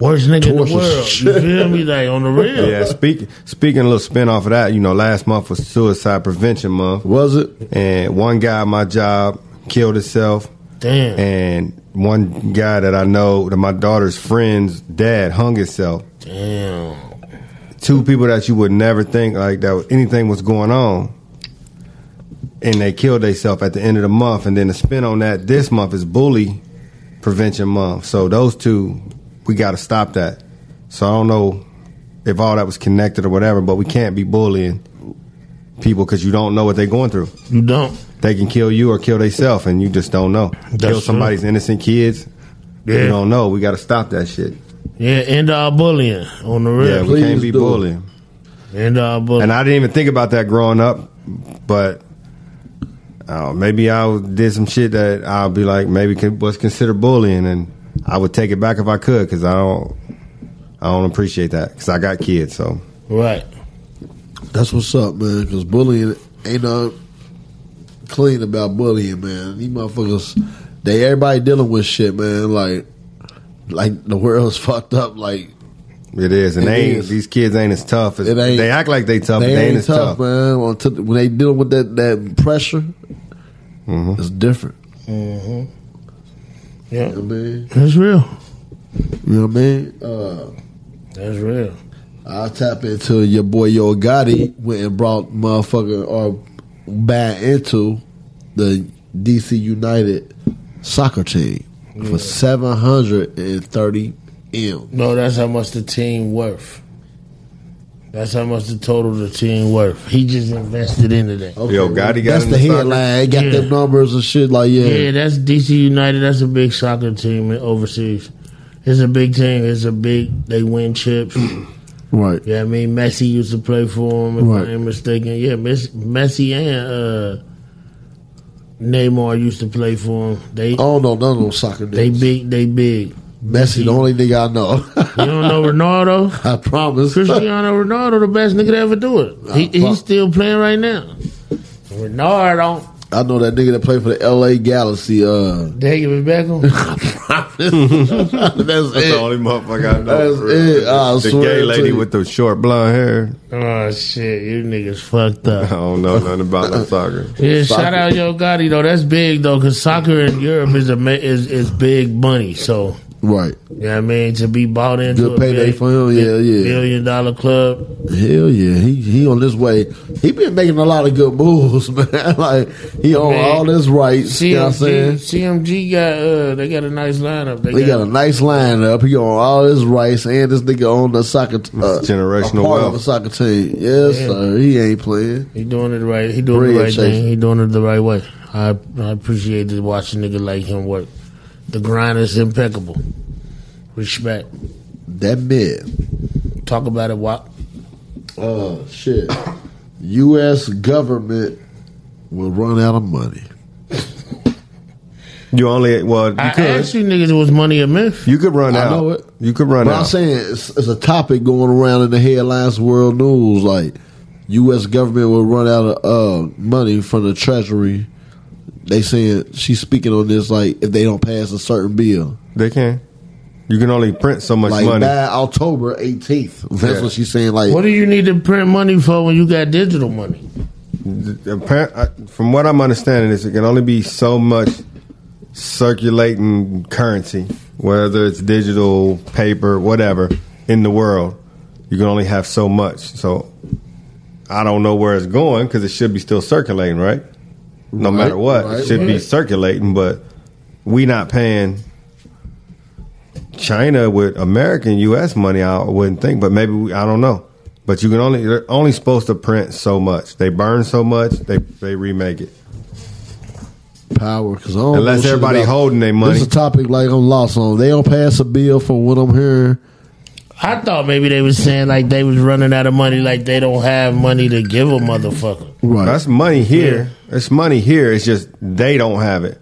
E: worst nigga in the
C: Torture
E: world. You feel me? Like on the real.
G: Yeah, speak, speaking a little spin off of that, you know, last month was suicide prevention month.
C: was it?
G: And one guy at my job killed himself.
E: Damn.
G: And one guy that I know, that my daughter's friend's dad hung himself.
E: Damn.
G: Two people that you would never think like that anything was going on. And they killed themselves at the end of the month. And then the spin on that this month is bully prevention month. So those two, we got to stop that. So I don't know if all that was connected or whatever, but we can't be bullying people because you don't know what they're going through.
E: You don't.
G: They can kill you or kill themselves, and you just don't know. kill
E: true.
G: somebody's innocent kids.
E: Yeah.
G: You don't know. We got to stop that shit.
E: Yeah, end all bullying on the
G: Yeah,
E: real.
G: we can't
C: please
G: be
C: do.
G: bullying.
E: End all bullying.
G: And I didn't even think about that growing up, but uh, maybe I did some shit that I'll be like, maybe could, was considered bullying, and I would take it back if I could because I don't, I don't appreciate that because I got kids. So
E: right.
C: That's what's up, man. Because bullying ain't no clean about bullying, man. These motherfuckers, they everybody dealing with shit, man. Like, like the world's [laughs] fucked up. Like
G: it is, and
C: It
G: they ain't,
C: is.
G: these kids ain't as tough as
C: It ain't-
G: they act like they tough,
C: they,
G: but
C: ain't,
G: as
C: tough,
G: tough.
C: man. When, t- when they dealing with that that pressure,
G: Mm-hmm.
C: it's different.
E: Yeah.
C: You know what I mean,
E: Mm-hmm. That's real.
C: you know what I mean. Uh,
E: That's real.
C: I tap into your boy Yo Gotti went and brought motherfucker or bad into the DC United soccer team for seven hundred and thirty M.
E: No, that's how much the team worth. That's how much the total of the team worth. He just invested into that.
C: Okay,
G: Yo Gotti got
C: that's
G: in
C: the
G: the soccer?
C: headline. It got
E: Yeah.
C: them numbers and shit like yeah.
E: Yeah, that's DC United. That's a big soccer team in- overseas. It's a big team. It's a big. They win chips.
C: [clears throat] Right.
E: yeah, I mean Messi used to play for them. If
C: Right.
E: I ain't mistaken, yeah, Mes- Messi and uh, Neymar used to play for them. They
C: Oh, I don't know none of those soccer
E: they
C: dudes.
E: big. They big.
C: Messi, the only nigga I know.
E: You don't
C: [laughs]
E: know Ronaldo?
C: I promise.
E: Cristiano Ronaldo, the best nigga to ever do it. He, he's still playing right now. Ronaldo,
C: I know that nigga that played for the LA Galaxy. Uh,
E: David Beckham.
C: that's it.
G: the only motherfucker I know.
C: That's
G: for real.
C: it. I
G: the
C: swear
G: gay
C: to
G: lady
C: you.
G: with the short blonde hair.
E: oh shit, you niggas fucked up.
G: I don't know nothing about no soccer.
E: Yeah,
C: Soccer.
E: shout out Yo Gotti though. That's big though, because soccer in Europe is a ma- is is big money. So
C: Right.
E: you know what I mean to be bought into
C: Good
E: a
C: payday
E: big-
C: for him. Yeah, yeah.
E: billion dollar club.
C: [laughs] Hell yeah, he he on this way. He been making a lot of good moves, [laughs] man. like he on
E: Man.
C: all his rights.
E: CMG,
C: You know what I'm saying?
E: CMG got uh, they got a nice lineup. They,
C: They got a nice lineup. He on all his rights, and this nigga on the soccer t- uh,
G: generational
C: a part
G: wealth.
C: of a soccer team. Yes,
E: Yeah.
C: sir. He ain't playing.
E: he doing it right. He doing
C: Bread
E: the right
C: chasing.
E: thing. He doing it the right way. I I appreciate it watching nigga like him work. The grind is impeccable. Respect.
C: That mid.
E: Talk about it. Wop.
C: Oh shit. U.S. government will run out of money.
G: You only well, you
E: I
G: could
E: asked you niggas was money a myth.
G: you could run
C: I
G: out.
C: know it.
G: You could run
C: But I'm
G: out.
C: saying it's, it's a topic going around in the headlines, of world news. Like U.S. government will run out of uh, money from the treasury. They saying she's speaking on this like if they don't pass a certain bill,
G: they can. You can only print so much
C: like
G: money.
C: by October 18th. That's
G: Yeah.
C: what she's saying. Like
E: What do you need to print money for when you got digital money?
G: Appar- I- From what I'm understanding, is it can only be so much circulating currency, whether it's digital, paper, whatever, in the world. You can only have so much. So I don't know where it's going because it should be still circulating, right? No
C: Right,
G: matter what,
C: right,
G: it should be
C: right.
G: circulating, but we not paying China with American U.S. money, I wouldn't think, but maybe we, I don't know. But you can only they're only supposed to print so much. They burn so much. They they remake it.
C: power? Because
G: Unless everybody holding their money.
C: This is a topic like I'm lost on. They don't pass a bill from what I'm hearing.
E: I thought maybe they was saying like they was running out of money, like they don't have money to give a motherfucker.
C: Right.
G: That's money here. It's money here. It's just they don't have it.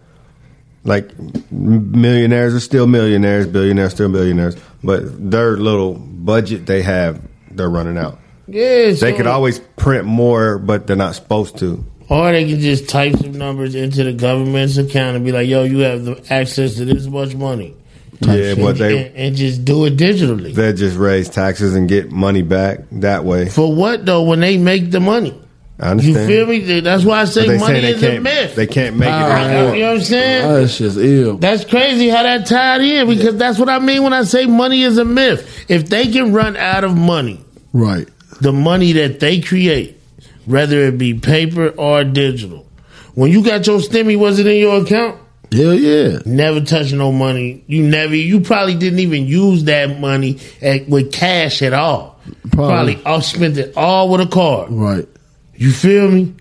G: Like m- millionaires are still millionaires, billionaires still billionaires, but their little budget they have, they're running out.
E: Yeah, so,
G: They could always print more, but they're not supposed to.
E: or they can just type some numbers into the government's account and be like, "Yo, you have the access to this much money,"
G: Yeah, but
E: and,
G: they
E: and, and just do it digitally.
G: they just raise taxes and get money back that way.
E: For what though? When they make the money,
G: I
E: you
G: understand.
E: feel me? That's why I
G: But
E: say
G: they
E: money
G: say they
E: is a
G: can't.
E: myth. Uh,
G: They can't make it
E: you
G: anymore.
E: know what I'm saying?
C: Oh, that's just ill.
E: That's crazy how that tied in because that's what I mean when I say money is a myth. If they can run out of money,
C: right.
E: the money that they create, whether it be paper or digital, when you got your stimmy, was it in your account?
C: Hell yeah.
E: Never touch no money. You never. You probably didn't even use that money at, with cash at all.
C: Probably.
E: Probably, all spent it all with a card.
C: Right.
E: You feel me?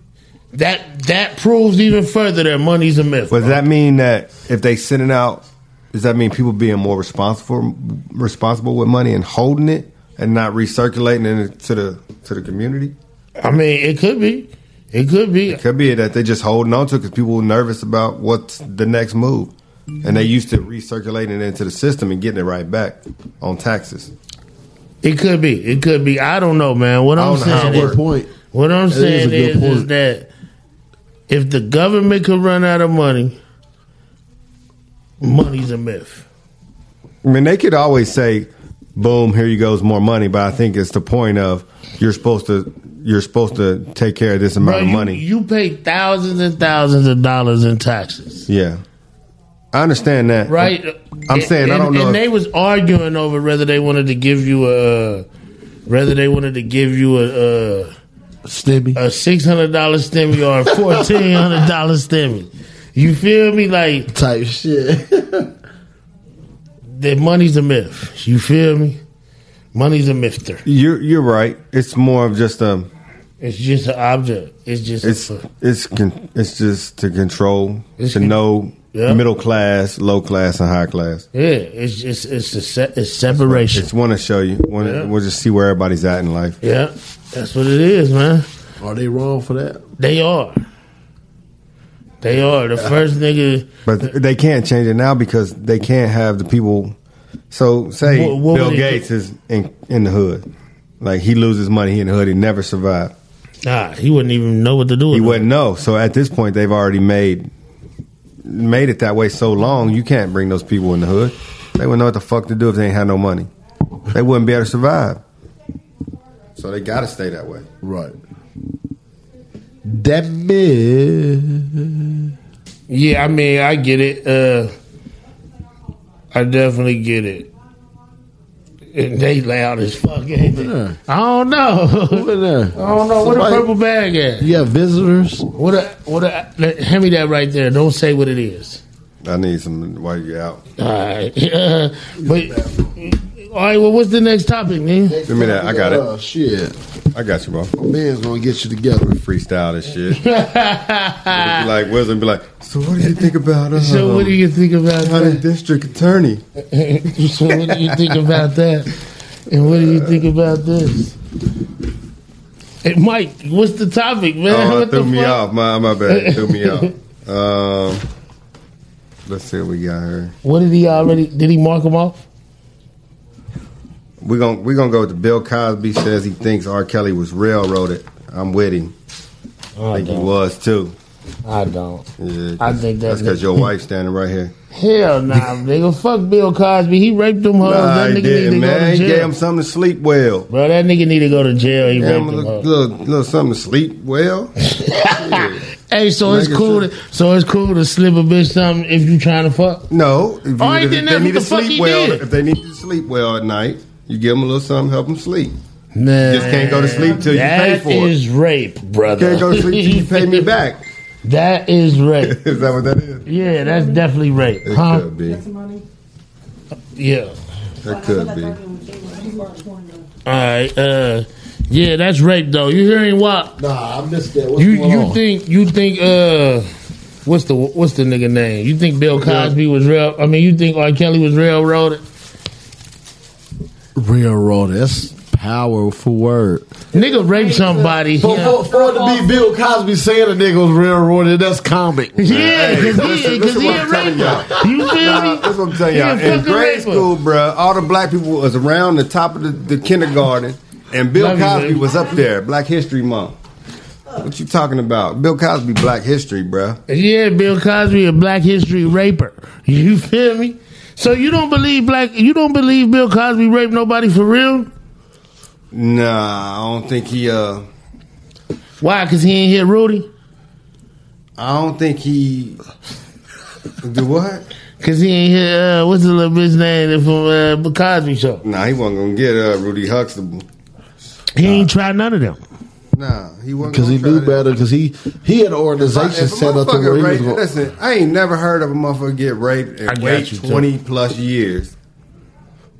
E: That that proves even further that money's a myth.
G: But does that mean that if they send it out, does that mean people being more responsible responsible with money and holding it and not recirculating it to the to the community?
E: I mean, it could be. It could be.
G: Could be that they just holding on to because people were nervous about what's the next move, and they used to recirculating it into the system and getting it right back on taxes.
E: It could be. It could be. I don't know, man. What
G: I
E: I'm
G: don't know how
E: saying
G: it
E: is,
C: Good point.
E: what I'm
C: That is
E: saying
C: a good
E: is, is,
C: point.
E: that if the government could run out of money, money's a myth.
G: I mean, they could always say, "Boom, here you goes more money," but I think it's the point of you're supposed to you're supposed to take care of this amount
E: Bro,
G: of
E: you,
G: money.
E: you pay thousands and thousands of dollars in taxes,
G: yeah, I understand that.
E: right?
G: I'm saying I
E: And-
G: don't know
E: And
G: if-
E: they was arguing over whether they wanted to give you a, whether they wanted to give you a. a
C: Stimmy.
E: a six hundred dollar stimmy
G: [laughs]
E: or a fourteen hundred dollar stimmy. You feel me? Like
C: type shit.
E: [laughs] that money's a myth. You feel me? Money's a mythter.
G: You're you're right. It's more of just um,
E: It's just an object. It's just
G: it's it's con- it's just to control
E: It's
G: to
E: con-
G: know
E: Yeah.
G: middle class, low class, and high class.
E: yeah. It's just it's a se- it's separation.
G: Just want to show you. Want to
E: Yeah.
G: we'll just see where everybody's at in life.
E: yeah, that's what it is, man.
C: Are they wrong for that?
E: They are. They are the first nigga. Uh,
G: But they can't change it now because they can't have the people So say
E: What- what
G: Bill
E: would he
G: Gates is in in the hood, like he loses money, he in the hood, he never survived.
E: Ah, he wouldn't even know what to do.
G: He wouldn't know. So at this point, they've already made made it that way so long. You can't bring those people in the hood. They wouldn't know what the fuck to do if they ain't had no money. They wouldn't be able to survive. So they got to stay that way.
C: Right. That man.
E: Yeah, I mean, I get it. Uh, I definitely get it. And they loud as fuck. ain't they? I don't know. [laughs] I don't know. What a
C: Somebody-
E: purple bag at?
C: You have visitors?
E: What a what a. let- Hand me that right there. Don't say what it is.
G: I need some while you out.
E: All right. [laughs] but all right. Well, what's the next topic, man?
G: Give me that. I got
C: Oh,
G: it.
C: shit.
G: I got you, bro.
C: Man's gonna get you together.
G: Freestyle this
E: [laughs]
G: shit. Be
E: Uh,
G: like Wiz and be like, so what do you think about
E: [laughs]
G: uh,
E: So,
C: um,
E: what do you think about
G: county
E: that?
G: district attorney?
E: [laughs] so, what do you think about that? And what do you think about this? Hey, Mike, what's the topic, man?
G: Oh,
E: what
G: it threw
E: the
G: me
E: fuck?
G: off. My my
E: [laughs]
G: bad. It threw me off. Um, let's see what we got here.
E: What did he already? Did he mark him off?
G: We're gonna we're gonna go with the Bill Cosby says he thinks R. Kelly was railroaded. I'm with him. I think he was too.
E: I don't.
G: Yeah,
E: I think
G: that's
E: that's
G: because
E: [laughs]
G: your wife's standing right here.
E: Hell
G: [laughs]
E: nah, nigga. Fuck Bill Cosby. He raped them hoes.
G: nah,
E: that
G: he
E: nigga need
G: didn't,
E: to go
G: man.
E: to
G: He
E: jail.
G: gave him something to sleep well.
E: Bro, that nigga need to go to jail. He
G: Yeah,
E: raped
G: him a
E: them
G: little,
E: hoes.
G: little, little something to sleep well. Yeah.
E: Hey, so it's
G: Nigga
E: cool.
G: said-
E: To, so it's cool to slip a bitch something if you trying to fuck.
G: No, if, you,
E: Oh, he
G: if
E: didn't
G: they
E: have
G: need
E: what the
G: to
E: fuck he
G: sleep well,
E: did.
G: if they need to sleep well at night, you give them a little something, help them sleep.
E: Man,
G: Just can't go to sleep till you pay for
E: That
G: it.
E: is rape, brother.
G: Can't go to sleep till you
E: [laughs]
G: pay me back.
E: that is rape.
G: [laughs] Is that what that is?
E: Yeah, that's definitely rape,
G: It
E: huh?
G: could be.
E: Yeah.
G: It could be.
E: All right. Uh, yeah, that's rape though. You hearing what?
C: Nah, I missed that. What's
E: You
C: going
E: you
C: on?
E: think you think uh what's the what's the nigga name? You think Bill Cosby was rail? I mean, you think R. Kelly was railroaded?
C: Railroad. That's powerful word.
E: Nigga raped somebody.
C: For,
E: Yeah,
C: for, for it to be Bill Cosby saying a nigga was railroaded, that's comic.
E: yeah,
G: Hey,
E: cause [laughs]
G: listen,
E: he,
G: listen
E: cause he
G: what
E: a
G: I'm telling
E: rapist. You feel
G: Nah,
E: me?
G: that's what I'm telling
E: He a
G: y'all. In
E: fucking
G: grade
E: rapper.
G: school, bruh, all the black people was around the top of the, the kindergarten, and Bill
E: Love you,
G: Cosby
E: baby.
G: was up there. Black History Month. What you talking about? Bill Cosby, Black History, bruh.
E: Yeah, Bill Cosby a Black History raper. [laughs] You feel me? So you don't believe black? You don't believe Bill Cosby raped nobody for real?
G: Nah, I don't think he. uh
E: Why? Cause he ain't hit Rudy.
G: I don't think he. Do what?
E: Cause he ain't hit. Uh, what's the little bitch name from uh, the Cosby Show?
G: Nah, he wasn't gonna get uh, Rudy Huxtable.
E: He ain't tried none of them.
G: Nah, he wasn't
C: Because he
G: gonna try
C: knew
G: that.
C: better. Because he he had an organization
G: If a
C: set up to
G: motherfucker
C: where he was
G: raped-
C: going.
G: Listen, I ain't never heard of a motherfucker get raped
E: I
G: and
E: got
G: wait
E: you, too.
G: twenty plus years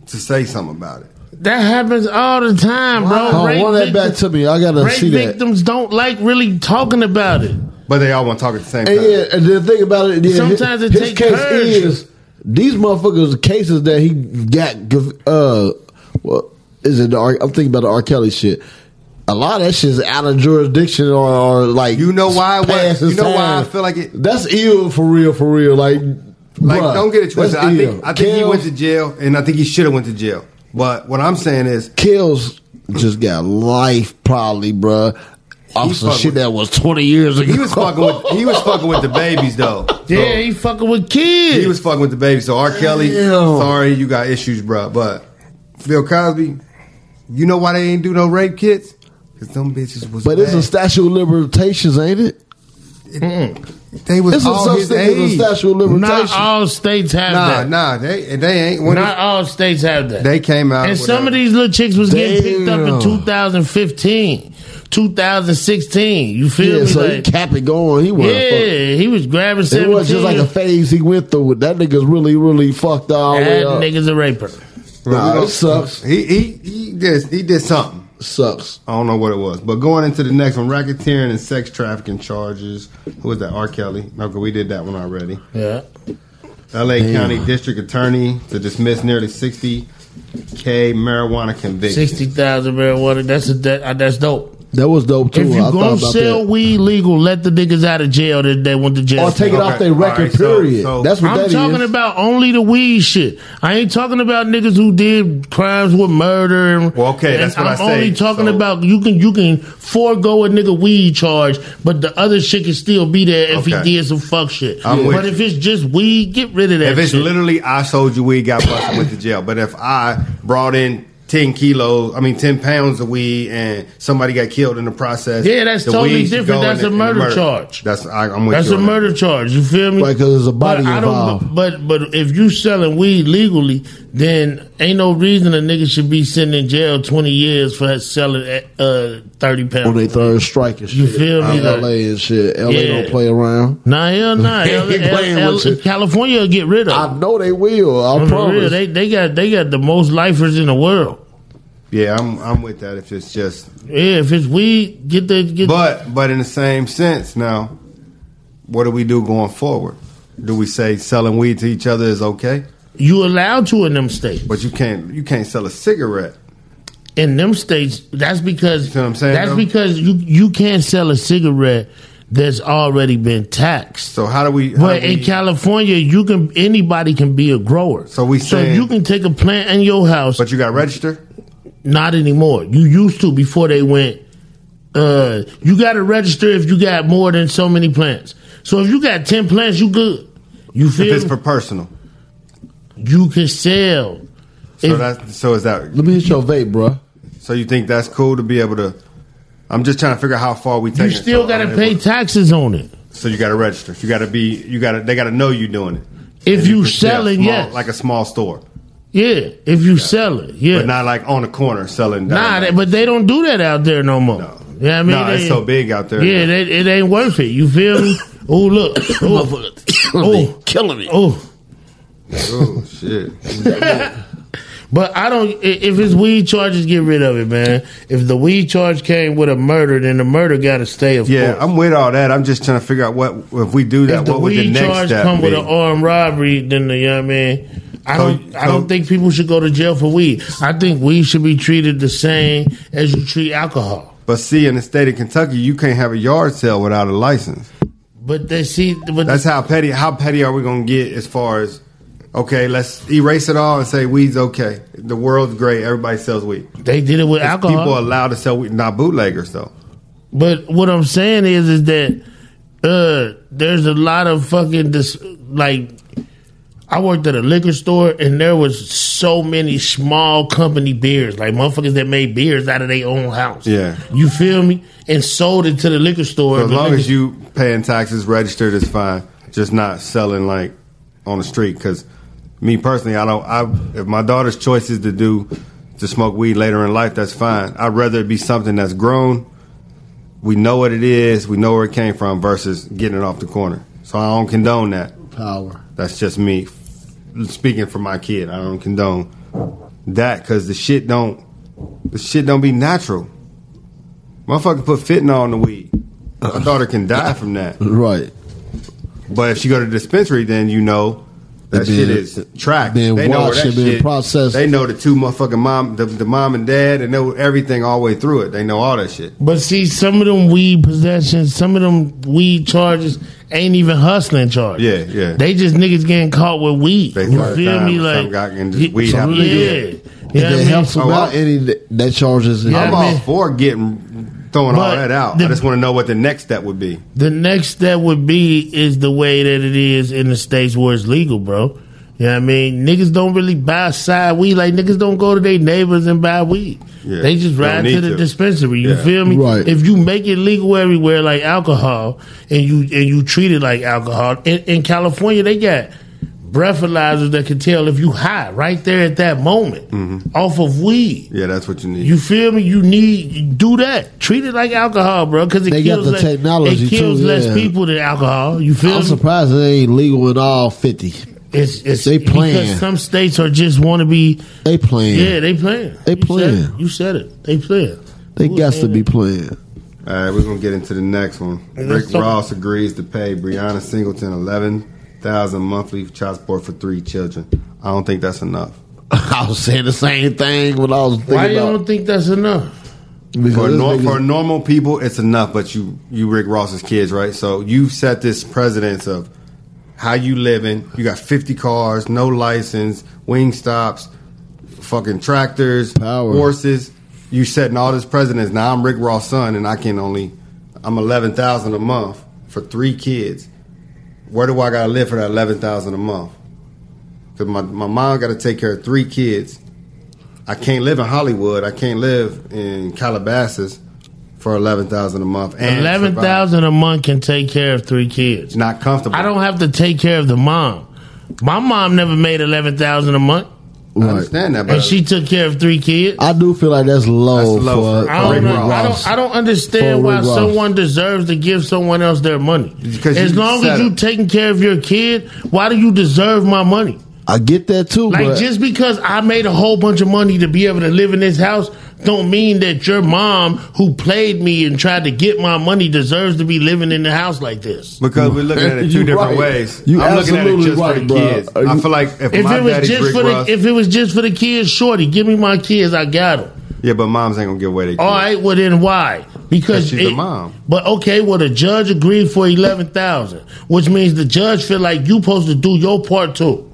G: to say something about it.
E: That happens all the time, bro.
C: Oh,
E: rape
C: run that
E: victims,
C: back to me. I gotta
E: rape
C: see that.
E: victims don't like really talking about it.
G: But they all want to talk at the same time.
C: And, yeah, and then think about it. then
E: Sometimes
C: his,
E: it
C: his
E: take
C: case
E: courage.
C: is these motherfuckers. The cases that he got. give- Uh, well, is it? The R, I'm thinking about the R. Kelly shit. A lot of that shit's out of jurisdiction or, or like
G: You know why I wa-
C: past its
G: you know why I
C: time.
G: feel like it-
C: That's ill for real, for real. Like,
G: Like,
C: bruh,
G: don't get it twisted.
C: that's
G: I
C: ill.
G: think I think he
C: Kells-
G: went to jail, and I think he should have went to jail. But what I'm saying is,
C: Kills just got life, probably, bruh. Off some
G: fuck
C: shit
G: with-
C: that was 20 years ago.
G: he was fucking with he was fucking with the babies
C: [laughs]
G: though.
E: Yeah, he fucking with kids.
G: He was fucking with the babies. So R. Kelly,
C: Damn.
G: sorry, you got issues, bro. But Bill Cosby, you know why they ain't do no rape kits? Because them bitches was.
C: But it's a
G: bad.
C: statute of limitations, ain't it?
G: they was
C: It's a
G: all
C: such
G: his
C: thing as a
G: age.
C: statute
E: Not
C: of limitations.
E: all states have
G: Nah,
E: that.
G: nah, they and they ain't. When
E: Not all states have that.
G: they came out,
E: and
G: with
E: some
G: a-
E: of these little chicks was getting picked up in
C: Damn.
E: 2015, 2016. You feel
C: yeah,
E: me?
C: so
E: like,
C: he kept it going. He wasn't. fuck-
E: yeah, he was grabbing
C: It
E: 17.
C: was just like a phase he went through. That nigga's really, really fucked all the
E: that
C: way up.
E: nigga's a raper.
C: Nah,
G: Well,
C: it sucks.
G: He he he did he did something.
C: Sucks.
G: I don't know what it was, but going into the next one, racketeering and sex trafficking charges. Who was that? R. Kelly. Okay, we did that one already.
E: Yeah.
G: L.A. County District Attorney to dismiss nearly sixty k marijuana convictions.
E: Sixty thousand marijuana. That's a that, uh, that's dope.
C: That was dope too.
E: If you gonna
C: I thought about
E: sell
C: that.
E: weed legal, let the niggas out of jail that they went to jail.
C: Or take it
E: for.
C: off their record. period. That's what
E: I'm
C: that is.
E: talking about only the weed shit. I ain't talking about niggas who did crimes with murder. And, well,
G: okay, that's what
E: I'm
G: I say.
E: only talking about you can you can forego a nigga weed charge, but the other shit can still be there if
G: Okay.
E: he did some fuck shit.
G: I'm with
E: but if it's just weed, get rid of that.
G: If it's
E: shit.
G: literally I sold you weed, got busted with the jail. But if I brought in ten kilos, I mean ten pounds of weed, and somebody got killed in the process,
E: Yeah, that's
G: the
E: totally
G: weed should
E: different.
G: go in
E: That's
G: the-
E: a
G: in the
E: murder charge.
G: That's I, I'm with
E: That's
G: you
E: a
G: on that.
E: murder charge. You feel me?
G: Right, 'cause there's a body
E: but I
G: involved.
E: Don't, but but if you selling weed legally, then ain't no reason a nigga should be sitting in jail twenty years for selling uh, thirty
C: on
E: pounds.
C: their third strike and shit. You
E: feel me?
C: LA and shit. LA
E: Yeah.
C: don't play around.
E: Nah, hell nah.
C: [laughs] He
E: L-
C: playing
E: L-
C: with you.
E: California will get rid of. I
C: know they will. I promise.
E: they they got they got the most lifers in the world.
G: Yeah, I'm I'm with that. If it's just
E: Yeah, if it's weed, get the get.
G: But but in the same sense, now, what do we do going forward? Do we say selling weed to each other is okay?
E: You allowed to in them states,
G: but you can't you can't sell a cigarette.
E: in them states, that's because
G: saying,
E: that's
G: though?
E: because you you can't sell a cigarette that's already been taxed.
G: So how do we? how
E: but
G: do
E: in
G: we-
E: California, you can anybody can be a grower. So we
G: saying-
E: so you can take a plant in your house, but
G: you got register.
E: Not anymore. You used to before they went. Uh, you got to register if you got more than so many plants. So if you got ten plants, you good. You
G: If
E: feel
G: it's
E: me?
G: for personal,
E: you can sell.
G: so
E: If-
G: that's so is that? Let
C: me hit your vape, bro.
G: So you think that's cool to be able to? I'm just trying to figure out how far we take.
E: you still got to pay taxes on it.
G: So you got to register. You got to be. You got to. They got to know you doing it.
E: If
G: And
E: you
G: can sell
E: selling,
G: small-
E: yes.
G: like a small store,
E: Yeah, if you sell it, yeah.
G: but not like on the corner selling. down
E: Nah,
G: there.
E: they, but they don't do that out there no more. Yeah, I mean,
G: Nah, it's
E: they-
G: so big out there.
E: Yeah, they, it ain't worth it. You feel me? oh,
G: [coughs]
E: look. Oh, oh,
G: killing me.
E: Oh,
G: oh shit.
E: but I don't. i- If it's weed charges, get rid of it, man. If the weed charge came with a murder, then the murder got to stay. Of
G: Yeah,
E: course.
G: I'm with all that. I'm just trying to figure out what if we do that.
E: if the
G: What would the
E: weed
G: next
E: charge
G: step
E: come
G: be?
E: with an armed robbery, then the you know what I mean. I don't. I don't think people should go to jail for weed. I think weed should be treated the same as you treat alcohol.
G: But see, in the state of Kentucky, you can't have a yard sale without a license.
E: But they see, but
G: that's how petty. How petty are we going to get as far as? Okay, let's erase it all and say weed's okay. The world's great. Everybody sells weed.
E: They did it with alcohol.
G: People allowed to sell weed, not bootleggers though.
E: But what I'm saying is, is that uh, there's a lot of fucking dis- like. I worked at a liquor store, and there was so many small company beers, like motherfuckers that made beers out of their own house.
G: Yeah.
E: you feel me? And sold it to the liquor store.
G: So as
E: The
G: long
E: liquor-
G: as you paying taxes, registered is fine. Just not selling like on the street. Because me personally, I don't. I if my daughter's choice is to do to smoke weed later in life, that's fine. I'd rather it be something that's grown. We know what it is. We know where it came from. Versus getting it off the corner. So I don't condone that.
C: Power.
G: That's just me speaking for my kid. I don't condone that because the shit don't the shit don't be natural. Motherfucker put fentanyl in the weed. My daughter can die from that.
C: [laughs] Right.
G: But if she go to the dispensary, then you know that
C: It been-
G: shit is tracked.
C: been
G: They know where
C: watched,
G: that
C: it been
G: shit-
C: processed.
G: They know the two motherfucking mom, the, the mom and dad, and know everything all the way through it. They know all that shit.
E: But see, some of them weed possessions, some of them weed charges ain't even hustling charges.
G: Yeah, yeah.
E: They just niggas getting caught with weed.
G: They
E: you
G: first
E: feel
G: time
E: me?
G: some
E: Like
G: got in just
E: Yeah,
G: weed Oh,
E: some
G: out of the
E: nigga-
G: gate.
E: Yeah, yeah. I
C: if
E: mean-
C: it helps them out any that charges it.
G: I'm all for getting throwing all
E: But
G: that out. I
E: the-
G: just want to know what the next step would be.
E: The next step would be is the way that it is in the states where it's legal, bro. You know what I mean? Niggas don't really buy side weed. Like niggas don't go to their neighbors and buy weed.
G: Yeah,
E: they just
G: don't
E: ride
G: need
E: to the
G: to.
E: dispensary. You
G: Yeah.
E: feel me?
G: Right.
E: If you make it legal everywhere like alcohol and you and you treat it like alcohol. In, in California they got breathalyzers that can tell if you high right there at that moment off of weed.
G: Mm-hmm. Yeah, that's what you need.
E: You feel me? You need you do that. Treat it like alcohol, bro, because it
C: They got
E: kills
C: the
E: less,
C: technology,
E: It kills
C: too,
E: less
C: yeah.
E: people than alcohol. You feel
C: I'm
E: me?
C: surprised it ain't legal at all. Fifty.
E: It's, it's
C: they
E: Because
C: playing.
E: some states are just want to be.
C: They playing.
E: Yeah, they playing.
C: They
E: You said
C: playing.
E: it. You said it. They playing.
C: They
E: Who
C: got
E: said
C: to be
E: it?
C: playing.
G: All right, we're gonna get into the next one.
E: Hey,
G: Rick
E: let's talk-
G: Ross agrees to pay Brianna Singleton eleven thousand monthly child support for three children. I don't
C: [laughs]
G: think that's enough.
C: I was saying the same thing when I was thinking
E: Why you
C: about.
E: don't think that's enough?
G: For,
C: this
G: nor-
C: nigga-
G: for normal people, it's enough. But you, you Rick Ross's kids, right? So you set this precedence of how you living. You got fifty cars, no license, wing stops, fucking tractors, horses. You setting all this precedence. Now I'm Rick Ross' son, and I can only I'm eleven thousand a month for three kids. Where do I gotta live for that eleven thousand a month? Because my my mom got to take care of three kids. I can't live in Hollywood. I can't live in Calabasas for eleven thousand a month. And
E: Eleven thousand a month can take care of three kids.
G: Not comfortable.
E: I don't have to take care of the mom. My mom never made eleven thousand a month.
C: I
G: understand that,
E: and she took care of three kids.
C: I do feel like that's low, for,
E: I
C: for
E: don't,
C: Rick
E: know- I
C: Ross.
E: don't, I don't understand
C: For
E: why
C: Rick Ross.
E: someone deserves to give someone else their money.
C: Because
E: as
C: you
E: long
C: set
E: as you
C: up.
E: taking care of your kid, why do you deserve my money?
C: I get that too.
E: Like
C: but
E: just because I made a whole bunch of money to be able to live in this house, don't mean that your mom who played me and tried to get my money deserves to be living in the house like this.
G: Because we're looking at it
E: You
G: two different
E: right.
G: ways.
E: You
G: I'm looking at it
E: absolutely
G: just for
E: right,
G: the
E: bro.
G: kids.
E: Are
G: I
E: you-
G: feel like if,
E: If
G: my
E: it was
G: daddy's
E: just
G: Rick
E: for
G: Ross,
E: the if it was just for the kids, shorty, give me my kids, I got them.
G: yeah, but moms ain't gonna give away their kids.
E: All right, well then why? Because
G: she's
E: it-
G: the mom.
E: But okay, well the judge agreed for eleven thousand, which means the judge feel like you supposed to do your part too.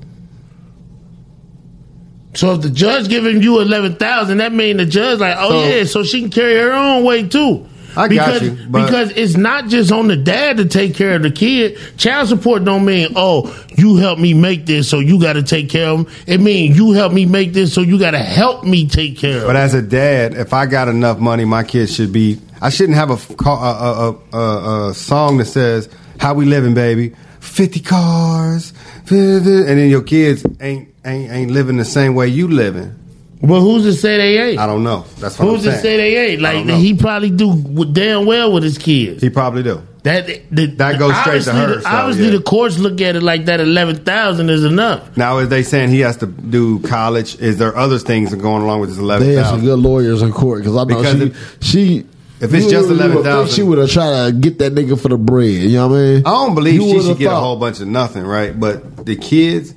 E: So if the judge giving you eleven thousand, that mean the judge like, oh
G: So-
E: yeah, so she can carry her own weight too.
G: I got
E: because,
G: you, but-
E: because it's not just on the dad to take care of the kid. Child support don't mean oh you help me make this, so you got to take care of him. It mean you help me make this, so you got to help me take care of. him.
G: But as a dad, if I got enough money, my kids should be. I shouldn't have a f- ca- a, a, a, a, a song that says "How we living, baby." Fifty cars, 50, and then your kids ain't ain't ain't living the same way you living.
E: Well, who's to say they ain't?
G: I don't know. That's what
E: Who's
G: I'm
E: to
G: saying.
E: say they ain't?
G: I
E: Like
G: don't know.
E: he probably do w- damn well with his kids.
G: He probably do.
E: That the,
G: that goes straight to
E: obviously
G: her.
E: the-
G: so,
E: obviously,
G: yeah.
E: the courts look at it like that. Eleven thousand is enough.
G: Now, is they saying he has to do college? Is there other things that going along with this eleven
C: they have some
G: thousand?
C: good lawyers in court because I know
G: Because
C: she. she
G: if it's
C: you
G: just
C: would- you would think
G: 11,000
C: she would have tried to get that nigga for the bread. You know what I mean?
G: I don't believe
C: You
G: she
C: would've
G: should get a
C: thought-
G: whole bunch of nothing, right? But the kids.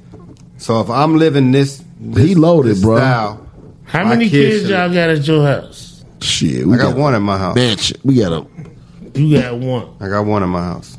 G: So if I'm living this, this
C: He loaded,
G: this
C: bro.
G: Style,
E: How
G: my
E: many kids,
G: should-
E: y'all got at your house?
C: Shit,
G: I got, one in my house.
C: Bitch, we got a.
E: You got one.
G: I got one in my house.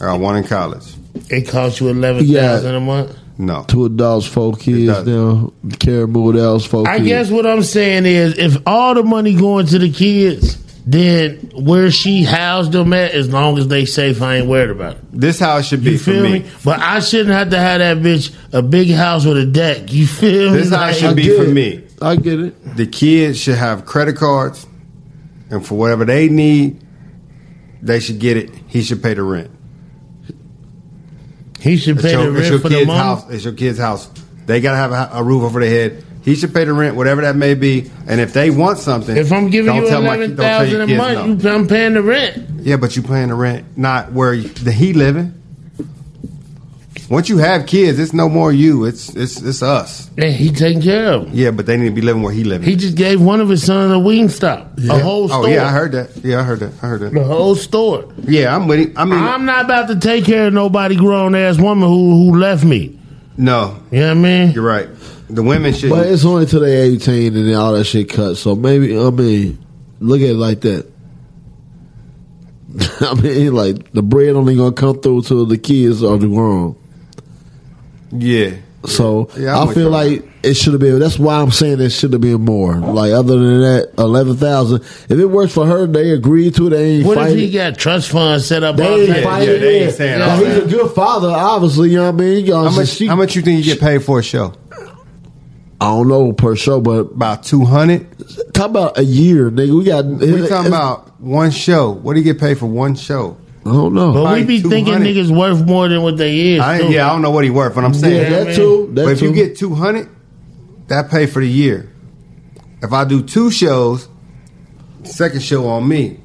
G: I got one in college.
E: It cost you eleven thousand a month.
G: No.
C: Two adults, four kids now. Caribou adults, four
E: I
C: kids.
E: guess what I'm saying is, if all the money going to the kids, then where she housed them at, as long as they safe, I ain't worried about it.
G: This how it should be
E: You
G: for
E: feel
G: me.
E: me? But I shouldn't have to have that bitch a big house with a deck. You feel me?
G: This how it
E: Like-
G: should be for me.
C: I get it.
G: The kids should have credit cards, and for whatever they need, they should get it. He should pay the rent.
E: He should
G: It's
E: pay
G: your,
E: the rent
G: it's your
E: for the
G: kid's
E: mom.
G: house. It's your kid's house. They gotta have a, a roof over their head. He should pay the rent, whatever that may be. And if they want something,
E: If I'm giving
G: don't
E: you
G: tell my kid-
E: eleven
G: don't tell your
E: thousand a
G: kids
E: month,
G: no.
E: you, I'm paying the rent.
G: Yeah, but you paying the rent, not where you, the he living. Once you have kids, it's no more you. It's it's it's us.
E: Yeah, he taking care of. 'em.
G: Yeah, but they need to be living where he living.
E: He just gave one of his sons a wing stop, a whole store.
G: Oh yeah, I heard that. Yeah, I heard that. I heard that.
E: the whole store.
G: Yeah, I'm with it. I mean,
E: I'm not about to take care of nobody grown ass woman who who left me.
G: no,
E: You know what I mean?
G: oh. you're right. The women should.
C: But it's only till they 18 and then all that shit cut. So maybe, I mean, look at it like that. [laughs] I mean, like, the bread only going to come through till the kids are grown.
G: yeah,
C: So
G: Yeah, I'm
C: I
G: with
C: feel
G: you.
C: like it should have been. That's why I'm saying it should have been more. Like other than that, eleven thousand. If it works for her, they agree to it. They ain't
E: What if
C: fighting.
E: he got trust funds set up?
C: They
E: all
C: ain't
E: day?
C: fighting.
G: yeah, they ain't saying
C: Like,
G: all
C: he's
G: that.
C: a good father, obviously. You know what I mean? You know,
G: How
C: so
G: much?
C: she-
G: how much you think you get paid for a show?
C: I don't know per show, but
G: About two hundred.
C: talk about a year, nigga. We got.
G: We talking about one show. What do you get paid for one show?
C: I don't know.
E: But we
G: Probably
E: be thinking
G: 200.
E: niggas worth more than what they is.
G: I,
E: too.
G: yeah, I don't know what he worth, but I'm saying
C: yeah, that too. That
G: but if
C: too.
G: you get 200 that pay for the year if i do two shows second show on me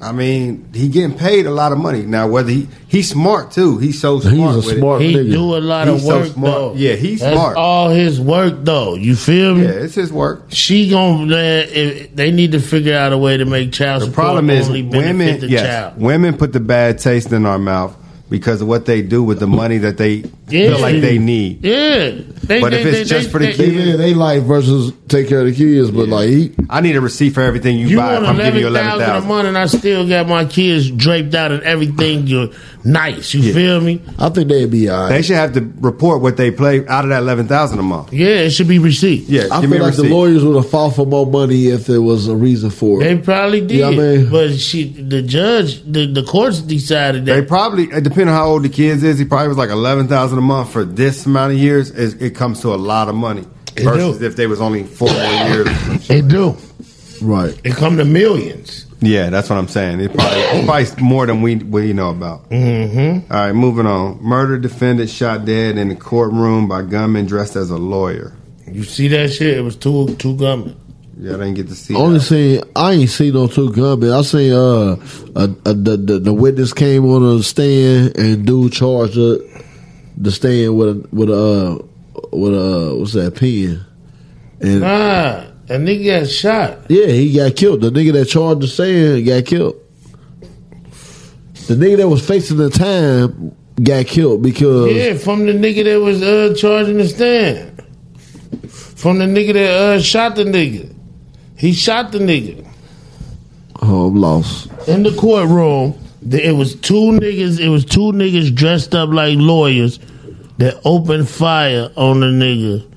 G: i mean he getting paid a lot of money now whether he he's smart too he's so
C: he's
G: smart
C: a
G: with it.
C: smart
E: He
C: nigga.
E: do a lot
G: He's
E: of
G: so
E: work
G: smart.
E: though.
G: Yeah, he's
E: That's
G: smart.
E: All his work though. You feel me?
G: yeah it's his work
E: She gonna man, if, they need to figure out a way to make child
G: the
E: support
G: problem is
E: only benefit
G: women
E: the
G: yes
E: child.
G: women put the bad taste in our mouth because of what they do with the money that they
E: Yeah.
G: feel like they need.
E: Yeah. They,
G: But if
E: they-
G: it's
E: they-
G: just for the
E: they-
G: kid-
C: Yeah, they like versus take care of the kids, but like he,
G: I need a receipt for everything you,
E: You
G: buy.
E: want
G: I'm giving you
E: eleven
G: eleven
E: thousand a
G: thousand.
E: month, and I still got my kids draped out and everything. You're nice. You feel me?
C: I think they'd be all
G: They should have to report what they play out of that eleven thousand a month.
E: Yeah, it should be receipt.
G: Yeah,
C: I
G: give me
C: feel
G: a
C: like the
G: receipt.
C: lawyers would have fought for more money if there was a reason for it.
E: They probably did,
C: Yeah, I mean-
E: but she, the judge, the, the courts decided
G: They
E: that.
G: probably, it depending on how old the kids is, he probably was like eleven thousand a month for this amount of years. It, it comes to a lot of money
E: It
G: versus
E: do.
G: if they was only four more years.
E: They, do.
C: Right.
E: It come to millions.
G: Yeah, that's what I'm saying. It probably, it's probably more than we we know about.
E: Mm-hmm.
G: All right, moving on. Murder defendant shot dead in the courtroom by gunman dressed as a lawyer.
E: You see that shit? It was two two gunmen.
G: Yeah, I didn't get to see.
C: Only
G: that.
C: seen I ain't seen no two gunmen. I seen uh a, a, the, the the witness came on the stand and dude charged the, the stand with a with a uh, with a what's that pen and
E: Nah, Ah, a nigga got shot.
C: yeah he got killed. The nigga that charged the stand got killed. The nigga that was facing the time got killed because
E: Yeah, from the nigga that was uh, charging the stand. From the nigga that uh, shot the nigga. He shot the nigga.
C: oh I'm lost.
E: in the courtroom. th- It was two niggas. It was two niggas dressed up like lawyers that opened fire on the nigga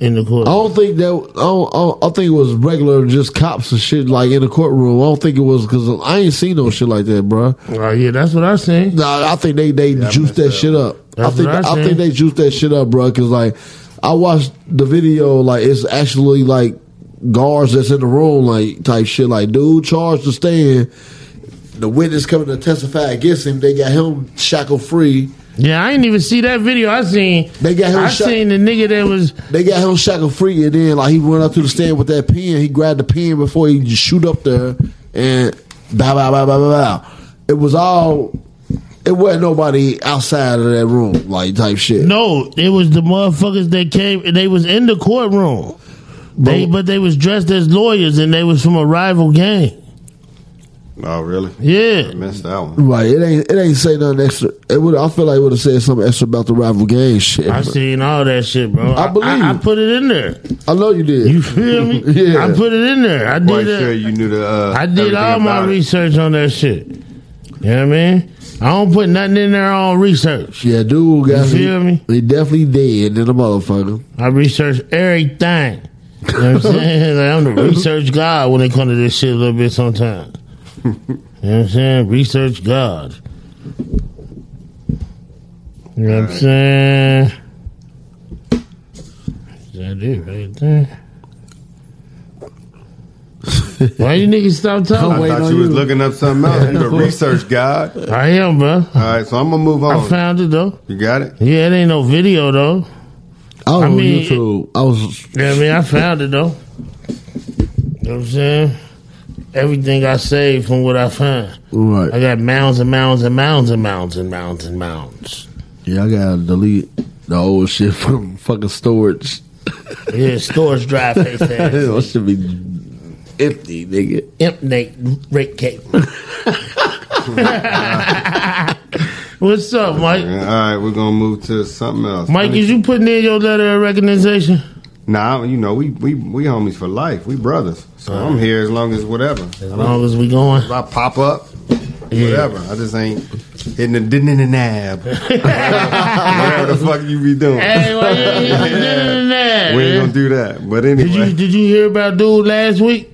E: in the
C: I
E: courtroom.
C: don't think that. I, don't, I, don't- I think it was regular, just cops and shit, like in the courtroom. I don't think it was because I ain't seen no shit like that, bruh.
E: Oh, yeah, that's what I seen.
C: Nah, I think they they juiced that, shit up.
E: That's
C: I think
E: what I
C: I,
E: said.
C: think they juiced that shit up, bro. Because like I watched the video, like it's actually like guards that's in the room, like type shit. Like dude charged the stand, the witness coming to testify against him. They got him shackled free.
E: Yeah, I didn't even see that video. I seen.
C: They got him
E: I
C: shot-
E: seen the nigga that was.
C: They got him shackled free, and then like he went up to the stand with that pen. He grabbed the pen before he just shoot up there, and bow bow bow bow bow. bow. It was all. It wasn't nobody outside of that room, like type shit.
E: No, it was the motherfuckers that came. They was in the courtroom. They
C: Bro.
E: but they was dressed as lawyers and they was from a rival gang.
G: Oh, really?
E: Yeah,
G: I missed that one.
C: Right, it ain't it ain't say nothing extra. It would I feel like it would have said something extra about the rival gang shit.
E: I
C: I,
E: seen all that shit, bro.
C: I believe
E: I,
C: you.
E: put it in there.
C: know you did.
E: You feel
G: [laughs]
E: me?
C: Yeah.
E: I put it in there. I did
G: Quite
E: it.
G: sure you knew the. Uh,
E: I did
G: everything
E: all my
G: about it.
E: research on that shit. You know what I mean? I don't put nothing in there on research.
C: yeah, dude got
E: You feel me?
C: He definitely dead in the motherfucker.
E: I research everything. You know
G: [laughs]
E: what I'm saying? Like, I'm the research god when it comes to this shit a little bit sometimes. You know what I'm saying? Research god. You know what I'm saying? Is that it right there? Why you niggas stop
G: [laughs]
C: I'm
G: I
E: talking?
C: waiting
G: thought
C: on
G: you was
C: you.
G: looking up something
E: [laughs]
G: else. You the research guy. All
E: I am, bro.
G: right, so I'm gonna move
E: I
G: on.
E: found it though.
G: Oh, You got it.
E: Yeah, it ain't no video though.
C: I was
E: I
C: on
E: mean-
C: YouTube. I was
E: Yeah, I mean, I found it though. You know what I'm saying? Everything I saved from what I found. I
C: right.
E: got mounds and mounds and mounds and mounds and mounds and mounds.
C: Yeah, I gotta delete the old shit [laughs] from fucking storage.
E: Yeah, storage drive
C: [laughs]
E: face ass.
C: Hell, it should be empty, nigga.
E: Imp Nate Rick Cape.
G: [laughs]
E: What's up,
G: All
E: Mike?
G: right, we're gonna move to something else.
E: Mike, is you putting in your letter of recognition?
G: Nah, you know we we we homies for life. We brothers. So I'm here as long as whatever.
E: As long as we going.
G: If I pop up, whatever. I just ain't hitting the din in
E: [laughs]
G: the nab. whatever the fuck you be doing.
E: Hey, why you ain't
G: [laughs]
E: hitting the din in the nab,
G: We ain't
E: man?
G: gonna do that. But
E: Did you
G: anyway,
E: did you hear about dude last week?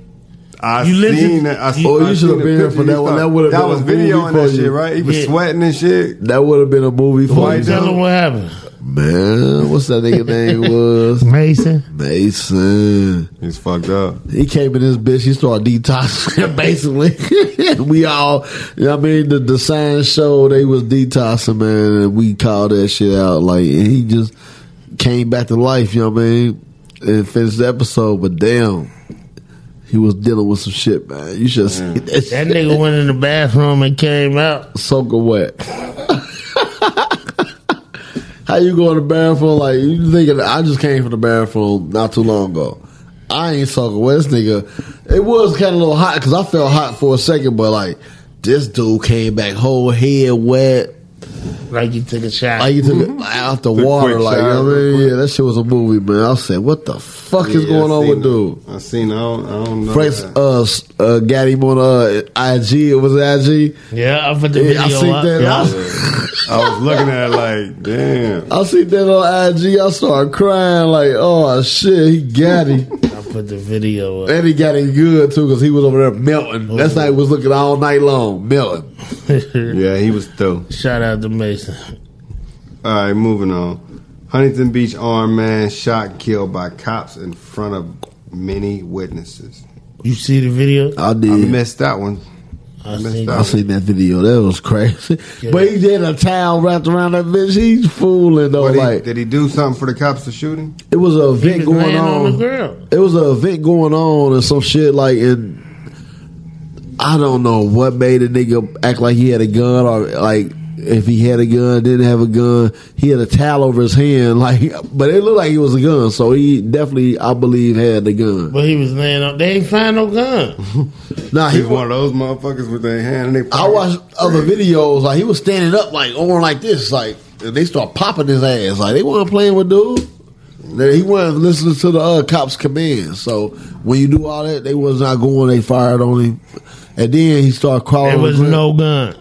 G: I
E: you listen-
G: seen that. I seen,
C: Oh, you
G: I
C: should
G: seen
C: have
G: the
C: been here
G: picture
C: for
G: you
C: that one.
G: saw.
C: That would've
G: That
C: been a
G: was
C: movie
G: videoing
C: for
G: that
C: you.
G: shit, right? He was
E: Yeah.
G: sweating and shit.
C: That would have been a movie for
G: Why
C: you.
G: don't-
E: Tell him what happened.
C: Man, what's that nigga
E: [laughs]
C: name was?
E: Mason.
C: Mason.
G: He's fucked up.
C: He came in this bitch. He started detoxing. [laughs] Basically, [laughs] we all. you know what I mean, the the sign show they was detoxing, man. And we called that shit out. Like and he just came back to life. You know what I mean? And finished the episode. But damn, he was dealing with some shit, man. You should see that
E: That
C: shit.
E: nigga went in the bathroom and came out.
C: Soaking wet. How you going to bathroom? Like you thinking? I just came from the bathroom not too long ago. I ain't soaking wet. This nigga, it was kind of a little hot because I felt hot for a second, but like this dude came back whole head wet.
E: like you took a shot. Mm-hmm.
C: Like you took it out the
E: Took a
C: water,
E: quick
C: like you know
E: shower
C: what I mean? Yeah, that shit was a movie, man. I said, what the fuck is
G: Yeah,
C: going
G: I
C: on
G: seen
C: with dude?
G: I seen. I don't, I don't know.
C: Frank's
G: that.
C: uh, s- uh got him on uh IG. It was IG.
E: Yeah, I put
G: the
C: I
G: video
C: seen
G: up.
C: that.
G: Yeah.
C: I,
G: I was looking at it like, damn.
C: I seen that on IG. I started crying like, oh shit, he got him.
E: I put the video up.
C: and he got him good too because he was over there melting.
G: Oh,
C: That's how he was looking all night long, melting.
E: [laughs]
G: yeah, he was through.
E: Shout out to Mason.
G: All right, moving on. Huntington Beach armed man shot killed by cops in front of many witnesses.
E: You see the video?
C: I
G: I
C: did.
G: missed that one.
E: I
G: missed
E: seen
G: that
C: I seen that video. That was crazy. [laughs] But he did a towel wrapped around that bitch. He's fooling though.
G: What he-
C: like
G: did he do something for the cops to shoot him?
C: it was a event
G: was
C: going
G: laying
C: on.
G: on the
E: ground.
C: It was an event going on and some shit like in. I don't know what made a nigga act like he had a gun or like if he had a gun, didn't have a gun. He had a towel over his hand, [laughs] like, but it looked like it was a gun. So he definitely, I believe, had the gun.
E: But he was laying on. They ain't find no gun.
C: [laughs] nah,
G: he's one of those motherfuckers with their hand. In their
C: I watched other videos like he was standing up like on like this like and they start popping his ass like they weren't playing with dude. They- He wasn't listening to the uh, cops' commands. So when you do all that, they was not going. They fired on him, and then he started crawling.
E: There
C: on the
E: was
C: ground.
E: no gun.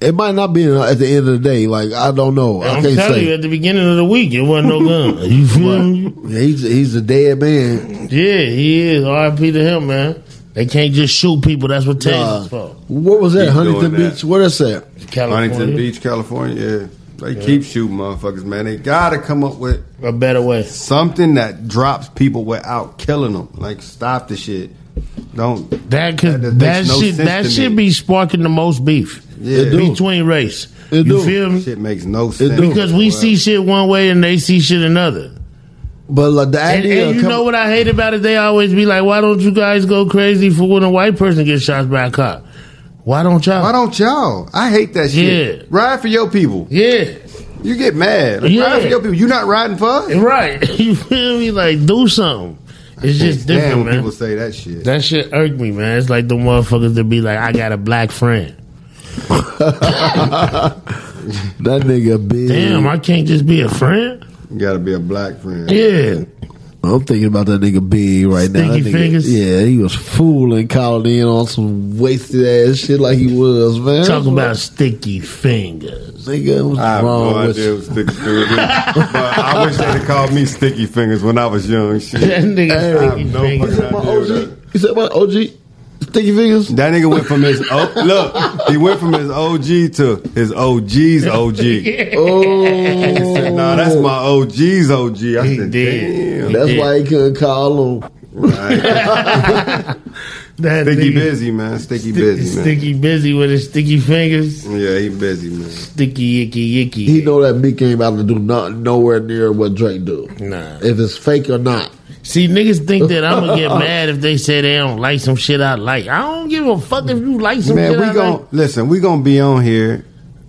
C: It might not be uh, at the end of the day. Like I don't know. I
E: I'm
C: can't
E: telling
C: say.
E: you, at the beginning of the week, it wasn't
C: [laughs]
E: no gun. You feel me?
C: Yeah, he's he's a dead man.
E: Yeah, he is. R.I.P. to him, man. They can't just shoot people. That's what
C: Nah.
E: tasers for.
C: What was that?
G: Keep
C: Huntington
G: doing that.
C: Beach. What is that?
E: California.
G: Huntington Beach, California. Yeah. They keep shooting motherfuckers, man. They gotta come up with
E: a better way.
G: Something that drops people without killing them. Like stop the shit. Don't
E: That cause
G: that
E: that,
G: makes no
E: shit
G: sense
E: that
G: to
E: shit
G: me.
E: be sparking the most beef.
G: Yeah. It do.
E: between race.
G: It
E: you
G: do.
E: feel me?
G: Shit makes no sense.
E: Because we see shit one way and they see shit another.
C: But like the
E: And,
C: idea.
E: and you
C: come-
E: know what I hate about it? They always be like, "Why don't you guys go crazy for when a white person gets shot by a cop? Why don't y'all?
G: Why don't y'all? I hate that shit.
E: Yeah.
G: Ride for your people.
E: Yeah.
G: You get mad. Like, Ride for
E: Yeah.
G: your people. You not riding for us?
E: Right? [laughs] you feel me? Like do something. It's just
G: Damn,
E: different,
G: when
E: man.
G: people say that shit.
E: That shit irked me, man. It's like the motherfuckers that be like, "I got a black
G: [laughs]
E: friend."
C: [laughs] that nigga big.
E: Damn, I can't just be a friend.
G: You gotta be a black friend.
E: Yeah.
C: I'm thinking about that nigga Big right now. That
E: Stinky
C: nigga-
E: fingers?
C: Yeah, he was fooling, calling in on some wasted ass shit like he was, man.
E: Talking about sticky
C: [laughs]
E: fingers.
C: Nigga, what's
G: I have
C: wrong
G: no
C: with
G: idea
C: you?
G: what sticky fingers is. but I wish they'd have called me sticky fingers when I was young. Shit.
E: That nigga
G: I have
E: sticky
G: no
E: fingers.
G: fucking idea what that-
C: You said what, OG? Sticky fingers?
G: That nigga went from his oh, look, he went from his OG to his OG's
D: [laughs]
G: OG.
C: [laughs]
G: He said,
C: Oh,
G: nah, that's my OG's OG. I said,
E: did.
G: damn.
C: that's
E: Yeah.
C: why he couldn't call him. [laughs]
E: That
G: Sticky
E: nigga-
G: busy, man. Sticky
E: Sti-
G: busy, man.
E: Sticky busy with his sticky fingers.
G: Yeah, he busy, man.
E: Sticky icky icky.
C: He know that Meek ain't about to do not nowhere near what Drake do.
E: Nah.
C: If it's fake or not.
E: See, niggas think that I'm
G: [laughs]
E: gonna get mad if they say they don't like some shit I like. I don't give a fuck if you like some
G: Man,
E: shit
G: we
E: I
G: gon'
E: like.
G: listen. We gonna be on here,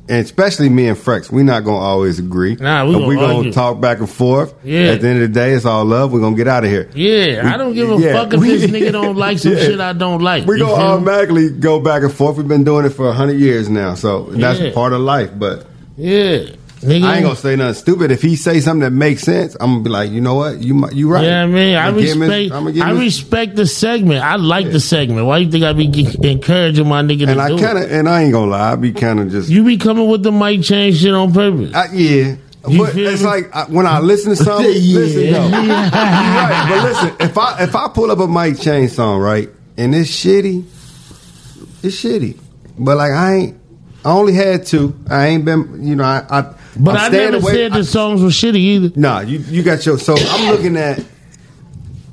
G: and especially me and Frex. We not gonna always agree.
E: Nah, we
G: But
E: gonna argue.
G: talk back and forth.
E: Yeah.
G: At the end of the day, it's all love. We are gonna get out of here.
E: Yeah, I don't give a
G: yeah,
E: fuck if
G: we-
E: this
G: [laughs]
E: nigga don't like some
G: yeah.
E: shit I don't like.
G: We um,
E: You
G: gonna
E: feel me?
G: automatically go back and forth. We've been doing it for hundred years now, so that's
E: Yeah.
G: part of life. But
E: Yeah. Nigga,
G: I ain't gonna say nothing stupid. If he say something that makes sense, I'm gonna be like, you know what, you mi- you right.
E: Yeah, I mean, I
G: I'ma give him his-
E: respect.
G: I'ma give
E: I
G: him his-
E: respect the segment. I like the segment. Why you think I be ge- encouraging my nigga
G: and
E: to
G: I
E: do
G: kind
E: it?
G: of and I ain't gonna lie. I be kind of just
E: You be coming with the mic change shit on purpose.
G: I, yeah.
E: You
G: but
E: feel
G: it's
E: me?
G: like I, when I listen to something,
C: Yeah.
E: [laughs]
G: listen though. You right, but listen, if I if I pull up a Mike Chain song, right, and it's shitty, it's shitty. But like I ain't, I only had two. I ain't been, you know, I. I
E: but
G: I'm
E: I
G: staying
E: never
G: away-
E: said
G: I-
E: the songs were shitty either.
G: Nah, you you got your. So I'm looking at.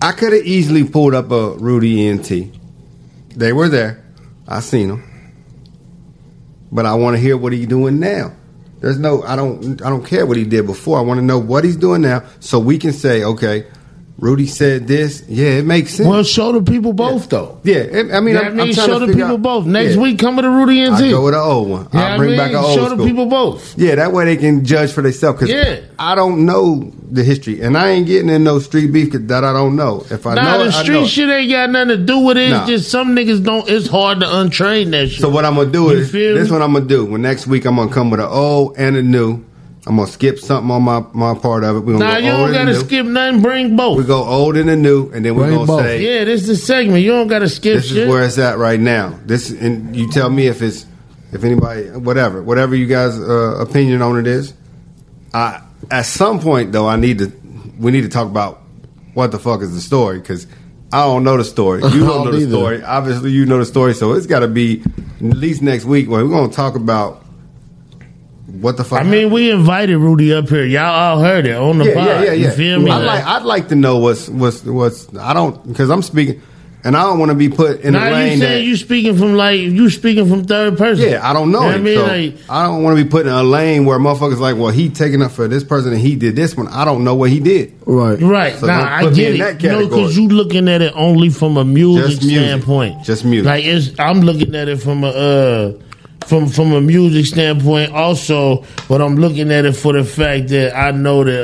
G: I could have easily pulled up a Rudy E ENT. They were there. I seen them. But I want to hear what he's doing now. There's no. I don't. I don't care what he did before. I want to know what he's doing now, so we can say, okay, Rudy said this. Yeah, it makes sense. Well,
E: show the people both though.
G: Yeah, it- I mean,
E: Yeah,
G: I'm,
E: I
G: I'm
E: mean,
G: trying
E: show
G: to
E: the
G: figure
E: people
G: out-
E: both. Next
G: Yeah.
E: week, come with a Rudy and
G: I
E: Z.
G: go with an old one.
E: Yeah,
G: I
E: I
G: bring
E: mean,
G: back an old
E: show the
G: school.
E: people both.
G: Yeah, that way they can judge for themselves. Cause
E: Yeah.
G: I don't know the history, and I ain't getting in no street beef 'cause that I don't know. If I
E: nah,
G: know, it,
E: the
G: I
E: street
G: know it.
E: shit ain't got nothing to do with it.
G: Nah.
E: It's just some niggas don't. It's hard to untrain that shit.
G: So what I'm gonna do
E: You
G: is
E: feel
G: this
E: me?
G: what I'm gonna do. When next week I'm gonna come with an old and a new. I'm gonna skip something on my, my part of it. We're gonna
E: Nah,
G: go
E: you
G: old
E: don't
G: and
E: gotta
G: new.
E: skip nothing. Bring both.
G: We go old and a new, and then we're
E: Bring
G: gonna
E: both.
G: say
E: yeah, this is the segment. You don't gotta skip
G: this
E: shit.
G: is where it's at right now. This and you tell me if it's if anybody whatever whatever you guys uh, opinion on it is. I at some point though I need to we need to talk about what the fuck is the story because I don't know
E: [laughs]
G: the story. You
C: I
G: don't,
C: don't
G: know the
C: either.
G: story. Obviously you know the story, so it's got to be at least next week where we're gonna talk about what the fuck.
E: I mean, we invited Rudy up here. Y'all all heard it on the
G: yeah,
E: pod.
G: yeah, yeah, yeah.
E: You feel me?
G: I'd like, I'd like to know what's what's what's I don't because I'm speaking and I don't want to be put in
E: now
G: a
E: you
G: lane that
E: saying you speaking from like you speaking from third person.
G: Yeah, I don't know.
E: You
G: him,
E: I mean,
G: so
E: like
G: I don't want to be put in a lane where motherfuckers like, well, he taking up for this person and he did this one. I don't know what he did.
C: Right,
E: right. nah, I get it. No, because you looking at it only from a music,
G: Just music.
E: standpoint.
G: Just music.
E: Like it's, I'm looking at it from a uh, from from a music standpoint also, but I'm looking at it for the fact that I know the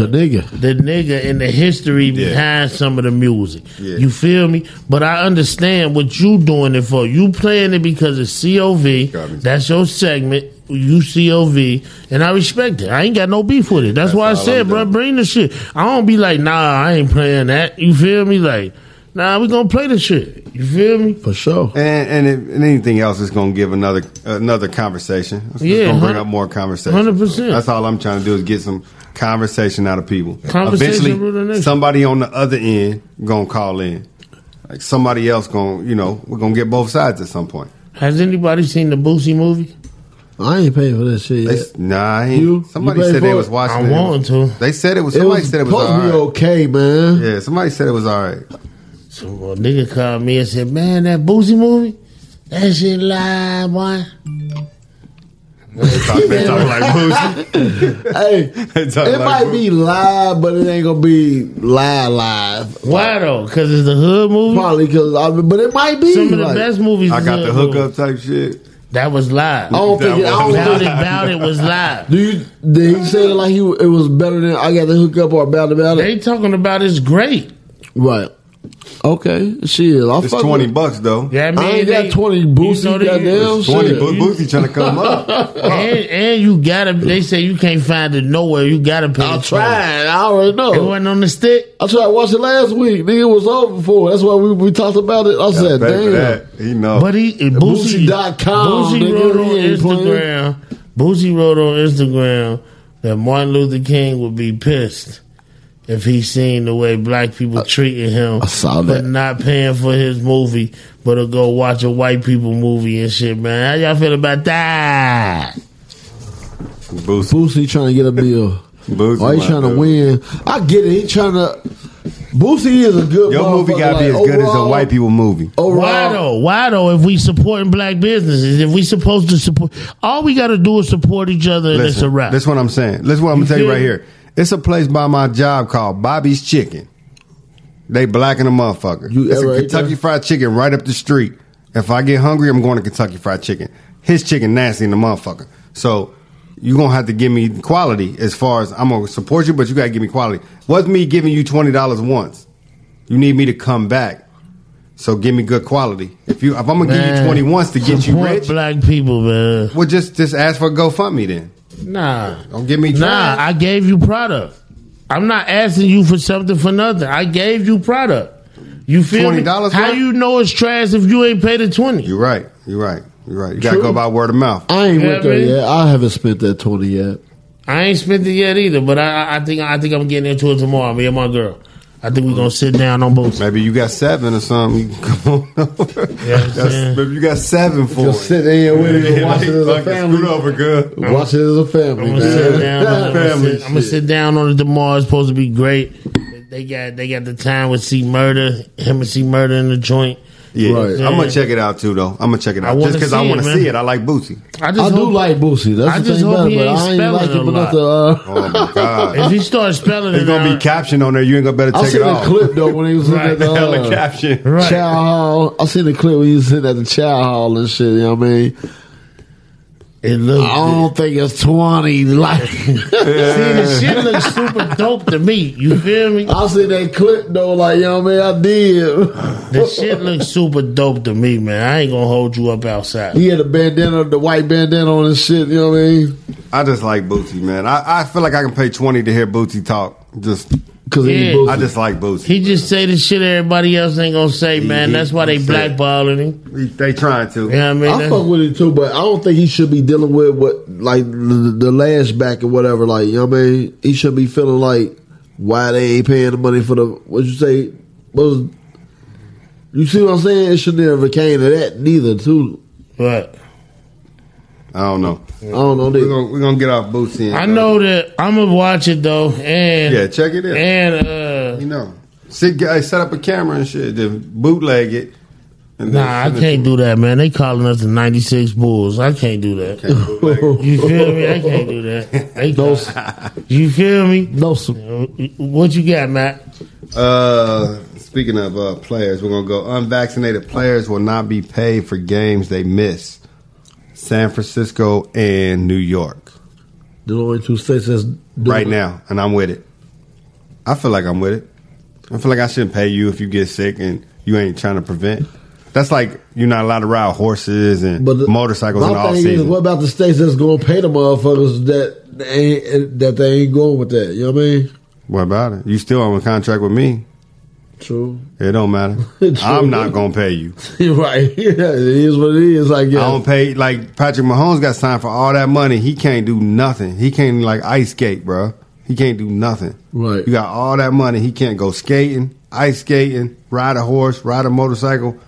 E: uh,
C: The nigga.
E: the nigga and the history
C: Yeah.
E: behind some of the music.
C: Yeah.
E: You feel me? But I understand what you doing it for. You playing it because it's COV. That's your segment. You COV, and I respect it. I ain't got no beef with it. That's, why I
G: all I'm
E: said, bro, bring the shit. I don't be like, nah, I ain't playing that. You feel me? Like, nah, we gonna play the shit. You feel me?
C: for sure.
G: And and, it, and anything else is going to give another another conversation. It's
E: Yeah,
G: going to bring
E: hun-
G: up more conversation.
E: Hundred percent.
G: That's all I'm trying to do is get some conversation out of people.
E: Conversation rule the
G: Eventually,
E: nation.
G: somebody on the other end going to call in. Like somebody else going, to you know, we're going to get both sides at some point.
E: Has anybody seen the Boosie movie?
C: I ain't paying for that shit.
G: They,
C: Yet.
G: nah, I ain't.
C: You-
G: somebody
C: you paid
G: said they
C: for
G: was
C: it?
G: watching.
E: I
G: it. It was-
E: wanted to.
G: They said it was.
C: It
G: Somebody
C: was
G: said it was
C: supposed to be
G: all
C: okay, man.
G: right. Yeah, somebody said it was all right.
E: So a nigga called me and said, "Man, that Boosie movie, that shit live, boy."
G: They talk, they
E: [laughs]
G: talk like Boosie.
C: Hey,
G: They talk
C: it
G: like
C: might
G: Boosie.
C: be live, but it ain't gonna be live live.
E: Why though? Because it's the hood movie.
C: Probably because, I mean, but it might be.
E: Some of the
C: like,
E: best movies.
G: I
E: is
G: got
E: hood
G: the
E: movies.
G: hookup type shit.
E: That was live.
C: I don't think. It, I don't
E: About it,
C: think.
E: about it was live.
C: Do you? Did he say it like he? It was better than I got the hookup or about about it?
E: They talking about it's great.
C: Right. Okay. Shit. I
G: It's
C: fuck
G: twenty
C: with-
G: bucks though.
E: Yeah, I mean,
C: I ain't
E: they,
C: got twenty boozy
E: you know they-
C: goddamn
E: It's
G: Twenty
C: shit.
G: bucks. Boosie trying to
E: [laughs]
G: come up.
E: And, and you gotta. They say you can't find it nowhere. You gotta pay.
C: I
E: the toll.
C: tried. I already
E: It
C: know.
E: wasn't on the stick.
C: I tried to watch it last week. Nigga, it was over before. That's why we, we talked about it. I said,
G: Pay for
C: damn.
G: that. He know.
E: But he Boosie,
C: Boosie.com,
E: Boosie
C: nigga,
E: wrote on
C: he ain't playing.
E: Instagram. Boosie wrote on Instagram that Martin Luther King would be pissed if he seen the way black people treating him.
C: I saw
E: but
C: that.
E: not paying for his movie, but to go watch a white people movie and shit, man. How y'all feel about that?
G: Boosie.
C: Boosie trying to get a bill.
G: [laughs] Boosie.
C: Why he
G: my
C: trying to
G: dude.
C: win? I get it. He trying to. Boosie is a good.
G: Your movie
C: motherfucker,
G: got to be as
C: like,
G: good as a
C: overall-
G: white people movie.
E: Why
C: Overall,
E: though? Why though? If we supporting black businesses, if we supposed to support, all we got to do is support each other, and it's a
G: Listen,
E: wrap.
G: that's what I'm saying. That's what I'm gonna tell you
E: feel
G: right
E: me?
G: here. It's a place by my job called Bobby's Chicken. They blacking a motherfucker.
C: You
G: it's
C: ever
G: a
C: ate
G: Kentucky
C: there?
G: Fried Chicken right up the street. If I get hungry, I'm going to Kentucky Fried Chicken. His chicken nasty in the motherfucker. So you gonna have to give me quality as far as I'm gonna support you, but you gotta give me quality. What's me giving you twenty dollars once? You need me to come back. So give me good quality. If you if I'm gonna give you
E: Man,
G: twenty once to get you
E: support
G: rich,
E: black people, man.
G: well just just ask for a GoFundMe then.
E: Nah,
G: Don't give me
E: nah.
G: trash.
E: I gave you product. I'm not asking you for something for nothing. I gave you product. You feel me?
G: $20
E: How
G: worth?
E: you know it's trash if you ain't paid the twenty?
G: You're right. You're right. You're right. You gotta
C: True.
G: go by word of mouth.
C: I ain't
E: Yeah,
C: went there
E: man.
C: yet. I haven't spent that twenty yet.
E: I ain't spent it yet either, but I, I- I think I think I'm getting into it tomorrow. Me and my girl. I think we're gonna sit down on both.
G: Maybe you got seven or something. You can come on over.
E: saying?
G: That's- Maybe you got seven for
C: Just
G: it.
C: sit there with it and
G: Yeah,
C: watch it as a
G: fucking Screwed
C: family.
G: over, good.
C: Watch it as a family.
E: I'm gonna sit down. I'm gonna
G: Family
E: sit, I'm gonna sit down on it tomorrow. It's supposed to be great. They got they got the time with C Murder, him and C Murder in the joint.
G: Yeah,
C: Right.
G: I'm
C: Yeah.
G: gonna check it out too, though. I'm gonna check it
C: I
G: out
C: wanna
G: just because I
C: see it,
G: want to
C: man.
G: see it. I like Boosie.
C: I, do like Boosie. That's
G: I
C: the
G: just
C: thing
G: hope
C: about it,
G: he
C: but
G: ain't
C: I ain't like it
G: spelling a
C: enough
G: lot.
C: to. Uh,
G: Oh
E: [laughs]
G: my god!
E: If he starts spelling
G: it's
E: it uh,
G: gonna be
E: out-
G: captioned on there. You ain't gonna better
C: I
G: take
C: seen
G: it
C: the
G: off.
C: clip though when he was in
G: Right.
C: that
G: Hella [laughs]
C: uh,
G: caption.
E: Right.
C: Chow hall. I seen the clip when he was sitting at the chow hall and shit. You know what I mean?
E: It looked.
C: I don't think it's twenty. Like [laughs]
E: See, the shit looks super dope to me. You feel me?
C: I seen that clip though. Like you know what I mean? I did.
E: The shit looks super dope to me, man. I ain't gonna hold you up outside.
C: He had a bandana, the white bandana on his shit. You know what I mean?
G: I just like Bootsy, man. I, I feel like I can pay twenty to hear Bootsy talk. Just
C: 'Cause
E: he Yeah. Bootsy.
G: I just like Bootsy.
E: He just say the shit everybody else ain't gonna say, man.
G: he-
E: That's why they
G: he said-
E: blackballing him.
G: They trying to.
E: Yeah, I mean,
C: I
E: that's-
C: fuck with it too, but I don't think he should be dealing with what like the, the lash back or whatever. Like you know what I mean? He should be feeling like why they ain't paying the money for the what you say? What was, you see what I'm saying? It should never came to that neither too.
E: Right.
G: I don't know.
C: I don't know.
G: We're gonna, we're gonna get off Bootsy. and- uh,
E: I know that I'm gonna watch it though, and
G: Yeah, check it out.
E: And uh,
G: you know, sit, uh, set up a camera and shit. Then bootleg it. And then
E: nah, I
G: send it
E: can't do that, man. They calling us the '96 Bulls. I can't do that. [laughs] you
G: [laughs]
E: feel me? I can't do that. They you feel me?
C: No.
E: What you got, Matt?
G: Uh, speaking of uh, players, we're gonna go. Unvaccinated players will not be paid for games they miss. San Francisco and New York
C: The only two states that's
G: right now, and I'm with it. I feel like I'm with it. I feel like I shouldn't pay you if you get sick and you ain't trying to prevent. That's like you're not allowed to ride horses and motorcycles in the
C: My
G: off
C: thing is,
G: season.
C: what about the states that's gonna pay the motherfuckers that they ain't that they ain't going with that? You know what I mean?
G: What about it? You still on a contract with me?
C: True.
G: It don't matter.
C: [laughs] True.
G: I'm not gonna pay
C: [laughs]
G: you.
C: right. Yeah, it is what it is. I guess.
G: I don't pay like Patrick Mahomes got signed for all that money. He can't do nothing. He can't like ice skate, bro. He can't do nothing.
C: Right.
G: You got all that money. He can't go skating, ice skating, ride a horse, ride a motorcycle,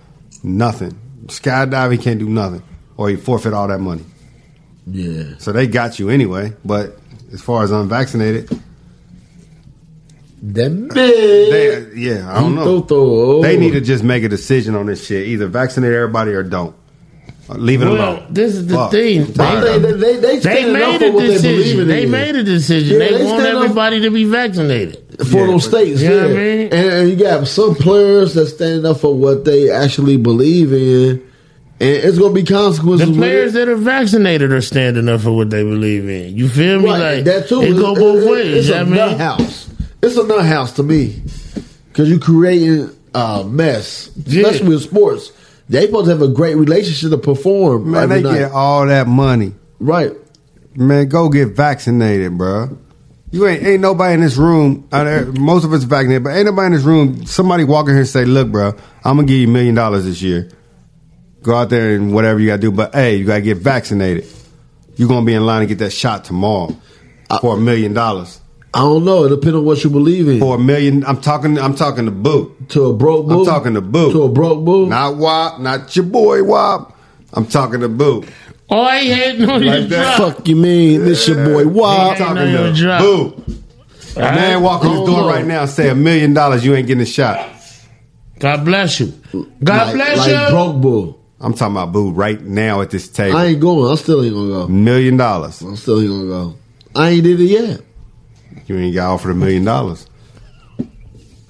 G: nothing. Skydive, he can't do nothing, or he forfeit all that money.
C: Yeah.
G: So they got you anyway. But as far as unvaccinated,
C: Them
G: they, yeah, I don't know.
C: Toto.
G: They need to just make a decision on this shit. Either vaccinate everybody or don't. Or leave it
E: Well,
G: alone.
E: this is the
G: Fuck.
E: thing.
G: I'm tired
C: They,
G: of it.
C: they, they, they,
E: They
C: standing up
E: made
C: for
E: a
C: what they
E: decision.
C: believing
E: They
C: in.
E: made a decision.
C: Yeah,
E: they,
C: they
E: want
C: stand up-
E: everybody to be vaccinated.
C: for
G: Yeah,
C: those
G: but-
C: states.
E: You
C: Yeah,
E: know what I mean?
C: and, and you got some players that stand up for what they actually believe in, and it's gonna be consequences.
E: The
C: with
E: players
C: it.
E: that are vaccinated are standing up for what they believe in. You feel me?
C: Right,
E: Like
C: that too.
E: It go both
C: it-
E: ways.
C: It's
E: you know what
C: a
E: I
C: nut
E: mean?
C: house. It's a nut house to me because you creating a mess,
E: Yeah.
C: especially with sports. They supposed to have a great relationship to perform
G: Man,
C: every
G: they
C: night,
G: get all that money.
C: right?
G: Man, go get vaccinated, bruh. You ain't ain't nobody in this room. out there- Most of us vaccinated, but ain't nobody in this room. Somebody walk in here and say, "Look, bruh, I'm gonna give you a million dollars this year. Go out there and whatever you gotta do, but hey, you gotta get vaccinated. You gonna be in line to get that shot tomorrow for a million dollars.
C: I don't know. It depends on what you believe in.
G: For a million, I'm talking. I'm talking to Boo.
C: to a broke
G: I'm
C: boo,
G: talking to Boo.
C: to a broke boo.
G: not Wop. Not your boy Wop. I'm talking to Boo.
E: Oh, I ain't had no
G: Like
E: like
G: that.
E: drop.
C: Fuck you mean? This your boy
G: I'm
C: Wop.
E: Ain't
G: talking
E: no
G: to
E: drop.
G: Boo. A man walk on his door right now and say a million dollars, you ain't getting a shot.
E: God bless you. God
C: like,
E: bless
C: like
E: you.
C: broke boo.
G: I'm talking about boo right now at this
C: I
G: table.
C: ain't going. I still ain't gonna go.
G: Million dollars.
C: I still ain't gonna go. I ain't did it yet.
G: You ain't got offered a million dollars.
C: I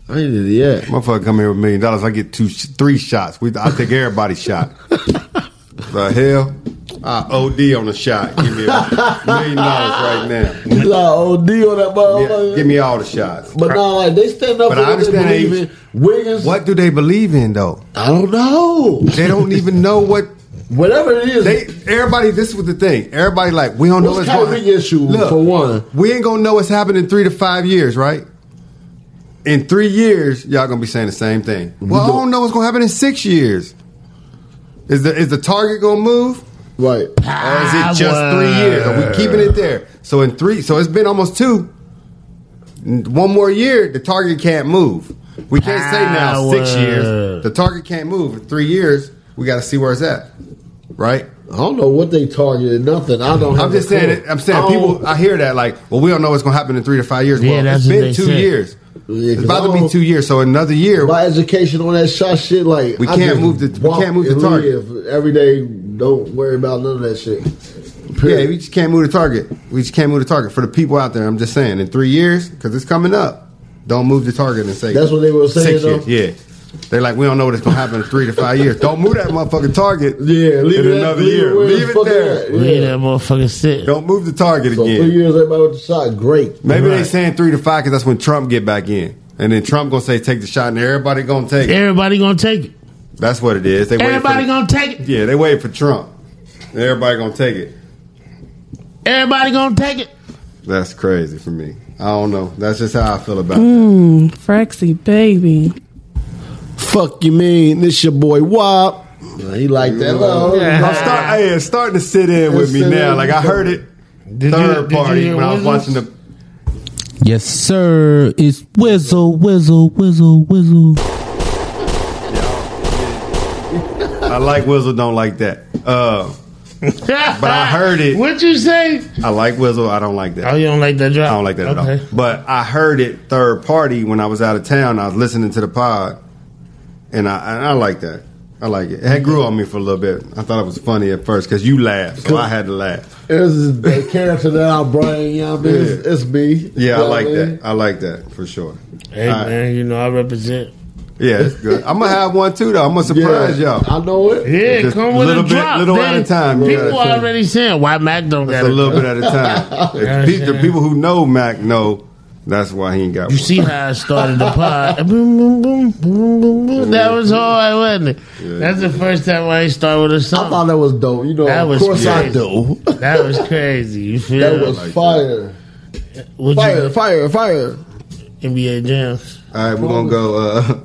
C: ain't did it yet.
G: Motherfucker come here with a million dollars. I get two, sh- three shots. We, I take everybody's
C: [laughs]
G: shot. The hell? I OD on a shot. Give me a million dollars right now.
C: It's all OD on that motherfucker.
G: Yeah, give me all the shots.
C: but no, like they stand up
G: But I
C: for what they
G: understand
C: believe
G: they-
C: in. Wiggins,
G: What do they believe in though?
C: I don't know.
G: They don't even know what
C: [laughs] Whatever it is,
G: they. Everybody, this was the thing. Everybody like we don't know
C: what's
G: going-
C: Kyrie issue
G: Look,
C: for one?
G: We ain't gonna know what's happening in three to five years, right? In three years, y'all gonna be saying the same thing. Well, I don't know what's gonna happen in six years. Is the is the target gonna move? Or
C: Right.
G: is it just three years? Are we keeping it there? So in three, so it's been almost two. N- One more year, the target can't move. We can't say now six
E: Power.
G: years. The target can't move. In three years, we got to see where it's at, right?
C: I don't know what they targeted. Nothing. I don't. have
G: I'm
C: a
G: just saying.
C: clue.
G: It, I'm saying
C: I don't-
G: people. I hear that like, well, we don't know what's gonna happen in three to five years.
E: Yeah,
G: well,
E: that's
G: it's
E: what
G: been
E: they
G: two
E: said.
G: years. It's about to be two years, so another year.
C: My education on that shot shit, like
G: We can't move the- we can't move the target.
C: every day. Don't worry about none of that shit.
G: Yeah, we just can't move the target. We just can't move the target for the people out there. I'm just saying, in three years, because it's coming up, don't move the target and say
C: That's what they were saying,
G: Six years,
C: though?
G: yeah. They're like, we don't know what's gonna happen in three to five years. Don't move that motherfucking target. Yeah,
C: leave
G: in
C: it at-
G: another
C: leave it
G: year.
C: where the
G: leave it
C: fuck
G: there.
C: it at, Leave yeah.
G: that motherfucking sit. Don't move the target
C: So
G: again.
C: three years, everybody with the shot, great.
G: Maybe they saying three to five because that's when Trump get back in, and then Trump gonna say take the shot, and everybody gonna take it.
E: Everybody gonna take it.
G: That's what it is. They waiting for
E: Everybody
G: the-
E: gonna take it.
G: yeah, they wait for Trump, and everybody gonna take it.
E: Everybody gonna take it.
G: That's crazy for me. I don't know. That's just how I feel about it.
B: Mmm, Fraxy,
E: [laughs]
B: baby.
C: Fuck you mean? This your boy Wop. He like that. Love.
G: I'm start, hey, it's starting to sit
E: Mm.
G: in with me
C: It's, uh,
G: now. Like I heard it
D: you-
G: third
D: did you
G: party
D: hear
G: when I was watching
D: Wizards?
G: the.
D: Yes, sir. It's Wizzle, Wizzle, Wizzle, Wizzle.
G: I like Wizzle, don't like that. Uh, but I heard it.
E: What'd you say?
G: I like Wizzle. I don't like that.
E: Oh, you don't like that drop?
G: I don't like that at
E: Okay.
G: all. But I heard it third party when I was out of town. I was listening to the pod, and I and I like that. I like it. It grew on me for a little bit. I thought it was funny at first because you laughed, so I had to laugh.
C: This is the character that I bring. You know what I mean? It's, it's me.
G: Yeah, I
C: You know
G: like
C: what mean?
G: that. I like that for sure.
E: Hey
G: All right.
E: man, you know I represent.
G: Yeah, it's
C: [laughs]
G: good. I'm gonna have one too, though. I'm gonna surprise
C: Yeah,
G: y'all.
C: I know it.
E: Yeah,
G: Just
E: come with
G: little
E: a
G: bit-
E: drop.
G: little
E: man.
G: at a time, little
E: People
G: at a time.
E: already saying why Mac don't
G: That's
E: got
G: a little bit
C: [laughs]
G: at
E: [laughs]
G: a time.
E: You know what
G: If pe-
E: I'm
G: the
E: saying?
G: people who know Mac know that's why he ain't got.
E: You
G: one.
E: see how I started
G: [laughs]
E: the pod? boom, boom, boom, boom, boom, boom. That was hard, wasn't it? That's the first time I started with a song.
C: I thought that was dope. You know,
E: That
C: of
E: was
C: course I
E: crazy.
C: do.
E: [laughs] That was crazy. You feel
C: That was fire.
E: Would
C: Fire,
E: you-
C: fire, fire.
E: NBA jams.
G: All right, we're gonna go uh,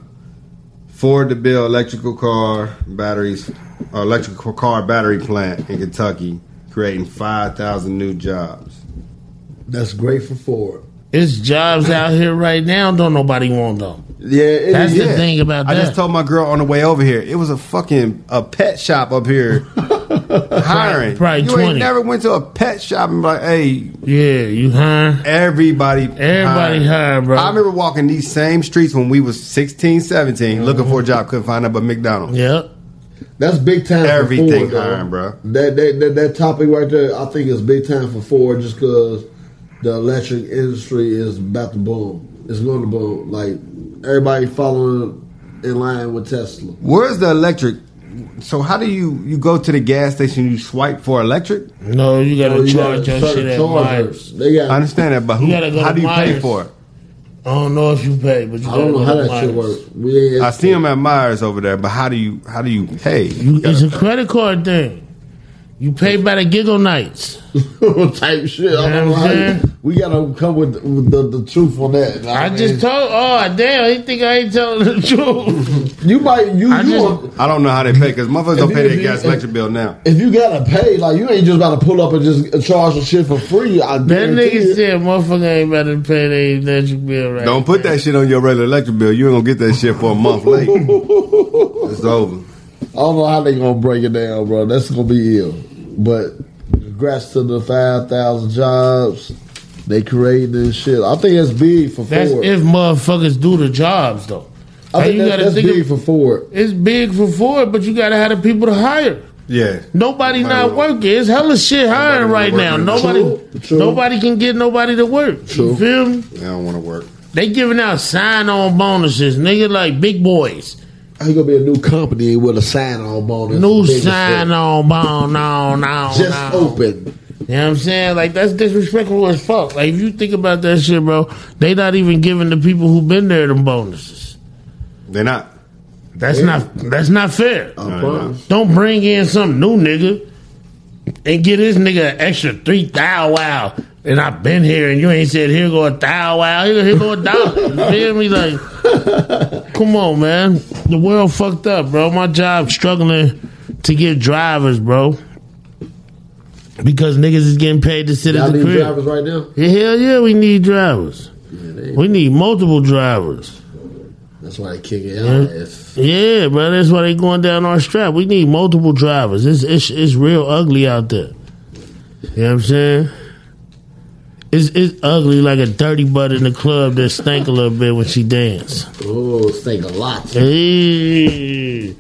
G: Ford to build electrical car batteries, uh, electrical car battery plant in Kentucky, creating five thousand new jobs.
C: That's great for Ford.
E: It's jobs out here right now. Don't nobody want them.
C: Yeah, it
E: That's
C: is.
E: the thing about
G: I
E: that.
G: just told my girl on the way over here, it was a fucking a pet shop
E: [laughs]
G: up here hiring.
E: Probably
G: you
E: 20.
G: ain't never went to a pet shop and be like, hey,
E: yeah, you hiring?
G: everybody,
E: Everybody hiring, bro.
G: I remember walking these same streets when we was 16, 17, looking for a job, couldn't find up a McDonald's.
E: Yep.
C: That's big time. for
G: Everything
C: Ford, though.
G: hiring, bro.
C: That, that that that topic right there, I think is big time for Ford, just because the electric industry is about to boom. It's going to boom. Like everybody following in line with Tesla.
G: Where's the electric? So how do you you go to the gas station? You swipe for electric.
E: No, you gotta
C: You got
E: charge your
C: certain
E: shit at
C: chargers.
E: Myers.
C: They
G: I
C: got.
G: understand that, but who,
E: You gotta go
G: how
E: to
G: do you pay
E: Myers.
G: for it?
E: I don't know if you pay, but you
C: I
E: gotta
C: don't know
E: go
C: how
E: to
C: that shit
E: Myers.
C: works. We ain't-
G: I see them at Myers over there, but how do you how do you pay?
E: You, it's a credit card thing. You pay by the giggle nights.
C: [laughs] type shit. I don't know
E: what I'm
C: how you-
E: saying?
C: we gotta come with, with the, the truth on that.
E: I just told. Oh damn! He think I ain't telling the truth.
C: [laughs] you
E: [laughs]
C: might you
E: I
C: you
E: just-
C: want-
G: I don't know how they pay because motherfuckers don't
C: If
G: pay
C: you-
G: their
C: if you-
G: gas electric bill now.
C: if you gotta pay like you ain't just about to pull up and just charge the shit for free. I
E: That
C: guarantee
E: nigga
C: it.
E: said, "Motherfucker ain't about to pay their electric bill right."
G: Don't put that shit on your regular electric bill. You ain't gonna get that shit for a
E: [laughs]
G: month late. it's over.
C: I don't know how they gonna break it down, bro. That's gonna be ill. But congrats to the five thousand jobs they created and shit. I think that's big for
E: That's
C: Ford.
E: if motherfuckers do the jobs though.
C: I
E: Hey,
C: think
E: you
C: that,
E: gotta
C: that's
E: think
C: big
E: of-
C: for Ford.
E: It's big for Ford, but you gotta have the people to hire.
G: Yeah.
E: Nobody
G: Nobody
E: not
G: will.
E: working. It's hella shit hiring
G: Nobody
E: right
G: will
E: now.
G: work.
E: Nobody,
C: True, true.
E: nobody can get nobody to work.
C: True.
E: You feel me?
G: I don't want to work.
E: They giving out sign-on bonuses, nigga, like big boys.
C: He gonna be a new company with a sign on bonus.
E: New
C: Big as
E: sign
C: fuck.
E: on, bon, no, no,
C: Just
E: no.
C: open.
E: You know what I'm saying? Like that's disrespectful as fuck. Like if you think about that shit, bro, they not even giving the people who been there them bonuses.
G: They're not.
E: That's not that's not fair.
C: I
G: no,
C: promise.
E: Don't bring in some new nigga and get this nigga an extra three thou wow. And I've been here and you ain't said here go a thou wow, here, here go a dollar. You feel me? Like come on, man. The world fucked up, bro. My job struggling to get drivers, bro. Because niggas is getting paid to sit
C: Y'all
E: at the
C: need
E: crib.
C: drivers right now.
E: Yeah, hell yeah, we need drivers. We need multiple drivers.
C: That's why they kick it out. It's-
E: Yeah, bro, that's why they going down our strap. We need multiple drivers. It's it's, it's real ugly out there. You know what I'm saying? It's, it's ugly like a dirty butt in the club that stank a little bit when she dance.
M: Oh, stink a lot.
E: Hey.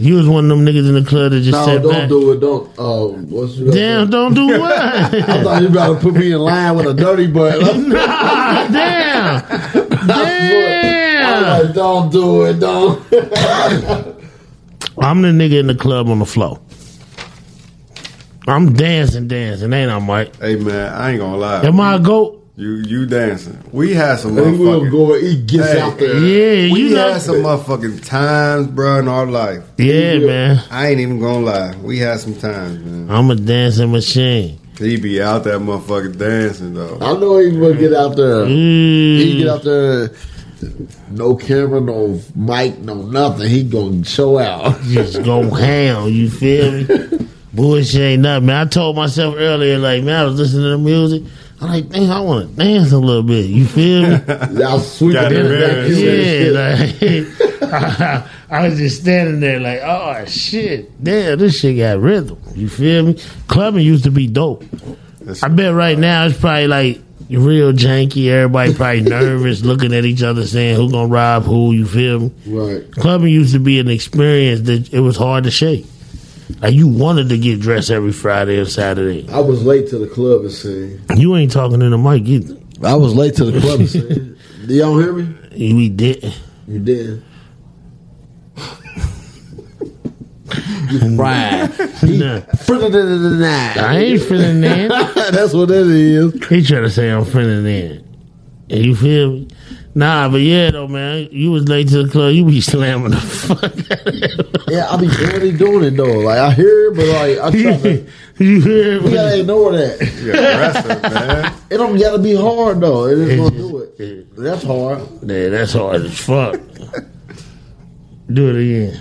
E: You was one of them niggas in the club that just
C: no,
E: sat
C: don't
E: back.
C: do it. Don't. Uh, what's
E: Damn, don't do
C: [laughs]
E: what? I
C: thought you about to put me in line with a dirty
E: [laughs]
C: butt.
E: nah,
C: [laughs]
E: damn. [laughs]
C: damn. don't do it. Don't.
E: I'm the nigga in the club on the floor. I'm dancing, dancing, ain't I, Mike?
G: Hey man, I ain't gonna lie.
E: Am I a goat?
G: You you dancing? We had some.
E: Hey, we'll
G: motherfucking-
E: go and eat, gets out there. Yeah,
G: we
E: you know-
G: had some motherfucking times, bro, in our life. uh,
E: Yeah, Yeah. man.
G: I ain't even gonna lie. We had some times, man.
E: I'm a dancing machine.
G: He be out that motherfucker dancing though.
C: I know he will get out there.
E: Mm.
C: He get out there. No camera, no mic, no nothing. He gonna
E: [laughs]
C: show out.
E: Just go ham. Oh, You feel
G: [laughs]
E: me? Bullshit ain't nothing, man. I told myself earlier, like, man, I was listening to music. I'm like, man, I want to dance a little bit. You feel
G: [laughs]
E: me?
C: Y'all sweeping
E: Got
C: in
E: the
C: the
E: Yeah,
C: back.
E: like, [laughs] I, was just standing there, like, oh shit, damn, this shit got rhythm. You feel me? Clubbing used to be dope. I bet right now it's probably like real janky. Everybody
C: [laughs]
E: probably nervous, looking at each other, saying who gonna rob who. You feel me?
C: Right.
E: Clubbing used to be an experience that it was hard to shake. Like you wanted to get dressed every Friday or Saturday.
C: I was late to the club and see.
E: You ain't talking to the mic either.
C: I was late to the club
E: [laughs]
C: and see. [laughs] Y'all hear me?
E: We did.
C: You did.
E: Right.
C: I
E: I ain't feeling that.
C: That's what that is.
E: He trying to say I'm feeling that. And you feel me? Nah, but yeah though, man. You was late to the club. You be slamming the [laughs] fuck.
C: [laughs] Yeah, I be barely doing it though. Like I hear it, but like I try to.
E: [laughs] you hear it?
C: You gotta ignore that. [laughs] It don't gotta be hard though. It is gonna do it. That's hard.
E: Yeah, that's hard as
C: [laughs]
E: fuck. Do it again.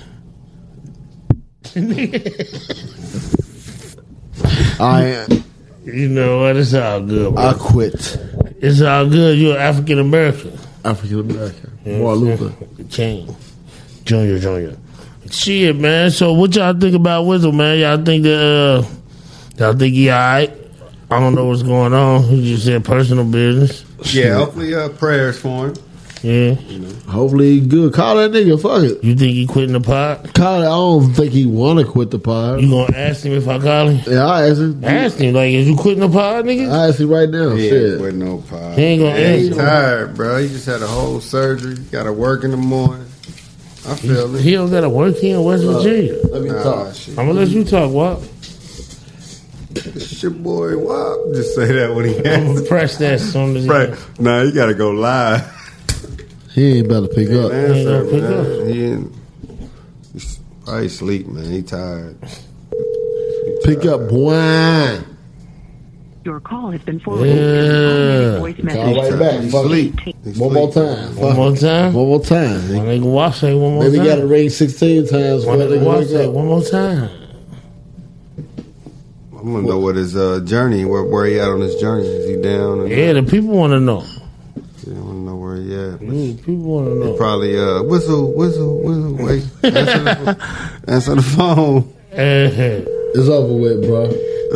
C: I.
E: You know what? It's all good. Bro.
C: I quit.
E: It's all good. You're African American.
C: African American.
E: Martin Luther King Junior Junior. Shit, man. So what y'all think about Whistle, man? Y'all think that uh, y'all think he alright? I don't know what's going on. He just said personal business.
G: Yeah, hopefully uh, prayers for him.
E: Yeah.
C: Hopefully he good. Call that nigga. Fuck it.
E: You think he quitting the pod?
C: Call it. I don't think he want to quit the pod.
E: You gonna ask him if I call him?
C: Yeah, I asked him.
E: Ask him like, is you quitting the pod, nigga?
C: I asked him right now.
G: Yeah,
C: shit.
G: with no pop.
E: He ain't gonna
G: He's
E: answer.
G: tired, bro. He just had a whole surgery. Got to work in the morning. I feel it.
E: He don't gotta work here in West
G: Look,
E: Virginia.
G: let me Nah, talk. shit.
E: I'm gonna let you talk. What?
G: It's your boy Wop. Just say that when he has to.
E: Press that as soon as he
G: Right. Nah, you got to go live. [laughs]
C: He ain't about to pick up.
G: Man,
E: ain't gonna
G: sir,
E: pick
G: man. He in- he's probably sleep, man. He tired.
C: Pick up wine.
N: Your call has been
C: Yeah. Call right back.
G: He
C: Fuck it.
G: sleep.
C: One more time.
E: One more time.
C: One more time.
E: My nigga Wash say one more
C: Maybe
E: time.
C: got to ring sixteen times.
E: My
C: for that
E: nigga
C: nigga
E: Wash
C: wake
E: say
C: up.
E: one more time.
G: I want to know what his uh, journey, where, where he at on his journey. Is he down? Or
E: Yeah, the people want to know.
G: I want to know where he at.
E: Mm, People want to know.
G: Probably uh, whistle, whistle, whistle.
E: [laughs]
G: Wait, answer the, answer the phone.
C: It's over with, bro.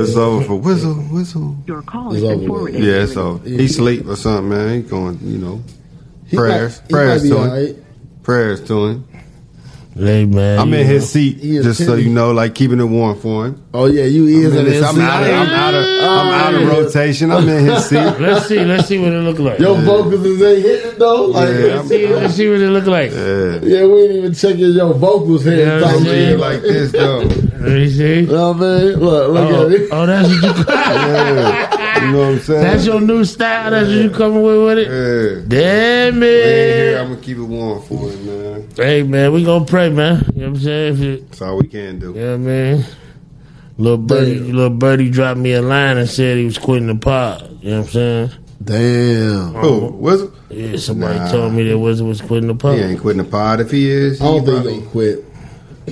G: It's over for whistle, whistle.
N: Your call
G: It's over. With. Yeah, it's over. He sleep or something, man. He going, you know,
C: He
G: prayers,
C: might- he
G: prayers
C: might be
G: to him,
C: alright.
G: prayers to him.
E: Hey man,
G: I'm
E: you
G: in
E: know.
G: his seat,
C: He is
G: just so
C: titty.
G: you know, like keeping it warm for him.
C: Oh yeah, you is
G: I'm, in
C: in
G: his,
C: his
G: I'm,
C: seat.
G: out of, I'm out of, I'm out of rotation. I'm in his
E: [laughs]
G: seat.
E: Let's see. Let's see what it look like.
C: Your vocals ain't hitting though. Like,
G: Yeah,
E: let's, see, let's see what it look like.
G: Yeah.
C: yeah, we ain't even checking your vocals here.
E: Yeah,
C: Like,
E: yeah.
C: yeah,
G: like
C: [laughs]
G: this though.
E: Let me see.
C: Oh man, look, look
E: Oh,
C: at it.
E: oh, that's what
C: [laughs]
E: you.
G: Yeah. You know what I'm saying?
E: That's your new style. That's what you coming with with it.
G: yeah.
E: Damn
G: When he here,
E: it.
G: I'm gonna keep it warm for him, man.
E: Hey man, we gonna pray, man. You know what I'm saying? If you,
G: That's all we can do.
E: you know what I mean? Little birdie, little birdie dropped me a line and said he was quitting the pod. You know what I'm saying? Um,
C: Damn.
G: Who? Whistle?
E: Yeah, somebody
G: Nah.
E: told me that Wizard was quitting the
G: He
E: pub.
G: ain't quitting the pod. If he is,
C: I
G: he
C: don't think
G: probably,
C: he gonna quit.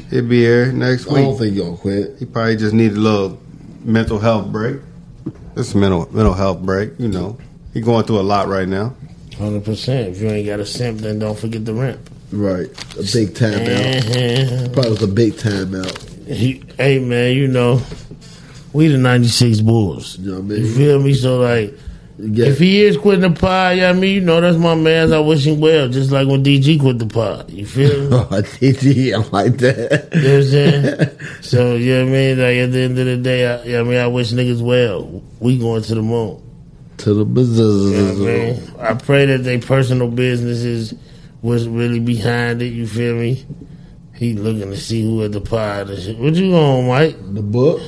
G: he'll be here next
C: I don't
G: week.
C: think he gonna quit.
G: He probably just need a little mental health break. It's a mental mental health break, you know. He going through a lot right now.
E: Hundred percent. If you ain't got a simp, then don't forget the ramp.
C: Right, a big timeout. Probably was a big timeout.
E: Uh-huh. He- hey man, you know, we the '96 Bulls.
C: You know what I
E: You
C: mean?
E: feel me? So like, If he is quitting the pod, yeah, I mean, you know, that's my man's. I wish him well, just like when DG quit the pod. You feel me?
C: [laughs] Oh, DG, I'm like that.
E: You know what I'm saying? so, you know what I mean? Like, at the end of the day, I, you know what I mean, I wish niggas well. We going to the moon.
C: To the
E: You know what I
C: business.
E: mean? I pray that they personal businesses was really behind it. You feel me? He looking to see who at the pod and shit. What you on, Mike?
C: The book.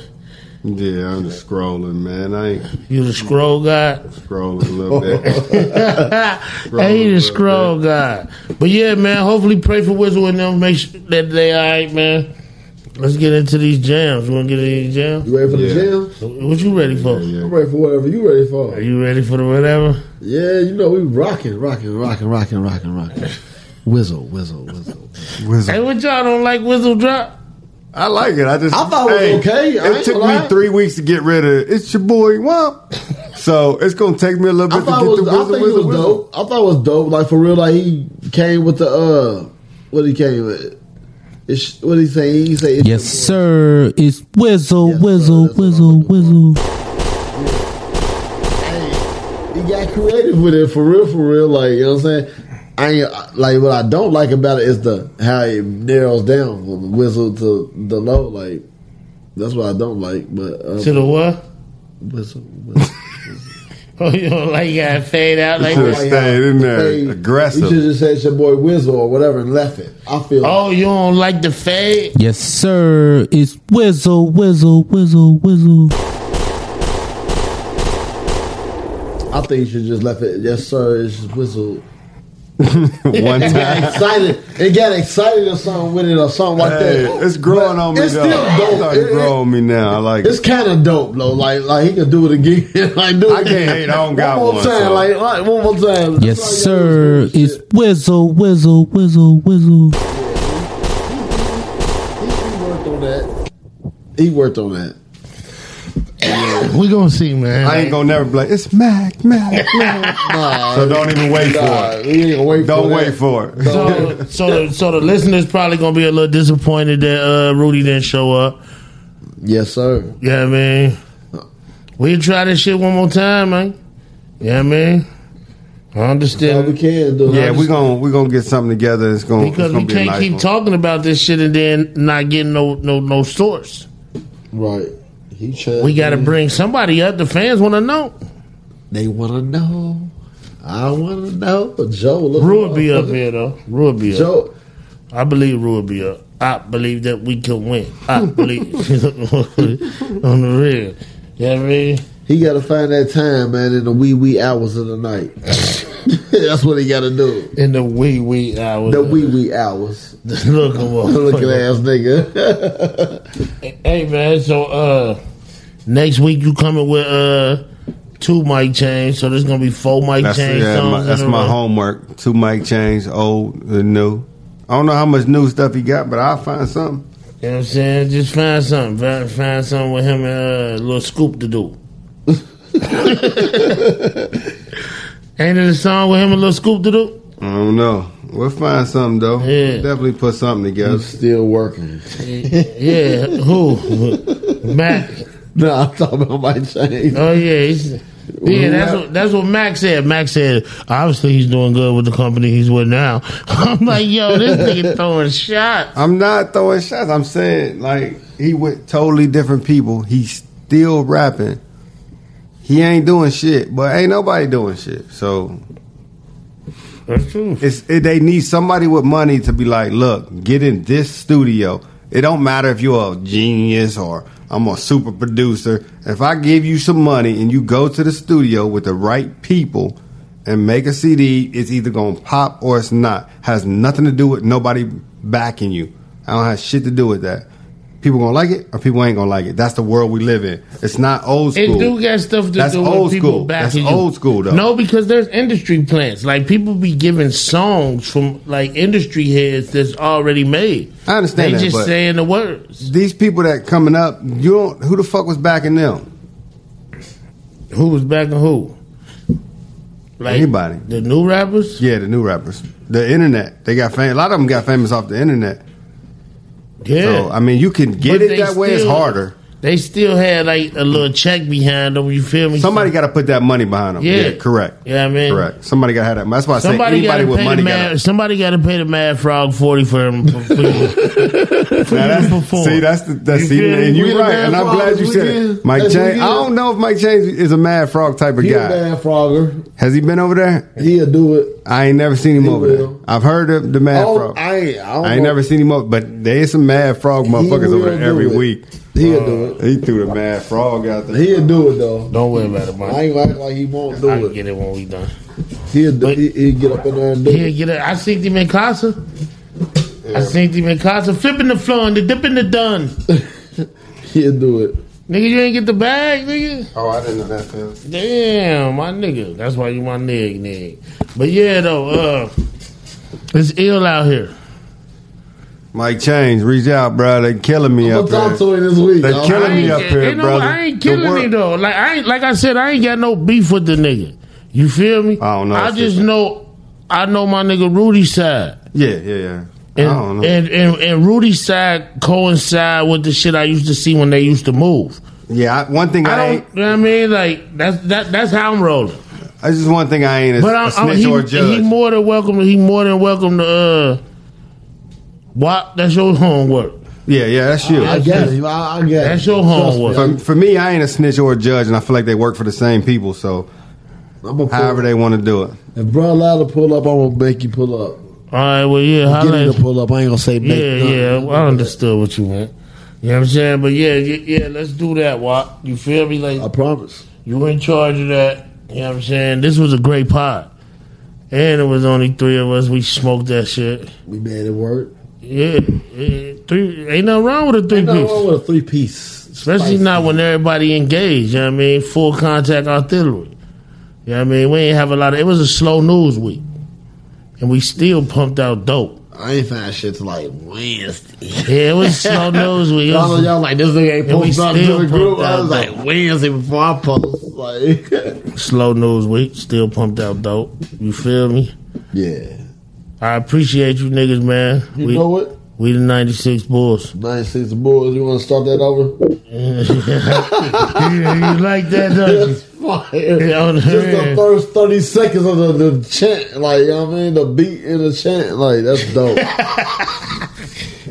G: Yeah, I'm just scrolling, man. I ain't
E: You the scroll guy?
G: scrolling a little bit.
E: [laughs] hey, the scroll guy. But yeah, man, hopefully pray for Whistle and them. Make sure that they all right, man. Let's get into these jams. You want to get into these jams?
C: You ready for the Yeah.
E: jams? What you ready for?
C: I'm ready for whatever you ready for.
E: Are you ready for the whatever?
C: Yeah, you know, we rocking, rocking, rocking, rocking, rocking, rocking. Whizzle, whizzle, whizzle.
E: Hey, what y'all don't like Whistle Drop?
G: I like it. I just
C: I thought it was okay. I
G: It
C: ain't
G: took
C: gonna lie.
G: me three weeks to get rid of. It's your boy Womp.
C: [laughs]
G: so it's gonna take me a little
C: I
G: bit to
C: thought
G: get
C: it was,
G: the
C: I
G: whistle,
C: think it
G: whistle,
C: was
G: whistle.
C: dope. I thought it was dope. Like for real, like he came with the uh, what he came with. It's, what he say? He say it's
D: Yes, sir. It's Wizzle, Wizzle, Wizzle, Wizzle.
C: he got creative with it for real, for real. Like you know what I'm saying. I ain't, like what I don't like about it is the how it narrows down from the whistle to the low. Like that's what I don't like. But uh,
E: To the what?
C: whistle,
E: Oh, you don't like you got to fade out like
G: Should've
E: that?
G: stayed
E: [laughs]
G: in there,
C: Hey,
G: aggressive.
C: You should just say it's your boy Whistle or whatever and left it. I feel.
E: Oh, you don't like the fade?
D: Yes, sir. It's Wizzle, Wizzle, Wizzle, Wizzle.
C: I think you should just left it. Yes, sir. It's just Whistle.
G: [laughs] One
C: It got
G: time.
C: excited. It got excited or something with it or something like
G: Hey,
C: that.
G: it's growing on me.
C: It's
G: though.
C: still dope.
G: It's starting
C: It-
G: to
C: it-
G: grow on me now. I like
C: It's
G: it.
C: kind of dope though. Like like he can do it again. [laughs] like do it.
G: I can't hate. I don't
C: one
G: got
C: more
G: one,
C: time.
G: so.
C: Like, like one more time.
D: Yes, sir. It's Wizzle, Wizzle, Wizzle, Wizzle.
C: He worked on that. He worked on that.
E: We gonna see, man.
G: I ain't gonna never be like it's
E: [laughs]
G: Mac, Mac, Mac.
C: Nah,
G: so don't even wait
C: nah,
G: for it.
C: we ain't gonna wait
G: Don't
C: for
G: wait
C: that.
G: for it.
E: So, so, the, so the listeners probably gonna be a little disappointed that uh, Rudy didn't show up.
C: Yes, sir.
E: Yeah, man. We try this shit one more time, man. Yeah, man. I
C: All we
E: understand
C: can do.
G: Yeah, we gonna we gonna get something together. It's gonna it's
E: because
G: gonna
E: we
G: be a
E: can't
G: nice
E: keep
G: one.
E: talking about this shit and then not getting no no no source.
C: right. He tried.
E: We got
G: Mm.
E: to bring somebody up. The fans want to know.
C: They want to know. I want to know. Joe, look.
E: Rue would be up here though. Rue would be up.
C: Joe,
E: I believe Rue would be up. I believe that we can win. I
G: [laughs]
E: believe [laughs] on the real. Yeah, man.
C: he got to find that time, man, in the wee wee hours of the night. [laughs] That's what he got to do.
E: In the wee wee hours.
C: The wee wee hours.
E: [laughs] Look at
C: [laughs]
E: what.
C: Looking
E: [laughs]
C: ass nigga.
E: Hey man, so uh next week you coming with uh two mic change, so there's gonna be four mic
G: That's,
E: change
G: yeah,
E: songs.
G: my,
E: in
G: that's
E: a
G: my
E: row.
G: homework. Two mic change, old and new. I don't know how much new stuff he got, but I'll find something.
E: You know what I'm saying? Just find something. Find, find something with him and uh, a little scoop to do. Ain't it a song with him and a little scoop to do?
G: I don't know. We'll find something though.
E: Yeah.
G: We'll definitely put something
C: I'm
G: together.
C: still working.
E: Yeah, who?
C: [laughs]
E: Mac.
C: No, I'm talking about my change.
E: Oh yeah, he's, yeah. That's what that's what Max said. Max said obviously he's doing good with the company he's with now. [laughs] I'm like, yo,
G: [laughs]
E: this nigga throwing shots.
G: I'm not throwing shots. I'm saying like he with totally different people. He's still rapping. He ain't doing shit, but ain't nobody doing shit. So
E: That's true.
G: It's it, they need somebody with money to be like, look, get in this studio. It don't matter if you're a genius or I'm a super producer. If I give you some money and you go to the studio with the right people and make a CD, it's either gonna pop or it's not. Has nothing to do with nobody backing you. I don't have shit to do with that. People gonna like it or people ain't gonna like it. That's the world we live in. It's not old
E: It
G: school.
E: do got stuff to
G: That's
E: do
G: old
E: with people
G: school.
E: back
G: That's
E: to you.
G: old school, though.
E: No, because there's industry plans. Like people be giving songs from like industry heads that's already made.
G: I understand
E: They
G: that,
E: just
G: but-
E: saying the words.
G: These people that coming up, you don't. Who the fuck was backing them?
E: Who was backing who? Like
G: Anybody.
E: The new rappers?
G: Yeah, the new rappers. The internet. They got famous. A lot of them got famous off the internet.
E: Yeah.
G: So I mean, you can get
E: But
G: it
E: they
G: that way. It's
E: still-
G: harder.
E: They still had like a little check behind them. You feel me?
G: Somebody got to put that money behind them.
E: Yeah.
G: Yeah, correct.
E: Yeah, I mean,
G: correct. Somebody got to have that. That's why I say
E: Somebody got
G: anybody
E: to
G: with
E: pay the
G: money
E: mad.
G: got to.
E: Somebody got to pay the Mad Frog forty for him. For, for you- for you to
G: Now that's-
E: perform.
G: see, that's the that's
E: You feel
G: the, and
E: me?
G: you're right, and I'm glad you said it. Mike James. I don't know if Mike James is a Mad Frog type of
C: He a
G: guy.
C: Mad Frogger.
G: Has he been over there?
C: He'll do it.
G: I ain't never seen him over there. I've heard of the [laughs] Mad
C: Oh,
G: Frog.
C: I ain't- I don't
G: ain't
C: know.
G: never seen him over, but there is some Mad Frog motherfuckers over
C: will
G: there every
C: do it.
G: week.
C: He'll do it.
G: He threw the Mad Frog out there.
C: He'll do it though.
E: Don't worry about it, Mike.
C: I ain't gonna act like he won't do
E: I
C: it.
E: can get it when we done.
C: He'll, do- he, he'll get up in there and do
E: Here,
C: it.
E: get it. I seen him in Casa. I seen him in Casa flipping the floor and the dipping the dun.
C: He'll do it.
E: nigga, you ain't get the bag, nigga.
G: Oh, I didn't know that. Phil.
E: Damn, my nigga. That's why you my nigga, nigga. But yeah, though, uh, it's ill out here.
G: Mike James, reach out, bro. They killing me up
C: talk
G: there.
C: to him this week.
G: They
C: y'all.
G: killing me
E: I
G: up
E: ain't-
G: here,
E: ain't no-
G: brother.
E: I ain't
G: The
E: killing
G: work-
E: him though. Like I ain't, like I said, I ain't got no beef with the nigga. You feel me?
G: I don't know
E: I
G: if
E: just
G: it's-
E: know, I know my nigga Rudy's side.
G: Yeah, yeah, yeah.
E: And,
G: I don't know.
E: And, and and Rudy's side coincide with the shit I used to see when they used to move.
G: yeah, I, one thing I,
E: I
G: ain't.
E: don't. You know what I mean, like that's that that's how I'm rolling.
G: That's just one thing I ain't. Is
E: But
G: a
E: I'm, I'm
G: snitch
E: he,
G: or a judge.
E: he more than welcome. He more than welcome to. uh What? That's your homework.
G: yeah, yeah, that's you.
C: I get it. I, I get
E: That's
C: it.
E: your homework.
G: For, for me, I ain't a snitch or a judge, and I feel like they work for the same people. So,
C: I'm gonna pull,
G: however they want to do it.
C: if bro allowed to pull up, I'm gonna make you pull up.
E: All right. Well, yeah.
C: Get
E: Holla
C: him
E: at
C: to pull up. I ain't gonna say make
E: Yeah,
C: nothing.
E: yeah, well, I understood what you meant. You know what I'm saying? But yeah, yeah, yeah let's do that, Wop. You feel me? Like
C: I promise.
E: you in charge of that. You know what I'm saying? This was a great pod. And it was only three of us. We smoked that shit.
C: We made it work.
E: Yeah. yeah, Three ain't nothing wrong with a three
C: Ain't nothing
E: piece.
C: wrong with a three piece,
E: Mm-hmm. Especially not when everybody engaged, you know what I mean? Full contact artillery. You know what I mean? We ain't have a lot of it was a slow news week. And we still pumped out dope.
C: I ain't find shit till like [laughs] Wednesday.
E: Yeah, it was slow news week. It
C: Y'all,
E: was-
C: y'all like this nigga ain't
E: And we
C: posting nothing to
E: still
C: the group.
E: pumped
C: I was
E: out
C: like Wednesday before I post. [laughs] Like,
E: slow news week, still pumped out dope. You feel me?
C: yeah.
E: I appreciate you niggas, man.
C: You
E: we,
C: know what?
E: we the ninety six Bulls.
C: Nine six boys. You want to start that over?
E: Yeah, you like that, don't you?
C: That's fire.
E: Yeah, on the
C: Just the
E: hand.
C: first thirty seconds of the, the chant, like you know what I mean, the beat and the chant, like that's
E: [laughs]
C: dope.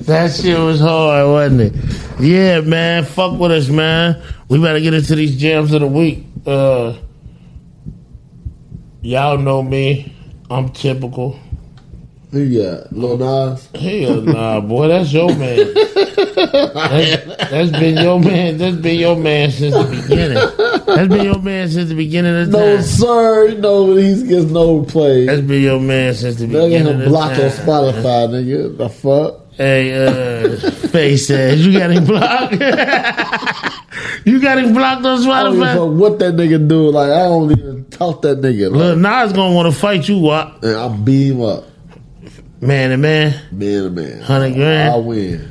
E: That shit was hard, wasn't it? Yeah, man. Fuck with us, man. We better get into these jams of the week. Uh Y'all know me. I'm typical.
C: Who you got? Lil Nas.
E: Hell nah, boy, that's your man. That's, that's been your man. That's been your man since the beginning. That's been your man since the beginning of
C: No
E: time.
C: sir, no, he gets no play.
E: That's been your man since the
C: They
E: beginning.
C: ain't
E: of
C: gonna block
E: time.
C: on Spotify, nigga. The fuck?
E: Hey, uh, face ass, you got him blocked. you got him blocked on
C: I don't give a
E: Spotify.
C: Oh, fuck what that nigga do. Like I don't even talk that nigga. Like,
E: Look, Nas gonna want to fight you, Wop.
C: and I beat him up,
E: Man to man,
C: man to man.
E: hundred
C: I
E: grand.
C: win.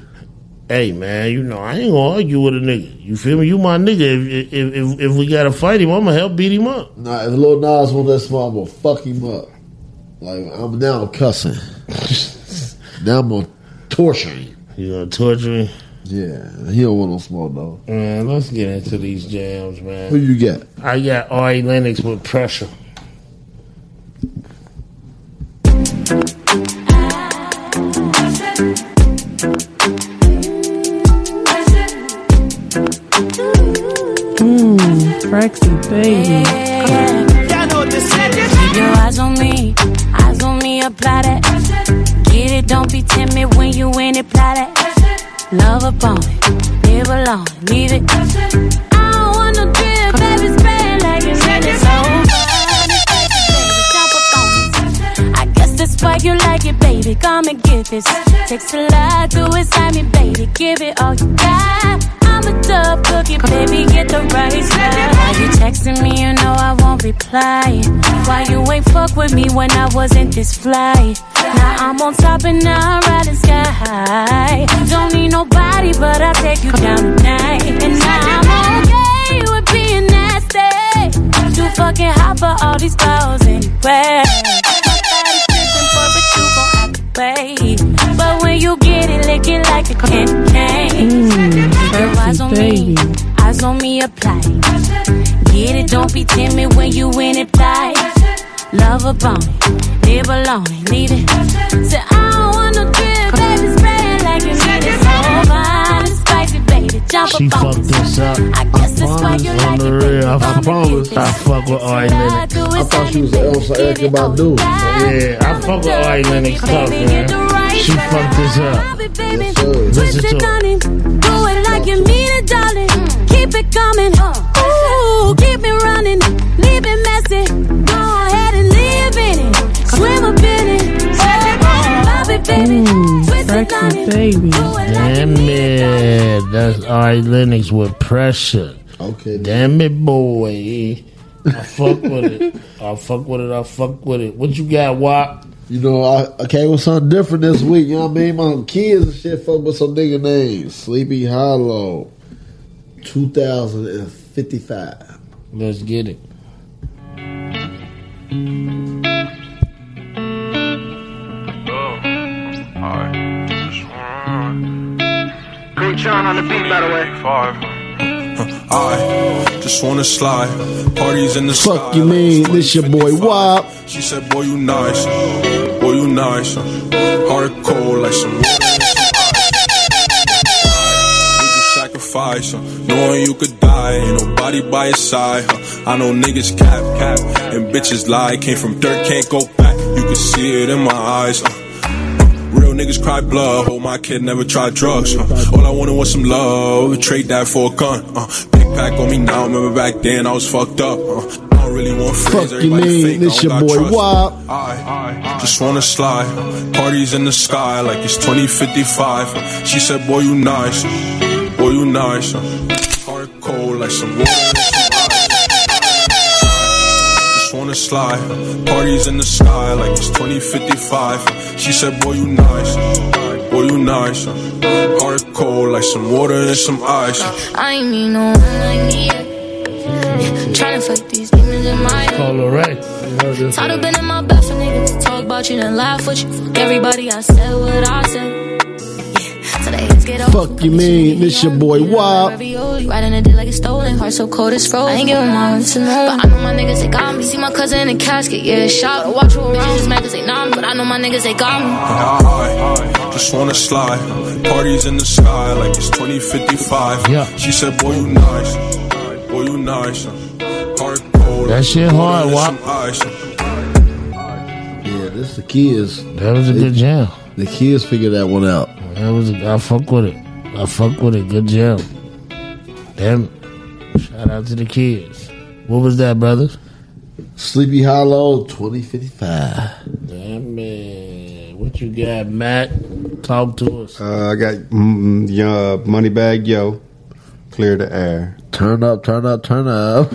E: Hey, man, you know I ain't gonna argue with a nigga. You feel me? You my nigga. If if if, if we gotta fight him, I'ma help beat him up.
C: Nah, if Lil Nas want that small, I'm gonna fuck him up. Like I'm now
E: [laughs]
C: I'm cussing. now I'm gonna torture him.
E: You gonna torture him?
C: Yeah, he don't want no small though.
E: Man, let's get into these jams,
C: Who
E: man.
C: you got?
E: I got Ari Lennox with pressure.
B: Mmm, Frexy, baby.
M: Keep your eyes on me, eyes on me, apply that. Get it, don't be timid when you in it, apply that. Love upon it, live alone, need it. I don't want no drip, baby, spray it like it's in its own. Jump up on it. I guess that's why you like it, baby. Come and get this. Takes a lot to excite me, baby. Give it all you got. I'm a tough cookie, baby. Get the right side. Why you texting me? You know I won't reply. Why you ain't fuck with me when I wasn't this fly? Now I'm on top and now I'm riding sky high. Don't need nobody, but I'll take you down tonight. And now I'm okay with being nasty. Too fucking hot for all these clothes anyway. My body's tripping, but you gon' have to wait. But when you you get it, lick it like a can
B: Mmm,
M: can. Girl, eyes on me, eyes on me, apply. it. Get it, don't be timid when you in it, fly. it. Love a bone, live alone, leave it. Say, I don't want no drip, baby, spray it like you need it. So fine and spicy, baby, jump
E: She
M: up on
E: fucked
M: it.
E: this up. I
M: guess that's why you
E: on the real. I promise. I fuck with Ari Lennox.
C: I thought she was the Elsa Erica Badu.
E: Yeah, I fuck with Ari Lennox tough, man. She fucked this up.
M: baby.
E: Listen
M: Twist it
E: to
M: on
E: it.
M: him. Do it like you mean it, darling. Keep it coming. Ooh, keep it running. Leave it messy. Go ahead and live in it. Swim up in it. Oh, love it, baby. Twist it on him.
E: baby. Damn it. That's Ari Lennox with pressure.
C: Okay.
E: Damn it, boy. I fuck with it. I fuck with it. I fuck with it. What you got, Wop?
C: You know, I, I came with something different this week. You know what I mean? My kids and shit fuck with some nigga names. Sleepy Hollow, 2055.
E: Let's get it.
O: Great John on the beat, by the way. Five. [laughs] I just wanna slide. Parties in the
C: Fuck you mean? This your boy Wop.
O: She said, Boy, you nice. Boy, you nice. Hard cold like some. Would you Sacrifice, huh? knowing you could die, ain't nobody by your side. Huh? I know niggas cap, cap, and bitches lie. Came from dirt, can't go back. You can see it in my eyes. huh? Real niggas cry blood. Hope my kid never tried drugs. uh. All I wanted was some love. Trade that for a gun. Uh. Big pack on me now. Remember back then I was fucked up. Uh. I don't really want friends.
C: Fuck you
O: Everybody
C: mean?
O: fake. I
C: This
O: don't
C: your
O: got
C: boy
O: trust.
C: Wop.
O: I just wanna slide. Parties in the sky like it's 2055. She said, Boy, you nice. Boy, you nice. Hard cold like some water. Just wanna slide. Parties in the sky like it's 2055. She said, Boy, you nice. Boy, you nice. Hard cold like some water and some ice.
P: I ain't need no one like me. Tryna fuck these demons in my head.
E: All right.
P: Tired of been in my bed for niggas to talk about you and laugh with you. Fuck everybody, I said what I said. Yeah, today let's get off.
C: Fuck you mean? This your boy Wop.
P: Ravioli, riding a dick like it's stolen. Heart so cold it's frozen. I ain't giving my words to no one. But I know my niggas, they got me. See my cousin in a casket, yeah, shot. I Watch you around. Bitches just mad cause they not me. But I know my niggas, they got me.
O: I just wanna slide. Parties in the sky like it's 2055. She said, Boy, you nice. Boy, you nice. Hard cold.
E: That shit hard,
O: water
E: Wop.
O: and some ice.
C: Yeah, this the kids.
E: That was a good jam.
C: The kids figured that one out.
E: That was. I fuck with it. I fuck with it. Good jam. Damn. it. Shout out to the kids. What was that, brother?
C: Sleepy Hollow, 2055.
E: Damn man, what you got, Matt? Talk to us.
F: Uh, I got mm, mm, uh, Moneybag Yo. Clear the air.
C: Turn up, turn up, turn up.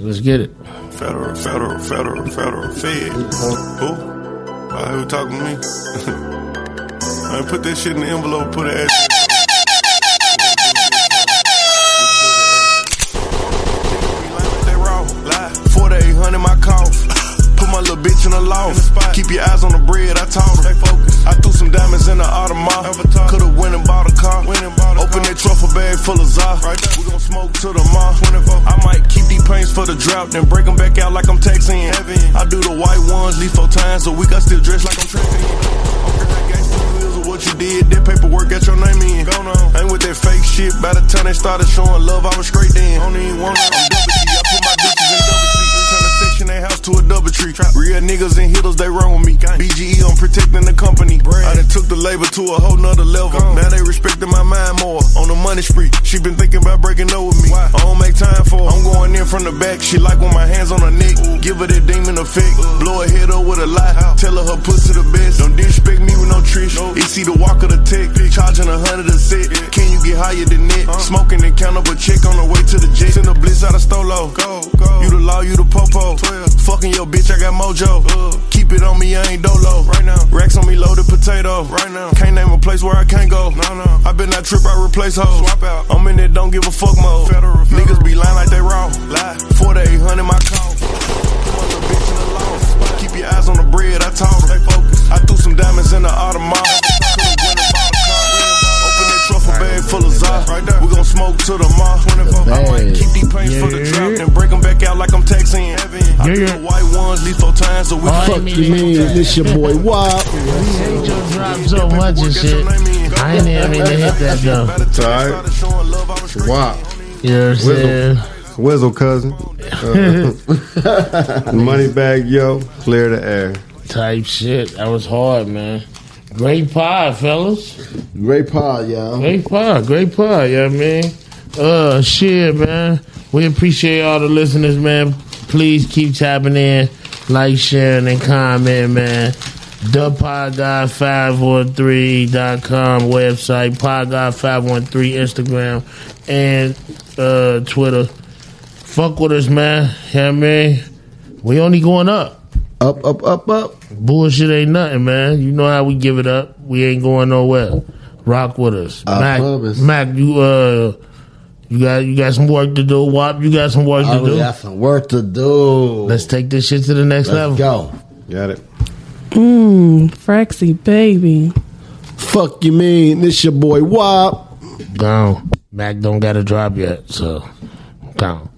E: Let's get it.
O: Federal, federal, federal, federal, fed.
G: Uh-huh.
O: Who? Why who talking to me? [laughs] I put that shit in the envelope, put it at. Lie, 4800 my cough. Put my little bitch in the loft. Keep your eyes on the bread, I taught her. I threw some diamonds in the Audemars. Coulda went and bought a car. Open that truffle bag full of za. We gon' smoke to the mall. I might keep these paints for the drought, then break them back out like I'm taxing. I do the white ones, leave four times a week. I still dress like I'm trapping. Bills of What you did, that paperwork got your name in. I ain't with that fake shit. By the time they started showing love, I was straight then. I don't even want it. I'm double G. I put my bitches in double G. Turn a section they house to a double tree. Real niggas and hitters, they run with me. BGE, I'm protecting the company. I done took the labor to a whole nother level. Now they respecting my mind more. On the money spree, she been thinking about breaking up with me. I don't make time for her. I'm going in from the back. She like when my hands on her neck. Give her that demon effect. Blow her head up with a lie. Tell her her pussy the best. Don't disrespect me with no trish. It's either walk or the tech. Charging a hundred a set. Can you get higher than that? Smoking and count up a check on the way to the jet. Send a blitz out of Stolo. Go, go. You the law, you the popo. Fucking your bitch, I got mojo. Keep it on me, I ain't dolo. Right now. Racks on me, loaded potato. Right now. Can't name a place where I can't go. No, no. I been that trip, I replace hoes. Swap out. I'm in that don't give a fuck mode. Niggas be lying like they raw. Lie. 4800 my call. Keep your eyes on the bread, I taught her. I threw some
C: fuck you mean? This your boy Wop.
E: Drop so much and shit. I ain't even mean to hit that though.
G: It's all right. Wow.
E: You know what I'm saying?
G: Whizzle cousin.
E: [laughs]
G: Uh, [laughs] money bag, yo. Clear the air.
E: Type shit. That was hard, man. Great pod, fellas.
C: Great pod, y'all.
E: Great pod, great pod, you know what I mean? Uh shit, man. We appreciate all the listeners, man. Please keep tapping in, like, sharing, and comment, man. The podguy513.com website, podguy513 Instagram, and uh, Twitter. Fuck with us, man. You know what I mean? We only going up.
C: Up, up, up, up.
E: Bullshit ain't nothing, man. You know how we give it up. We ain't going nowhere. Rock with us.
C: I
E: Mac,
C: promise.
E: Mac, you uh you got you got some work to do. Wop, you got some work
C: I
E: to do.
C: really got some work to do.
E: Let's take this shit to the next level.
C: Let's go.
G: Got it.
B: Mmm, Fraxy baby.
C: Fuck you mean? This your boy Wop.
E: Gone. Mac don't got a drop yet, so gone.